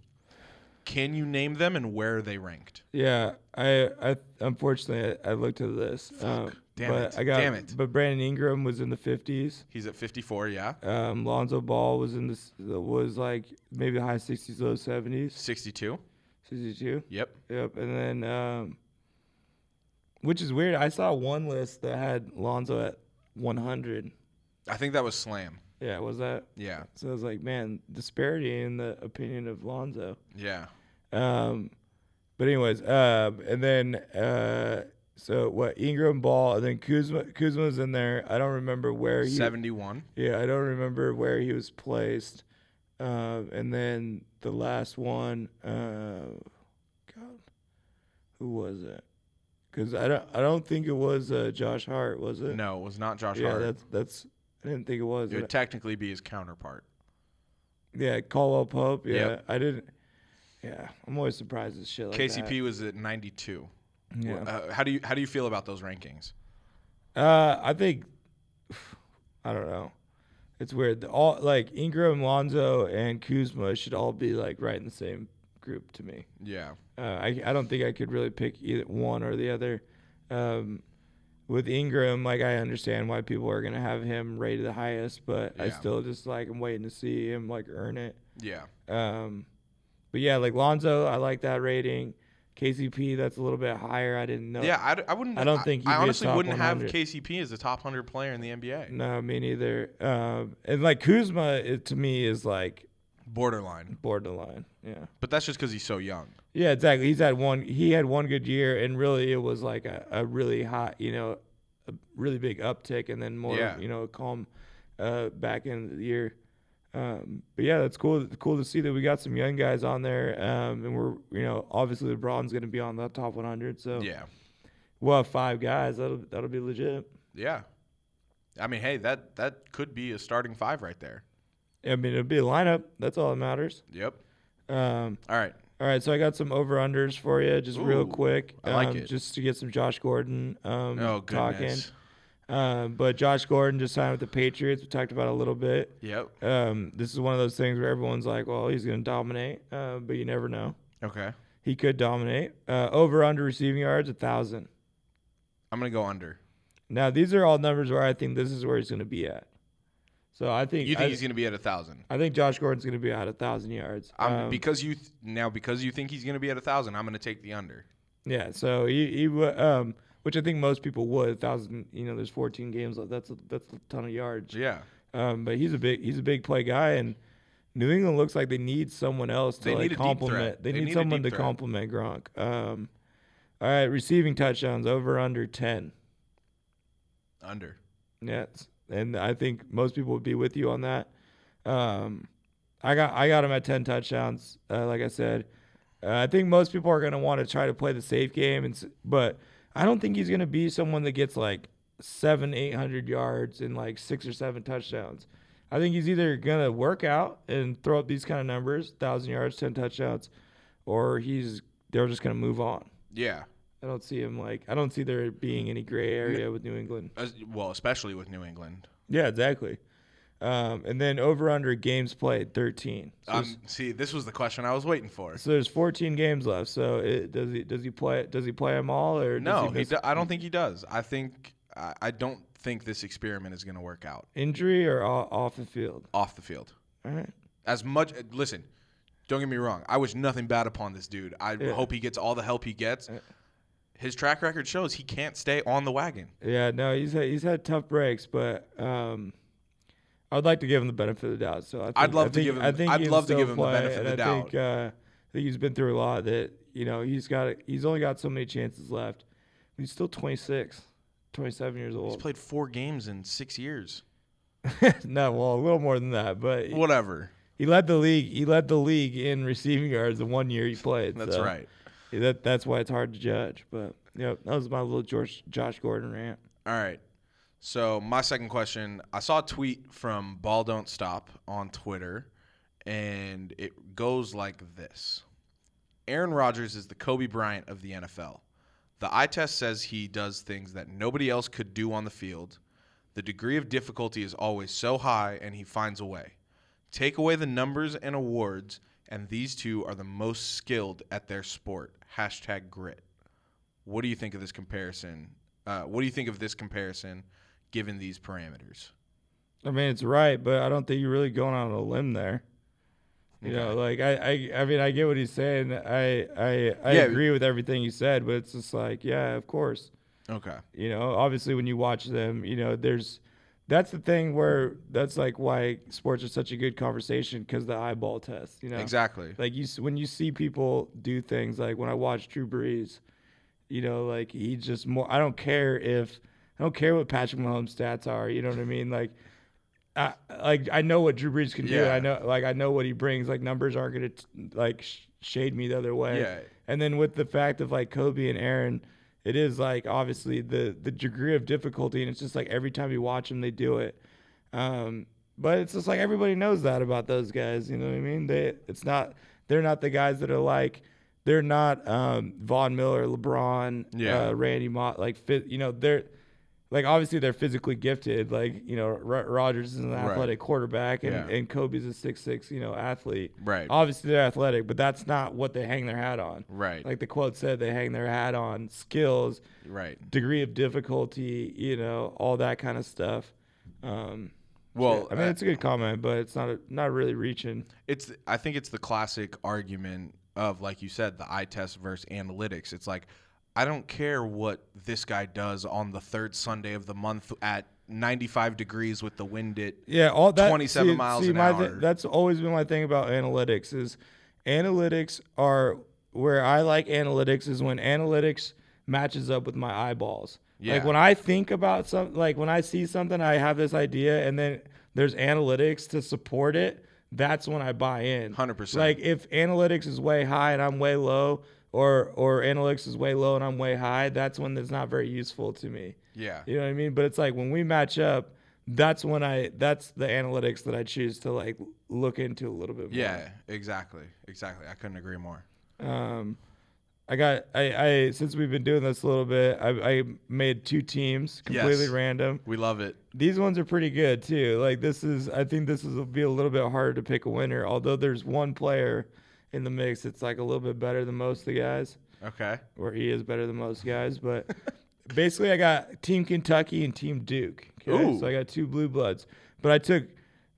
B: Can you name them and where are they ranked?
C: Yeah, I I unfortunately I, I looked at this. Um,
B: Damn
C: but
B: it.
C: I got,
B: Damn it.
C: But Brandon Ingram was in the fifties.
B: He's at 54, yeah.
C: Um, Lonzo Ball was in the s- was like maybe high sixties, low seventies,
B: 62.
C: sixty two.
B: Yep.
C: Yep, and then um, which is weird. I saw one list that had Lonzo at one hundred.
B: I think that was Slam.
C: Yeah, was that?
B: Yeah.
C: So I was like, man, disparity in the opinion of Lonzo.
B: Yeah.
C: Um, but anyways, um, and then uh, so what? Ingram Ball, and then Kuzma. Kuzma's in there. I don't remember where he.
B: 71.
C: Yeah, I don't remember where he was placed. Um, and then the last one, uh, God, who was it? Because I don't, I don't think it was uh, Josh Hart, was it?
B: No, it was not Josh
C: Yeah,
B: Hart.
C: that's that's. I didn't think it was.
B: it would technically be his counterpart.
C: Yeah, Caldwell Pope. Yeah,
B: Yep.
C: I didn't. Yeah, I'm always surprised at shit like
B: KCP was at 92.
C: that. Yeah.
B: Uh, how do you how do you feel about those rankings?
C: Uh, I think I don't know. It's weird. The- All like Ingram, Lonzo, and Kuzma should all be like right in the same group to me.
B: Yeah.
C: Uh, I I don't think I could really pick either one or the other. Um, with Ingram, like I understand why people are gonna have him rated the highest, but I
B: Yeah.
C: still just like I'm waiting to see him like earn it.
B: Yeah.
C: Um, but yeah, like Lonzo, I like that rating. KCP, that's a little bit higher. I didn't know.
B: Yeah, I, d- I wouldn't
C: I don't think he'd
B: I,
C: be a
B: honestly
C: top Mm.
B: wouldn't
C: 100.
B: have KCP as a top 100 player in the NBA.
C: No, me neither. Um, and like Kuzma, it, to me is like
B: borderline.
C: borderline. Yeah.
B: But that's just because he's so young.
C: Yeah, exactly. He's had one. He had one good year, and really, it was like a, a really hot, you know, a really big uptick, and then more,
B: Yeah.
C: you know, calm uh, back end of the year. Um, but yeah, that's cool. Cool to see that we got some young guys on there, um, and we're, you know, obviously LeBron's going to be on the top 100, so
B: Yeah.
C: we'll have five guys. That'll that'll be legit.
B: Yeah. I mean, hey, that that could be a starting five right there.
C: I mean, it'll be a lineup. That's all that matters.
B: Yep.
C: Um,
B: All right.
C: All right, so I got some over unders for you, just real
B: Ooh,
C: quick.
B: I like
C: um,
B: it.
C: Just to get some Josh Gordon um,
B: Oh
C: talking.
B: goodness.
C: Um, but Josh Gordon just signed with the Patriots. We talked about it a little bit.
B: Yep.
C: Um, this is one of those things where everyone's like, "Well, he's going to dominate," uh, but you never know.
B: Okay.
C: He could dominate. Uh, over under receiving yards, a thousand.
B: I'm gonna go under.
C: Now these are all numbers where I think this is where he's going to be at. So I think
B: You think
C: I,
B: he's gonna be at a thousand?
C: I think Josh Gordon's going to be at a thousand yards.
B: I'm
C: Um,
B: because you th- now because you think he's gonna be at a thousand. I'm gonna take the under.
C: Yeah, so he, he wa- um, which I think most people would thousand. You know, there's 14 games. left. That's a, that's a ton of yards.
B: Yeah.
C: Um, but he's a big he's a big play guy, and New England looks like they need someone else to
B: They
C: like
B: need a deep
C: complement.
B: threat.
C: They,
B: They
C: need,
B: need a
C: someone to
B: deep threat.
C: complement Gronk. Um, all right, receiving touchdowns over under 10.
B: Under.
C: Yes, and I think most people would be with you on that. Um, I got I got him at ten touchdowns. Uh, like I said, uh, I think most people are going to want to try to play the safe game, and s- but I don't think he's going to be someone that gets like seven, eight hundred yards and like six or seven touchdowns. I think he's either going to work out and throw up these kind of numbers, thousand yards, ten touchdowns, or he's they're just going to move on.
B: Yeah.
C: I don't see him like I don't see there being any gray area with New England.
B: As, well, especially with New England.
C: Yeah, exactly. Um, and then over under games played 13. So,
B: Um,
C: there's-
B: see, this was the question I was waiting for.
C: so there's 14 games left. So it, does he does he play does he play them all or does
B: No,
C: he
B: he
C: miss
B: do, I don't think he does. I think I, I don't think this experiment is going to work out
C: injury or o- off the field?
B: off the field.
C: All right.
B: As much listen, don't get me wrong. I wish nothing bad upon this dude. I hope he gets all the help he gets. His track record shows he can't stay on the wagon.
C: Yeah, no, he's had, he's had tough breaks, but um, I'd like to give him the benefit of the doubt. So I think,
B: I'd love
C: I
B: to
C: think-
B: give him-
C: I think
B: I'd
C: he can
B: love to
C: still
B: give him the
C: play,
B: benefit of
C: and
B: the
C: I
B: doubt.
C: Think, uh, I think he's been through a lot. That you know he's got he's only got so many chances left. He's still 26, 27 years
B: He's
C: old.
B: played 4 games in 6 years.
C: no, well, a little more than that, but
B: Whatever.
C: He led the league. He led the league in receiving yards the one year he played.
B: That's
C: so
B: right.
C: That that's why it's hard to judge. But yeah, that was my little George Josh Gordon rant.
B: All right. So my second question, I saw a tweet from Ball Don't Stop on Twitter, and it goes like this: Aaron Rodgers is the Kobe Bryant of the NFL. The eye test says he does things that nobody else could do on the field. The degree of difficulty is always so high, and he finds a way. Take away the numbers and awards, and these two are the most skilled at their sport. Hashtag grit. What do you think of this comparison? Uh, what do you think of this comparison, given these parameters?
C: I mean, it's right, but I don't think you're really going on a limb there. You know, like I, I, I mean, I get what he's saying. I, I, I
B: Yeah.
C: agree with everything he said, but it's just like, yeah, of course.
B: Okay.
C: You know, obviously when you watch them, you know, there's that's the thing where that's like why sports are such a good conversation because the eyeball test. You know,
B: Exactly.
C: Like you, s- when you see people do things like when I watch Drew Brees, you know, like he just more. I don't care if I don't care what Patrick Mahomes stats are. You know what I mean? Like, I like I know what Drew Brees can do.
B: Yeah.
C: I know like I know what he brings. Like numbers aren't gonna t- like sh- shade me the other way.
B: Yeah.
C: And then with the fact of like Kobe and Aaron. It is like obviously the the degree of difficulty, and it's just like every time you watch them, they do it. Um, but it's just like everybody knows that about those guys. You know what I mean? They it's not they're not the guys that are like they're not um, Von Miller, LeBron,
B: Yeah.
C: uh, Randy Mott. Like fit, you know they're like obviously they're physically gifted. Like you know Ro- Rogers is an athletic quarterback and,
B: Yeah.
C: and Kobe's a six six you know athlete.
B: Right.
C: Obviously they're athletic, but that's not what they hang their hat on.
B: Right.
C: Like the quote said, they hang their hat on skills,
B: right.
C: degree of difficulty, you know, all that kind of stuff. Um,
B: Well,
C: I mean,
B: uh,
C: it's a good comment, but it's not not really reaching.
B: it's I think it's the classic argument of like you said the eye test versus analytics. It's like I don't care what this guy does on the third Sunday of the month at 95 degrees with the wind at
C: Yeah, all that
B: 27
C: see-
B: miles
C: see,
B: an
C: my thi-
B: hour.
C: that's always been my thing about analytics is analytics are where I like analytics is when analytics matches up with my eyeballs.
B: Yeah.
C: Like when I think about something, like when I see something, I have this idea, and then there's analytics to support it. That's when I buy in.
B: 100%.
C: Like if analytics is way high and I'm way low, or or analytics is way low and I'm way high, that's when it's not very useful to me.
B: Yeah.
C: You know what I mean? But it's like when we match up, that's when I that's the analytics that I choose to like look into a little bit more.
B: Yeah, exactly. Exactly. I couldn't agree more.
C: Um I got I, I since we've been doing this a little bit, I, I made two teams completely
B: Yes.
C: random.
B: We love it.
C: These ones are pretty good too. Like this is I think this is will be a little bit harder to pick a winner, although there's one player in the mix that's like a little bit better than most of the guys.
B: Okay.
C: Or he is better than most guys, but basically I got Team Kentucky and Team Duke. okay?
B: Ooh.
C: So I got two blue bloods. But I took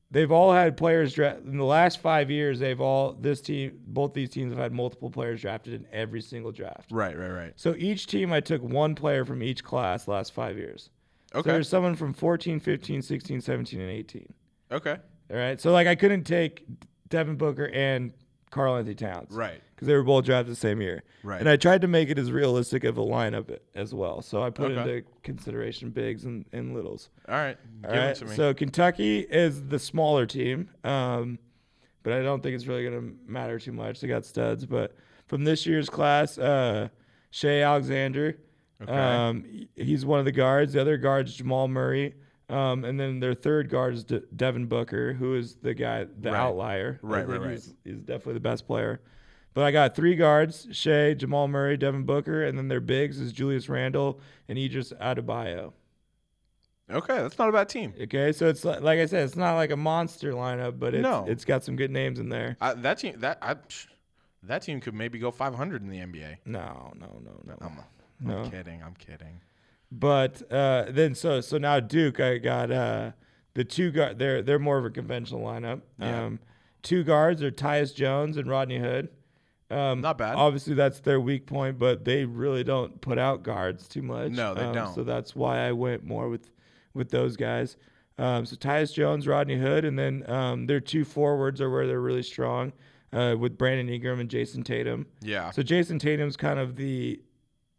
C: they've all had players dra in the last five years, they've all this team both these teams have had multiple players drafted in every single draft.
B: Right, right, right.
C: So each team I took one player from each class last five years. So
B: Okay.
C: there's someone from 14, 15, 16, 17, and 18.
B: okay.
C: All right. So like I couldn't take Devin Booker and Carl Anthony Towns
B: Right.
C: because they were both drafted the same year.
B: Right.
C: And I tried to make it as realistic of a lineup as well. So I put
B: Okay.
C: into consideration bigs and, and littles.
B: All right.
C: All
B: Give
C: right.
B: it to me.
C: So Kentucky is the smaller team, um, but I don't think it's really going to matter too much. They got studs, but from this year's class, uh, Shea Alexander,
B: Okay.
C: um, he- he's one of the guards. The other guard's Jamal Murray, um, and then their third guard is De- Devin Booker, who is the guy, the
B: Right.
C: outlier. I
B: Right, right,
C: think
B: right.
C: He's, he's definitely the best player. But I got three guards: Shea, Jamal Murray, Devin Booker, and then their bigs is Julius Randle and Idris Adebayo.
B: okay, that's not a bad team.
C: Okay, so it's li- like I said, it's not like a monster lineup, but it's,
B: No.
C: it's got some good names in there.
B: I, that team that I psh, that team could maybe go 500 in the NBA.
C: No, no, no, no,
B: I'm,
C: no.
B: I'm kidding. I'm kidding.
C: But uh, then so so now Duke, I got uh, the two guard. They're they're more of a conventional lineup.
B: Yeah.
C: Um, two guards are Tyus Jones and Rodney Hood. Um,
B: Not bad.
C: Obviously, that's their weak point, but they really don't put out guards too much.
B: No, they
C: Um,
B: don't.
C: So that's why I went more with with those guys. Um, so Tyus Jones, Rodney Hood, and then um, their two forwards are where they're really strong uh, with Brandon Ingram and Jason Tatum.
B: Yeah.
C: So Jason Tatum's kind of the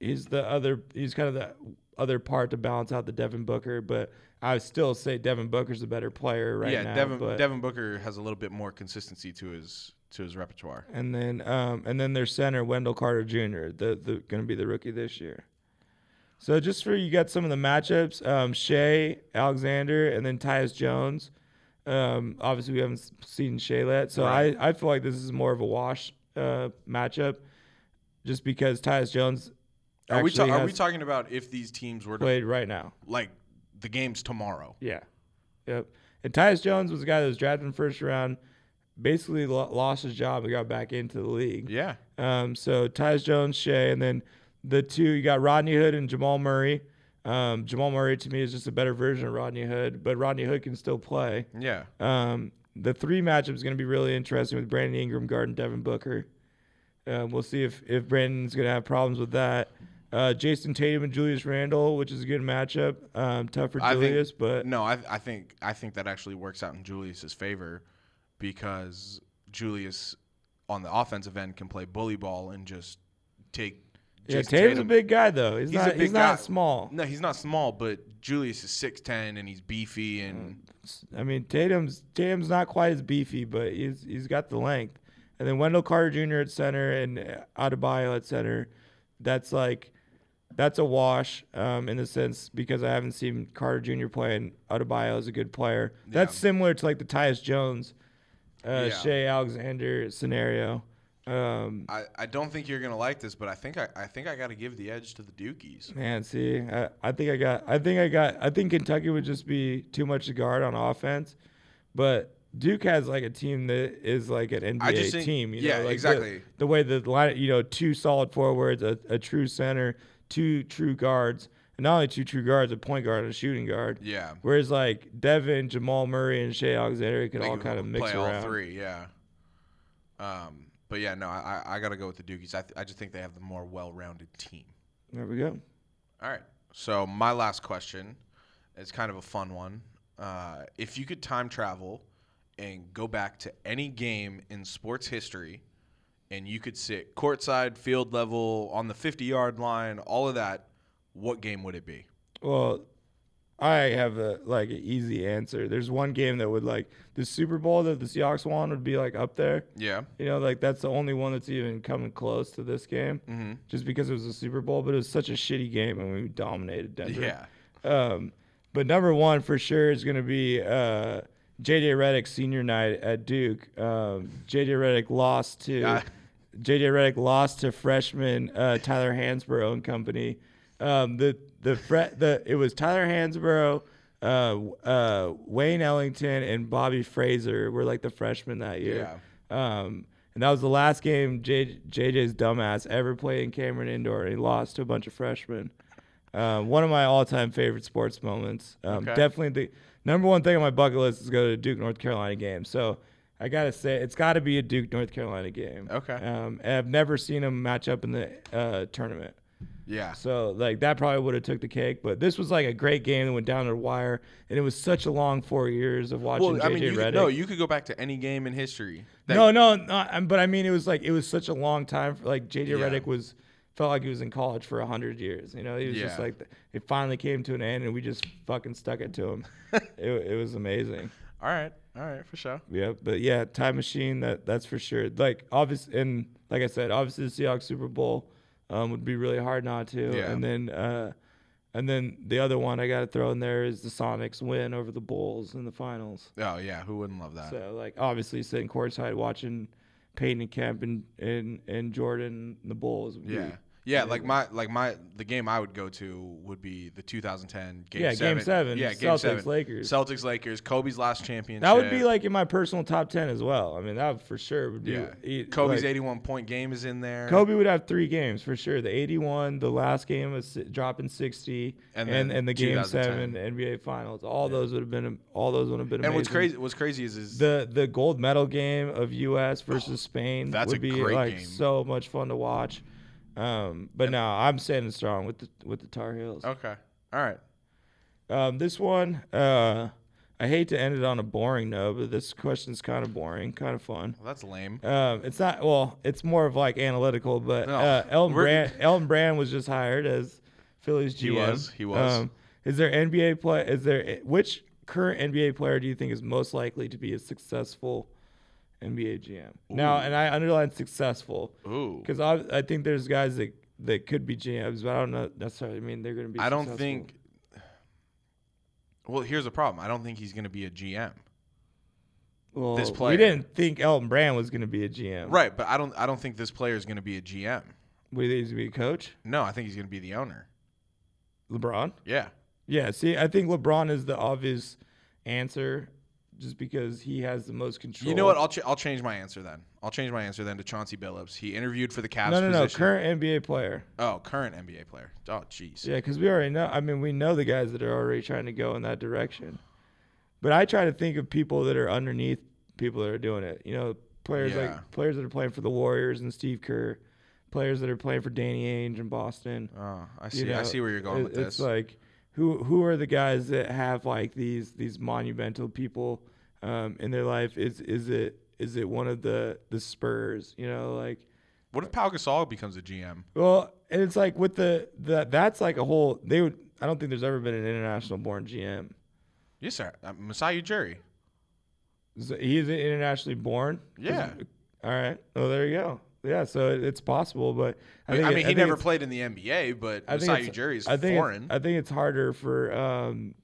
C: he's the other he's kind of the other part to balance out the Devin Booker, but I would still say Devin Booker's the better player right
B: yeah,
C: now.
B: Devin
C: but-
B: Devin Booker has a little bit more consistency to his to his repertoire.
C: and then um, and then their center Wendell Carter Jr. The the going to be the rookie this year. So just for you got some of the matchups: um, Shea Alexander and then Tyus Jones. Um, obviously, we haven't s- seen Shea yet, so
B: Right.
C: I, I feel like this is more of a wash uh, matchup, just because Tyus Jones.
B: Are we ta-
C: actually
B: are
C: has
B: we talking about if these teams were to
C: played right now?
B: like the games tomorrow?
C: Yeah. Yep. And Tyus Jones was a guy that was drafted in the first round, basically lo- lost his job and got back into the league.
B: Yeah.
C: Um, so Tyus Jones, Shea, and then the two you got Rodney Hood and Jamal Murray. Um, Jamal Murray to me is just a better version of Rodney Hood, but Rodney Hood can still play.
B: Yeah.
C: Um, the three matchup is going to be really interesting with Brandon Ingram, guard, and Devin Booker. Um, we'll see if if Brandon's going to have problems with that. Uh, Jason Tatum and Julius Randle, which is a good matchup. Um, tough for
B: I think-
C: Julius, but
B: No, I, I think I think that actually works out in Julius's favor because Julius on the offensive end can play bully ball and just take.
C: yeah,
B: Jason
C: Tatum's a
B: Tatum.
C: big guy though. He's,
B: He's
C: not
B: a big
C: he's
B: guy.
C: not small.
B: No, he's not small, but Julius is six ten and he's beefy
C: Mm.
B: and
C: I mean, Tatum's Tatum's not quite as beefy, but he's he's got the length. And then Wendell Carter Jr. at center and uh, Adebayo at center. That's like that's a wash um, in the sense because I haven't seen Carter Jr. play and Adebayo is a good player. That's
B: Yeah.
C: similar to like the Tyus Jones, uh,
B: Yeah.
C: Shea Alexander scenario. Um,
B: I, I don't think you're gonna like this, but I think I, I think I got to give the edge to the Dukies.
C: man, see, I, I think I got I think I got I think Kentucky would just be too much to guard on offense, but Duke has like a team that is like an NBA
B: just think-
C: team. You
B: yeah,
C: know, like the-
B: exactly.
C: The, way the line, you know, two solid forwards, a, a true center, two true guards, and not only two true guards, a point guard and a shooting guard.
B: Yeah,
C: Whereas like Devin, Jamal Murray, and Shea Alexander could
B: They
C: all
B: can
C: kind of mix
B: play
C: around.
B: all three. Yeah. Um, but yeah, no, I I got to go with the Dukies. I th- I just think they have the more well-rounded team.
C: There we go.
B: All right. So my last question It's kind of a fun one. Uh, if you could time travel and go back to any game in sports history, and you could sit courtside, field level, on the 50 yard line, all of that, what game would it be?
C: Well, I have a like an easy answer. There's one game that would like the Super Bowl that the Seahawks won would be like up there.
B: Yeah.
C: You know, like that's the only one that's even coming close to this game, mm-hmm. just because it was a Super Bowl. But it was such a shitty game, and we dominated Denver.
B: Yeah.
C: Um, but number one for sure is going to be uh, JJ Redick senior night at Duke. Um, JJ Redick lost to
B: Ah.
C: JJ Redick lost to freshman uh, Tyler Hansborough and company. Um, the the fre- the it was Tyler Hansborough, uh, uh, Wayne Ellington, and Bobby Fraser were like the freshmen that year. Um, and that was the last game J- JJ's dumbass ever played in Cameron Indoor. He lost to a bunch of freshmen. Um, one of my all-time favorite sports moments. Um,
B: Okay.
C: Definitely the number one thing on my bucket list is go to a Duke North Carolina game. So I gotta say it's got to be a Duke North Carolina game.
B: Okay.
C: Um, and I've never seen them match up in the uh, tournament.
B: Yeah.
C: So like that probably would have took the cake, but this was like a great game that went down to the wire, and it was such a long four years of watching
B: Well,
C: JJ
B: I mean, you
C: Redick.
B: could, no, you could go back to any game in history. that-
C: no, no, no, um, but I mean, it was like it was such a long time. For, like JJ
B: Yeah.
C: Redick was felt like he was in college for hundred years. You know, he was just
B: Yeah.
C: like th- it finally came to an end, and we just fucking stuck it to him. it, it was amazing.
B: All right. All right, for sure.
C: Yeah, but yeah, time machine. That that's for sure. Like obvious, and like I said, obviously the Seahawks Super Bowl um, would be really hard not to.
B: Yeah.
C: And then uh, and then the other one I got to throw in there is the Sonics win over the Bulls in the finals.
B: Oh, yeah. Who wouldn't love that?
C: So like obviously sitting courtside watching Peyton and Kemp and and, and Jordan and the Bulls. Would
B: Yeah.
C: Be,
B: Yeah, like my like my the game I would go to would be the 2010 game
C: Yeah, game
B: seven.
C: seven,
B: Yeah, game
C: Celtics,
B: seven.
C: Lakers.
B: Celtics Lakers. Kobe's last championship.
C: that would be like in my personal top ten as well. I mean that for sure would be.
B: yeah.
C: e-
B: Kobe's
C: like-
B: 81 point game is in there.
C: Kobe would have three games for sure. The 81, the last game was si- dropping 60,
B: And
C: and
B: then
C: and, the game
B: 2010.
C: seven NBA Finals. All those would have been all those would have been. Amazing.
B: And what's crazy what's crazy is is
C: The the gold medal game of U.S. versus Spain
B: that's
C: would
B: a
C: be
B: great
C: like
B: game.
C: so much fun to watch. Um, but no, I'm standing strong with the with the Tar Heels.
B: okay. All right.
C: Um, this one, uh, I hate to end it on a boring note, but this question's kind of boring, kind of fun.
B: Well, that's lame.
C: Um, it's not well. It's more of like analytical, but
B: No,
C: uh, Elton
B: we're-
C: Brand Elton Brand was just hired as Phillies GM.
B: He was, he was.
C: Um, is there NBA play? Is there which current NBA player do you think is most likely to be a successful NBA GM? Now, and I underline successful
B: Ooh.
C: because I, I think there's guys that that could be GMs, but I don't know necessarily mean they're going to be.
B: I don't
C: successful.
B: think Well, here's the problem. I don't think he's going to be a GM.
C: well,
B: this
C: We
B: player-
C: didn't think Elton Brand was going to be a GM.
B: Right, but I don't I don't think this player is going to be a GM.
C: We think he's going to be a coach.
B: No, I think he's going to be the owner.
C: LeBron.
B: Yeah.
C: Yeah, see, I think LeBron is the obvious answer just because he has the most control.
B: You know what? I'll ch- I'll change my answer then. I'll change my answer then to Chauncey Billups. He interviewed for the Cavs.
C: no, no, no.
B: position.
C: Current NBA player.
B: oh, current NBA player. Oh, jeez.
C: Yeah, because we already know. I mean, we know the guys that are already trying to go in that direction. But I try to think of people that are underneath people that are doing it. You know, players
B: Yeah.
C: like players that are playing for the Warriors and Steve Kerr, players that are playing for Danny Ainge in Boston.
B: Oh, I see.
C: you
B: I
C: know,
B: see where you're going
C: it-
B: with this.
C: It's like who who are the guys that have like these these monumental people um, in their life? Is is it is it one of the the Spurs? You know, like
B: what if Pau Gasol becomes a GM?
C: well, and it's like with the the that's like a whole they would. I don't think there's ever been an international born GM.
B: Yes, sir. Uh, Masai Ujiri.
C: So he's internationally born. 'Cause-
B: Yeah.
C: All right. Well, there you go. Yeah. So it, it's possible, but
B: I,
C: think it-
B: mean, he
C: think
B: never
C: it's-
B: played in the NBA, but
C: I think
B: Masai
C: it's-
B: Ujiri is
C: I think it's-
B: foreign.
C: I think it's harder for um,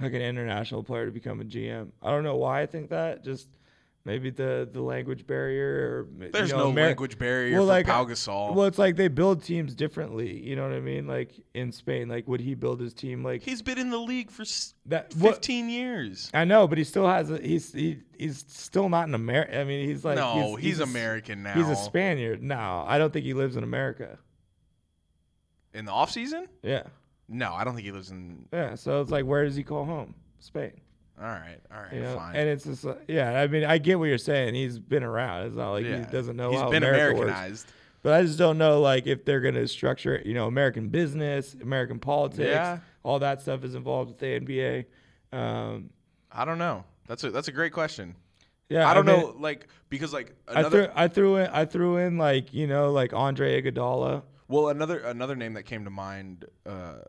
C: like an international player to become a GM. I don't know why I think that. Just maybe the the language barrier. Or, ma- you
B: There's
C: know,
B: no
C: Ameri-
B: language barrier for Pau Gasol.
C: Well, it's like they build teams differently. You know what I mean? Like in Spain, like would he build his team like
B: he's been in the league for s-
C: that? What,
B: 15 years.
C: I know, but he still has. A, he's he, he's still not an American. I mean, he's like
B: no, he's,
C: a s-
B: American now.
C: He's a Spaniard. No, I don't think he lives in America.
B: in the offseason?
C: Yeah,
B: No, I don't think he lives in.
C: yeah. So it's like, where does he call home? Spain.
B: All right, all right,
C: you know?
B: fine.
C: And it's just uh, like, yeah, I mean, I get what you're saying. He's been around. It's not like
B: Yeah.
C: he doesn't know
B: He's
C: how
B: been
C: America works.
B: Americanized.
C: But I just don't know like if they're gonna structure it. You know, American business, American politics,
B: Yeah.
C: all that stuff is involved with the NBA. Um,
B: I don't know. That's a that's a great question.
C: yeah,
B: I don't
C: mean,
B: know, like because like
C: I
B: another
C: threw I threw in I threw in like you know like Andre Iguodala.
B: well another another name that came to mind uh,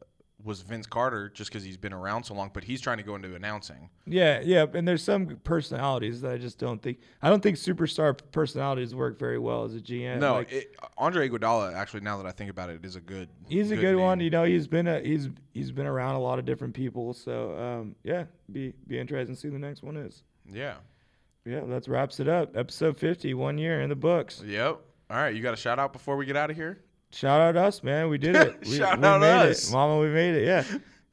B: was Vince Carter, just because he's been around so long. But he's trying to go into announcing.
C: Yeah, yeah, and there's some personalities that I just don't think I don't think superstar personalities work very well as a GM.
B: No,
C: Like,
B: it, Andre Iguodala. Actually, now that I think about it, is a good.
C: he's a good
B: name.
C: one. You know, he's been a he's he's been around a lot of different people. So um, yeah, be be interested to see who the next one is.
B: Yeah.
C: Yeah, that wraps it up. Episode 50, one year in the books.
B: Yep. All right. You got a shout out before we get out of here.
C: Shout out us, man. We did it. We,
B: Shout
C: we
B: out
C: made
B: us.
C: it, Mama. We made it. Yeah.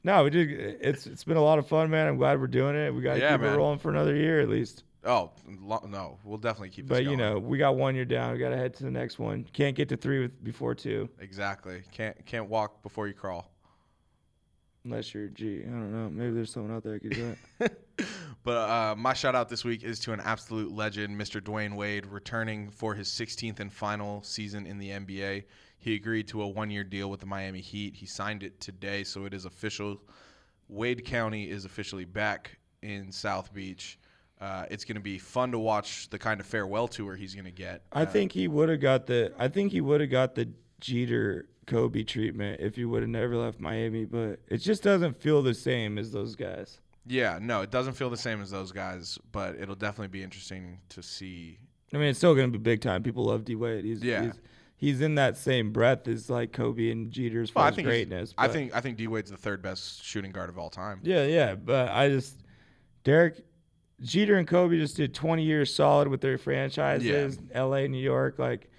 C: No, we did. It's it's been a lot of fun, man. I'm glad we're doing it. We got to
B: Yeah,
C: keep
B: man.
C: it rolling for another year at least.
B: Oh lo- no, we'll definitely keep. This
C: But
B: going.
C: you know, we got one year down. We got to head to the next one. Can't get to three with, before two,
B: exactly. Can't can't walk before you crawl.
C: unless you're G. I don't know. Maybe there's someone out there that could do it.
B: But uh, my shout out this week is to an absolute legend, Mr. Dwayne Wade, returning for his 16th and final season in the NBA. He agreed to a one year deal with the Miami Heat. He signed it today, so it is official. Wade County is officially back in South Beach. Uh, it's going to be fun to watch the kind of farewell tour he's going to get. Uh,
C: I think he would have got the. I think he would have got the Jeter Kobe treatment if he would have never left Miami. But it just doesn't feel the same as those guys.
B: Yeah, no, it doesn't feel the same as those guys, but it'll definitely be interesting to see.
C: I mean, it's still going to be big time. People love D Wade. He's,
B: Yeah.
C: he's he's in that same breath as like Kobe and Jeter as far
B: Well, I
C: as
B: think he's-
C: greatness.
B: I
C: but-
B: think I think D Wade's the third best shooting guard of all time.
C: Yeah, yeah, but I just Derek Jeter and Kobe just did 20 years solid with their franchises, L.A., New York. Like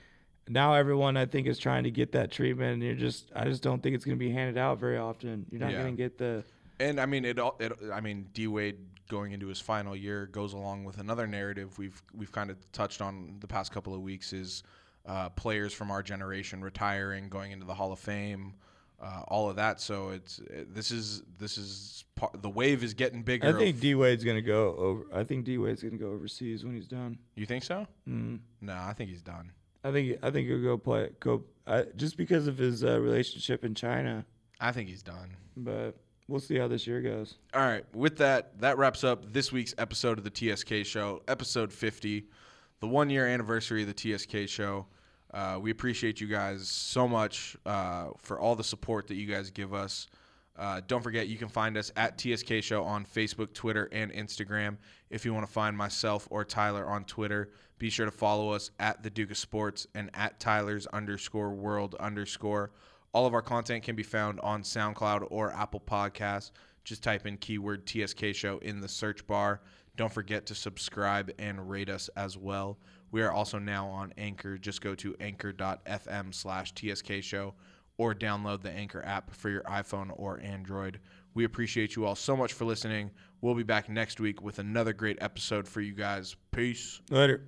C: now, everyone I think is trying to get that treatment, and you're just I just don't think it's going to be handed out very often. You're not
B: Yeah.
C: going to get the
B: And I mean it. All, it I mean D Wade going into his final year goes along with another narrative we've we've kind of touched on the past couple of weeks is uh, players from our generation retiring, going into the Hall of Fame, uh, all of that. So it's it, this is this is part, the wave is getting bigger.
C: I
B: of-
C: think D Wade's going to go over. I think D Wade's going to go overseas when he's done.
B: you think so?
C: Mm.
B: No, I think he's done.
C: I think I think he'll go play go I, just because of his uh, relationship in China.
B: I think he's done.
C: But we'll see how this year goes.
B: All right. With that, that wraps up this week's episode of the TSK Show, episode 50, the one year anniversary of the TSK Show. Uh, we appreciate you guys so much uh, for all the support that you guys give us. Uh, don't forget, you can find us at TSK Show on Facebook, Twitter, and Instagram. If you want to find myself or Tyler on Twitter, be sure to follow us at the Duke of Sports and at Tyler's underscore world underscore. All of our content can be found on SoundCloud or Apple Podcasts. Just type in keyword TSK Show in the search bar. Don't forget to subscribe and rate us as well. We are also now on Anchor. Just go to anchor.fm slash TSK Show or download the Anchor app for your iPhone or Android. We appreciate you all so much for listening. We'll be back next week with another great episode for you guys. Peace.
C: Later.